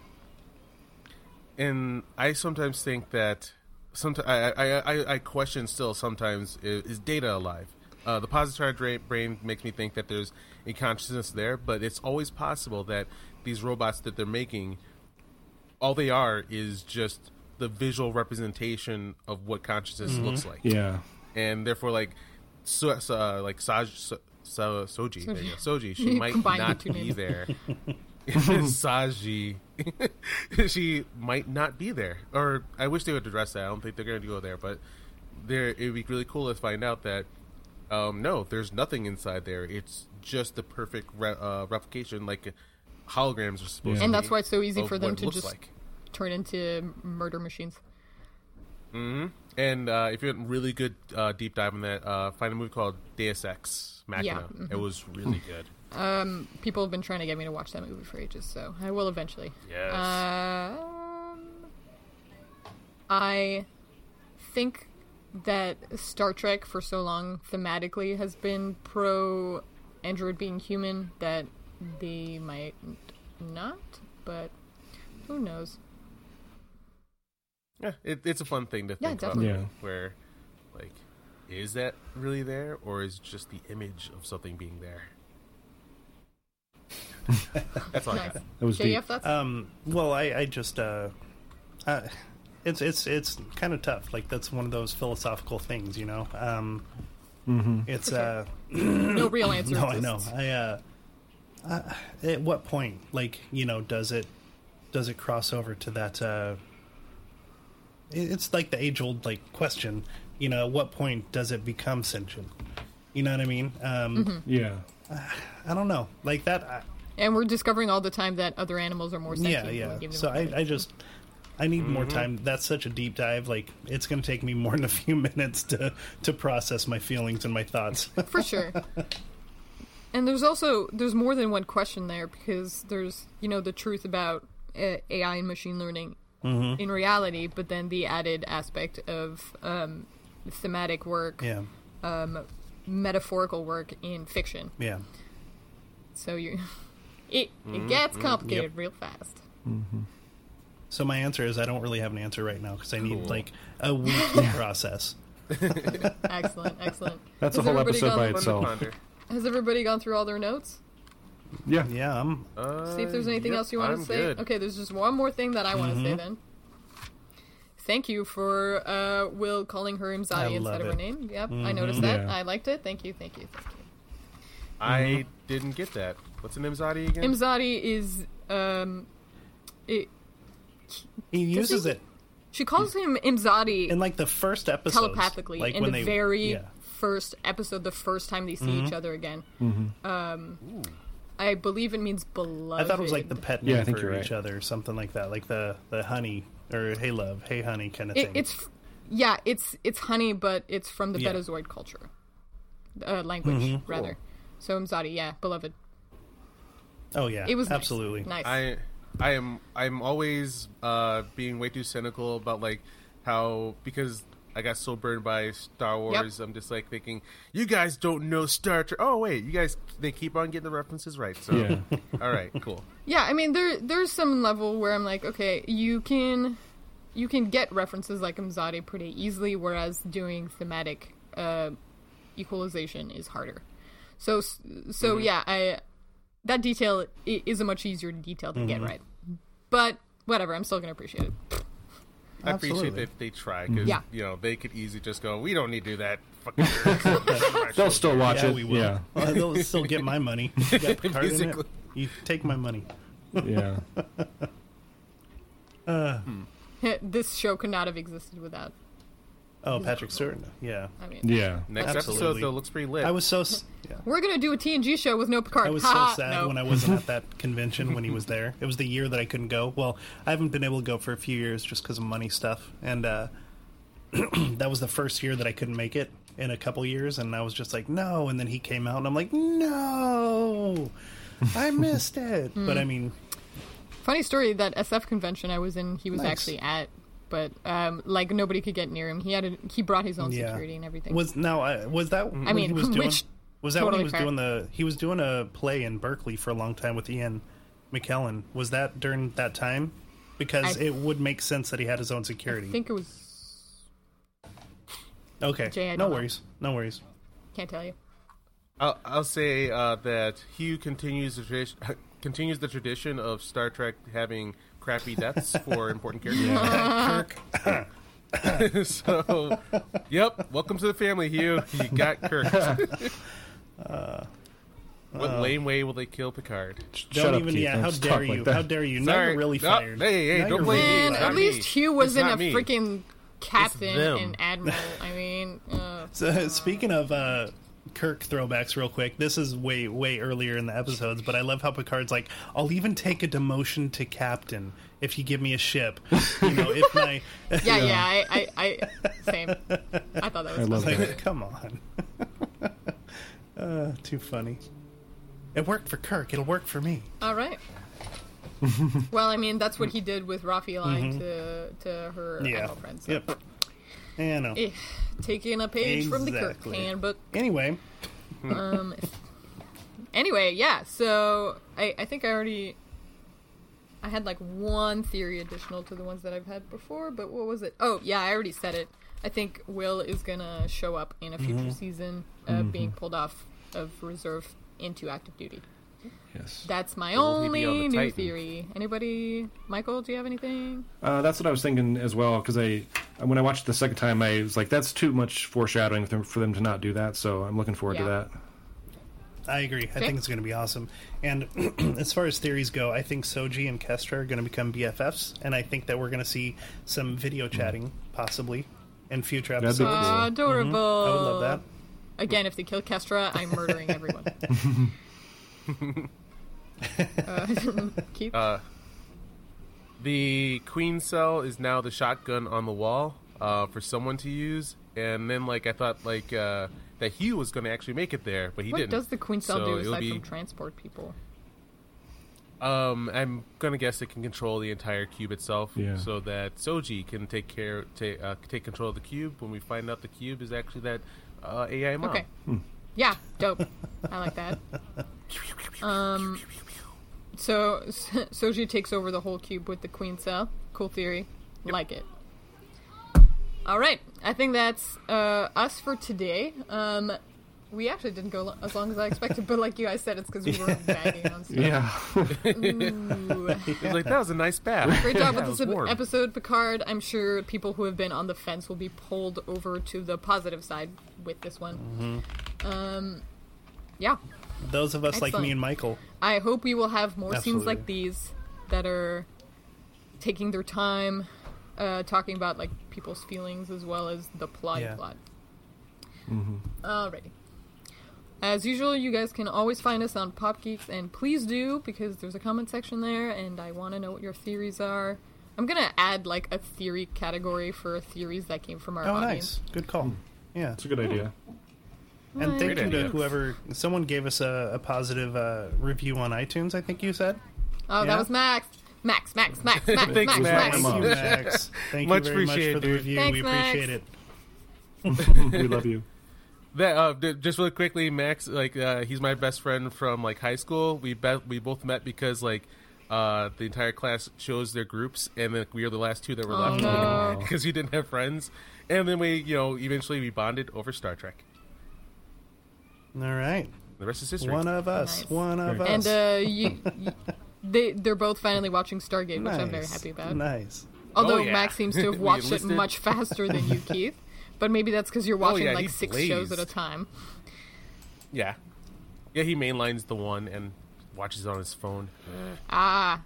Speaker 4: and I sometimes think that sometimes I, I, I, I question still sometimes is, is data alive? Uh, the positron dra- brain makes me think that there's a consciousness there, but it's always possible that these robots that they're making, all they are is just the visual representation of what consciousness looks like,
Speaker 3: Yeah.
Speaker 4: and therefore, like, so, so, uh, like Saj, so, so, Soji, there you go, Soji, she
Speaker 1: You
Speaker 4: might
Speaker 1: combined the
Speaker 4: not
Speaker 1: two
Speaker 4: be
Speaker 1: names.
Speaker 4: there. Saji, she might not be there. Or I wish they would address that. I don't think they're going to go there, but there it would be really cool to find out that Um, no, there's nothing inside there. It's just the perfect re- uh, replication, like holograms are supposed to.
Speaker 1: and
Speaker 4: be
Speaker 1: that's why it's so easy
Speaker 4: of
Speaker 1: for
Speaker 4: what
Speaker 1: them
Speaker 4: it
Speaker 1: to
Speaker 4: looks
Speaker 1: just
Speaker 4: like.
Speaker 1: turn into murder machines.
Speaker 4: And uh, if you want a really good uh, deep dive on that, uh, find a movie called Deus Ex Machina.
Speaker 1: Yeah, mhm.
Speaker 4: It was really good.
Speaker 1: People have been trying to get me to watch that movie for ages, so I will eventually.
Speaker 4: Yes.
Speaker 1: Uh, Um, I think that Star Trek for so long thematically has been pro android being human that they might not, but who knows?
Speaker 4: yeah, it, it's a fun thing to
Speaker 1: Yeah,
Speaker 4: think about.
Speaker 1: definitely.
Speaker 3: Yeah.
Speaker 4: Where, like, is that really there, or is just the image of something being there? that's all I
Speaker 1: Nice.
Speaker 4: got.
Speaker 3: That was
Speaker 1: JF,
Speaker 3: deep.
Speaker 1: that's
Speaker 2: Um, well, I, I just, uh, uh, it's it's it's kind of tough. Like that's one of those philosophical things, you know. Um, It's uh,
Speaker 1: no real answer.
Speaker 2: no, I know.
Speaker 1: exists.
Speaker 2: I, uh, I, at what point, like you know, does it does it cross over to that? Uh, it- it's like the age old like question. You know, at what point does it become sentient? You know what I mean? Um,
Speaker 3: Yeah.
Speaker 2: I don't know. Like that. I,
Speaker 1: And we're discovering all the time that other animals are more sentient.
Speaker 2: yeah,
Speaker 1: than we
Speaker 2: yeah.
Speaker 1: give them
Speaker 2: So I,
Speaker 1: credit.
Speaker 2: I just I need more
Speaker 3: Mm-hmm.
Speaker 2: time. That's such a deep dive. Like it's going to take me more than a few minutes to to process my feelings and my thoughts.
Speaker 1: for sure. And there's also there's more than one question there because there's you know the truth about uh, AI and machine learning
Speaker 3: Mm-hmm.
Speaker 1: in reality, but then the added aspect of um, thematic work,
Speaker 2: yeah,
Speaker 1: metaphorical work in fiction.
Speaker 2: yeah.
Speaker 1: So you, it
Speaker 3: Mm-hmm.
Speaker 1: it gets complicated real fast.
Speaker 2: So my answer is I don't really have an answer right now because I need like a week to process.
Speaker 1: Excellent, excellent.
Speaker 3: That's
Speaker 1: Has
Speaker 3: a whole
Speaker 1: everybody
Speaker 3: episode
Speaker 1: gone-
Speaker 3: by
Speaker 4: Fun to
Speaker 3: itself.
Speaker 4: ponder.
Speaker 1: Has everybody gone through all their notes?
Speaker 3: Yeah.
Speaker 2: Yeah, I'm
Speaker 4: Uh,
Speaker 1: See if there's anything
Speaker 4: yep,
Speaker 1: else you want
Speaker 4: I'm
Speaker 1: to say.
Speaker 4: good.
Speaker 1: Okay, there's just one more thing that I want to
Speaker 2: Mm-hmm.
Speaker 1: say then. Thank you for uh, Will calling her
Speaker 2: I
Speaker 1: Imzadi
Speaker 2: love
Speaker 1: instead of her
Speaker 2: it. Mm-hmm.
Speaker 1: name. Yep, I noticed that.
Speaker 3: Yeah.
Speaker 1: I liked it. Thank you, thank you, thank you.
Speaker 4: I didn't get that. What's an Imzadi again?
Speaker 1: Imzadi is um, it,
Speaker 2: he
Speaker 1: Does
Speaker 2: uses
Speaker 1: he-
Speaker 2: it
Speaker 1: she calls him Imzadi
Speaker 2: in like the first episode
Speaker 1: telepathically in the very
Speaker 2: yeah. Mm-hmm.
Speaker 1: first episode, the first time they see each other again. Um, I believe it means
Speaker 2: I
Speaker 1: beloved.
Speaker 2: thought it was like the pet
Speaker 3: Yeah,
Speaker 2: name
Speaker 3: I think
Speaker 2: for
Speaker 3: you're right.
Speaker 2: each other or something like that, like the the honey or hey love, hey honey kind of
Speaker 1: It,
Speaker 2: thing.
Speaker 1: it's f- yeah, it's it's honey, but it's from the
Speaker 2: Yeah. Mm-hmm.
Speaker 1: Betazoid culture, uh, language rather. So Mzadi, yeah, beloved.
Speaker 2: oh yeah,
Speaker 1: It was nice.
Speaker 2: absolutely
Speaker 1: nice.
Speaker 4: I I am I'm always uh, being way too cynical about like how because I got so burned by Star Wars, I'm just like thinking you guys don't know Star Trek. Oh wait, you guys they keep on getting the references right. So
Speaker 3: Yeah.
Speaker 4: all right, cool.
Speaker 1: yeah, I mean there there's some level where I'm like, okay, you can you can get references like Mzadi pretty easily, whereas doing thematic uh, equalization is harder. So s- so
Speaker 2: Mm-hmm.
Speaker 1: yeah, I that detail i- is a much easier detail to
Speaker 2: Mm-hmm.
Speaker 1: get right, but whatever, I'm still gonna appreciate it.
Speaker 4: I appreciate
Speaker 2: Absolutely.
Speaker 4: that they try because
Speaker 1: Yeah.
Speaker 4: you know they could easily just go we don't need to do that. Fuck you."
Speaker 3: They'll still watch
Speaker 2: Yeah,
Speaker 3: it.
Speaker 2: we will.
Speaker 3: Yeah.
Speaker 2: Well, they'll still get my money. You got Picard in it?
Speaker 4: Basically.
Speaker 2: You take my money.
Speaker 3: Yeah.
Speaker 1: this show could not have existed without.
Speaker 2: Oh, Patrick Stewart. Yeah,
Speaker 1: I mean,
Speaker 3: Yeah.
Speaker 4: Next
Speaker 2: Absolutely.
Speaker 4: episode though looks pretty lit.
Speaker 2: I was so s- yeah.
Speaker 1: We're gonna do a TNG show with no Picard.
Speaker 2: I was so
Speaker 1: Ha!
Speaker 2: sad
Speaker 1: No.
Speaker 2: when I wasn't at that convention when he was there. It was the year that I couldn't go. Well, I haven't been able to go for a few years just because of money stuff, and uh, that was the first year that I couldn't make it in a couple years, and I was just like, no. And then he came out, and I'm like, no, I missed it. But I mean,
Speaker 1: Funny story that SF convention I was in, he was
Speaker 2: Nice.
Speaker 1: actually at, but um, like nobody could get near him. He had a, he brought his own
Speaker 2: yeah.
Speaker 1: security and everything.
Speaker 2: Was now I was that when
Speaker 1: mean,
Speaker 2: he was doing
Speaker 1: which-
Speaker 2: was that when
Speaker 1: totally
Speaker 2: he was
Speaker 1: fair.
Speaker 2: doing the he was doing a play in Berkeley for a long time with Ian McKellen. Was that during that time? Because
Speaker 1: I-
Speaker 2: it would make sense that he had his own
Speaker 1: I
Speaker 2: security.
Speaker 1: think it was.
Speaker 2: okay,
Speaker 1: Jay, I
Speaker 2: no
Speaker 1: don't know.
Speaker 2: worries, no worries.
Speaker 1: Can't tell you.
Speaker 4: I'll, I'll say uh, that Hugh continues the tradition continues the tradition of Star Trek having crappy deaths for important characters. so, yep. Welcome to the family, Hugh. You got Kirk. what lame way will they kill Picard?
Speaker 3: Shut
Speaker 2: Don't
Speaker 3: up,
Speaker 2: even
Speaker 3: Keith.
Speaker 2: yeah.
Speaker 3: Don't
Speaker 2: How
Speaker 3: talk
Speaker 2: dare
Speaker 3: like
Speaker 2: you?
Speaker 3: that.
Speaker 2: How dare you? Now
Speaker 4: Sorry.
Speaker 2: you're really
Speaker 4: No,
Speaker 2: fired.
Speaker 4: hey, hey,
Speaker 2: Now
Speaker 4: don't
Speaker 2: you're
Speaker 4: blame
Speaker 2: really
Speaker 4: me.
Speaker 1: Man,
Speaker 4: it's
Speaker 2: fired.
Speaker 1: at
Speaker 4: not me.
Speaker 1: least Hugh was
Speaker 4: It's
Speaker 1: in
Speaker 4: not
Speaker 1: a
Speaker 4: me.
Speaker 1: freaking captain
Speaker 4: them.
Speaker 1: and admiral. I mean, uh,
Speaker 2: So, speaking of uh, Kirk throwbacks real quick. This is way way earlier in the episodes, but I love how Picard's like, "I'll even take a demotion to captain if you give me a ship." You know, if my
Speaker 1: Yeah, yeah, I, I, I, same. I thought that was.
Speaker 3: I love
Speaker 2: like,
Speaker 3: that.
Speaker 2: come on, uh, too funny. It worked for Kirk. It'll work for me.
Speaker 1: All right. well, I mean, that's what he did with Rafi lying to to her
Speaker 2: Yeah.
Speaker 1: animal friends. So.
Speaker 2: Yep. Yeah, I know.
Speaker 1: Eh, Taking a page from the Kirk
Speaker 2: Exactly.
Speaker 1: handbook.
Speaker 2: Anyway,
Speaker 1: Anyway, yeah. So I, I think I already. I had like one theory additional to the ones that I've had before, but what was it? Oh, yeah, I already said it. I think Will is gonna show up in a future season, uh, being pulled off of reserve into active duty.
Speaker 3: Yes.
Speaker 1: That's my
Speaker 4: Will he
Speaker 1: only
Speaker 4: be on the
Speaker 1: new
Speaker 4: Titan?
Speaker 1: theory. Anybody? Michael, do you have anything?
Speaker 3: Uh, that's what I was thinking as well because I when I watched it the second time I was like that's too much foreshadowing for them, for them to not do that so I'm looking forward
Speaker 1: Yeah.
Speaker 3: to
Speaker 2: I agree. I think it's going to be awesome. And as far as theories go, I think Soji and Kestra are going to become BFFs, and I think that we're going to see some video chatting possibly in future
Speaker 3: Hmm. be
Speaker 2: episodes.
Speaker 3: cool.
Speaker 1: Ah, adorable.
Speaker 2: Mm-hmm. I would love that.
Speaker 1: Oh. Again, if they kill Kestra, I'm murdering everyone. uh, keep.
Speaker 4: The queen cell is now the shotgun on the wall uh, for someone to use, and then like I thought like uh, that Hugh was going to actually make it there, but he
Speaker 1: what
Speaker 4: didn't.
Speaker 1: does the Queen Cell
Speaker 4: So
Speaker 1: do
Speaker 4: it'll
Speaker 1: aside
Speaker 4: be-
Speaker 1: from transport people?
Speaker 4: Um, I'm gonna guess it can control the entire cube itself,
Speaker 3: Yeah.
Speaker 4: so that Soji can take care, take uh, take control of the cube. When we find out the cube is actually that uh, AI mom.
Speaker 1: Okay. Yeah, dope. I like that. Um, so so- Soji takes over the whole cube with the Queen Cell. Cool theory. Like it. All right. I think that's uh, us for today. Um, we actually didn't go lo- as long as I expected, but like you guys said, it's because we were bagging on stuff.
Speaker 3: that. Yeah.
Speaker 1: Ooh.
Speaker 4: It's like that was a nice bath.
Speaker 1: Great job
Speaker 4: Yeah, it
Speaker 1: with
Speaker 4: was
Speaker 1: this ep-
Speaker 4: warm.
Speaker 1: episode, Picard. I'm sure people who have been on the fence will be pulled over to the positive side with this one.
Speaker 4: Mm-hmm.
Speaker 1: Um, yeah,
Speaker 2: Those of us like
Speaker 1: Excellent.
Speaker 2: me and Michael.
Speaker 1: I hope we will have more scenes
Speaker 2: Absolutely.
Speaker 1: like these that are taking their time, uh, talking about like people's feelings as well as the plot.
Speaker 2: Yeah. Mm-hmm.
Speaker 1: Plot. Alrighty. As usual, you guys can always find us on Pop Geeks, and please do because there's a comment section there, and I want to know what your theories are. I'm gonna add like a theory category for theories that came from our
Speaker 2: Oh,
Speaker 1: audience.
Speaker 2: nice. Good call. Yeah.
Speaker 3: It's a good idea.
Speaker 2: And thank
Speaker 4: Great
Speaker 2: you to
Speaker 4: idea.
Speaker 2: whoever. Someone gave us a, a positive uh, review on iTunes, I think you said.
Speaker 1: Oh,
Speaker 2: Yeah.
Speaker 1: that was Max. Max, Max, Max, Max,
Speaker 4: Thanks,
Speaker 1: Max,
Speaker 4: Max.
Speaker 1: Max.
Speaker 2: Thank you, Max. Thank
Speaker 4: Much
Speaker 2: you very much
Speaker 4: appreciated,
Speaker 2: for the
Speaker 4: dude.
Speaker 2: review.
Speaker 1: Thanks,
Speaker 2: we
Speaker 1: Max.
Speaker 2: appreciate it.
Speaker 3: we love you.
Speaker 4: That, uh, d- just really quickly, Max, like uh, he's my best friend from like high school. We bet we both met because like uh, the entire class chose their groups, and like, we were the last two that were
Speaker 1: Oh,
Speaker 4: left
Speaker 1: no.
Speaker 4: because we didn't have friends. And then we, you know, eventually we bonded over Star Trek.
Speaker 2: All right.
Speaker 4: The rest is history.
Speaker 2: One of us.
Speaker 1: Nice.
Speaker 2: One of
Speaker 3: Very
Speaker 1: And
Speaker 2: us.
Speaker 1: uh, you, you- they they're both finally watching Stargate, which I'm very
Speaker 2: Nice.
Speaker 1: happy about.
Speaker 2: Nice.
Speaker 1: Although
Speaker 4: Oh, yeah.
Speaker 1: Max seems to
Speaker 4: We
Speaker 1: have watched it
Speaker 4: enlisted- Oh,
Speaker 1: much faster than you, Keith. But maybe that's because you're watching
Speaker 4: yeah, he
Speaker 1: like six shows at a
Speaker 4: blazed.
Speaker 1: time.
Speaker 4: Yeah. Yeah, he mainlines the one and watches on his phone.
Speaker 1: Ah,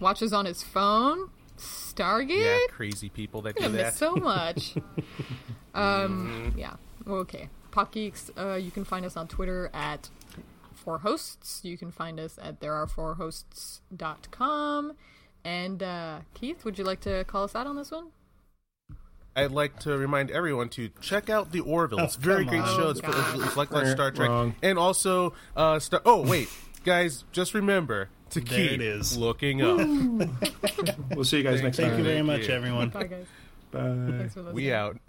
Speaker 1: watches on his phone. Stargate.
Speaker 4: Yeah, crazy people that do
Speaker 1: I miss
Speaker 4: that. Mm-hmm.
Speaker 1: so much. um, yeah. Well, okay. Pop Geeks, uh, you can find us on Twitter at Four Hosts. You can find us at therearefourhosts.com. And uh, Keith, would you like to call us out on this one?
Speaker 4: I'd like to remind everyone to check out The Orville. It's a
Speaker 2: Oh,
Speaker 4: very
Speaker 2: come
Speaker 4: great
Speaker 2: on.
Speaker 4: show. It's
Speaker 1: Oh, God.
Speaker 4: like on Star Trek.
Speaker 3: Wrong.
Speaker 4: And also, uh, Star. Oh, wait. Guys, just remember to
Speaker 2: There
Speaker 4: keep
Speaker 2: it is.
Speaker 4: looking up.
Speaker 3: We'll see you guys next
Speaker 2: Thank you
Speaker 3: time.
Speaker 2: very much,
Speaker 4: you.
Speaker 2: everyone.
Speaker 1: Bye, guys.
Speaker 3: Bye.
Speaker 1: Thanks for listening.
Speaker 4: we out.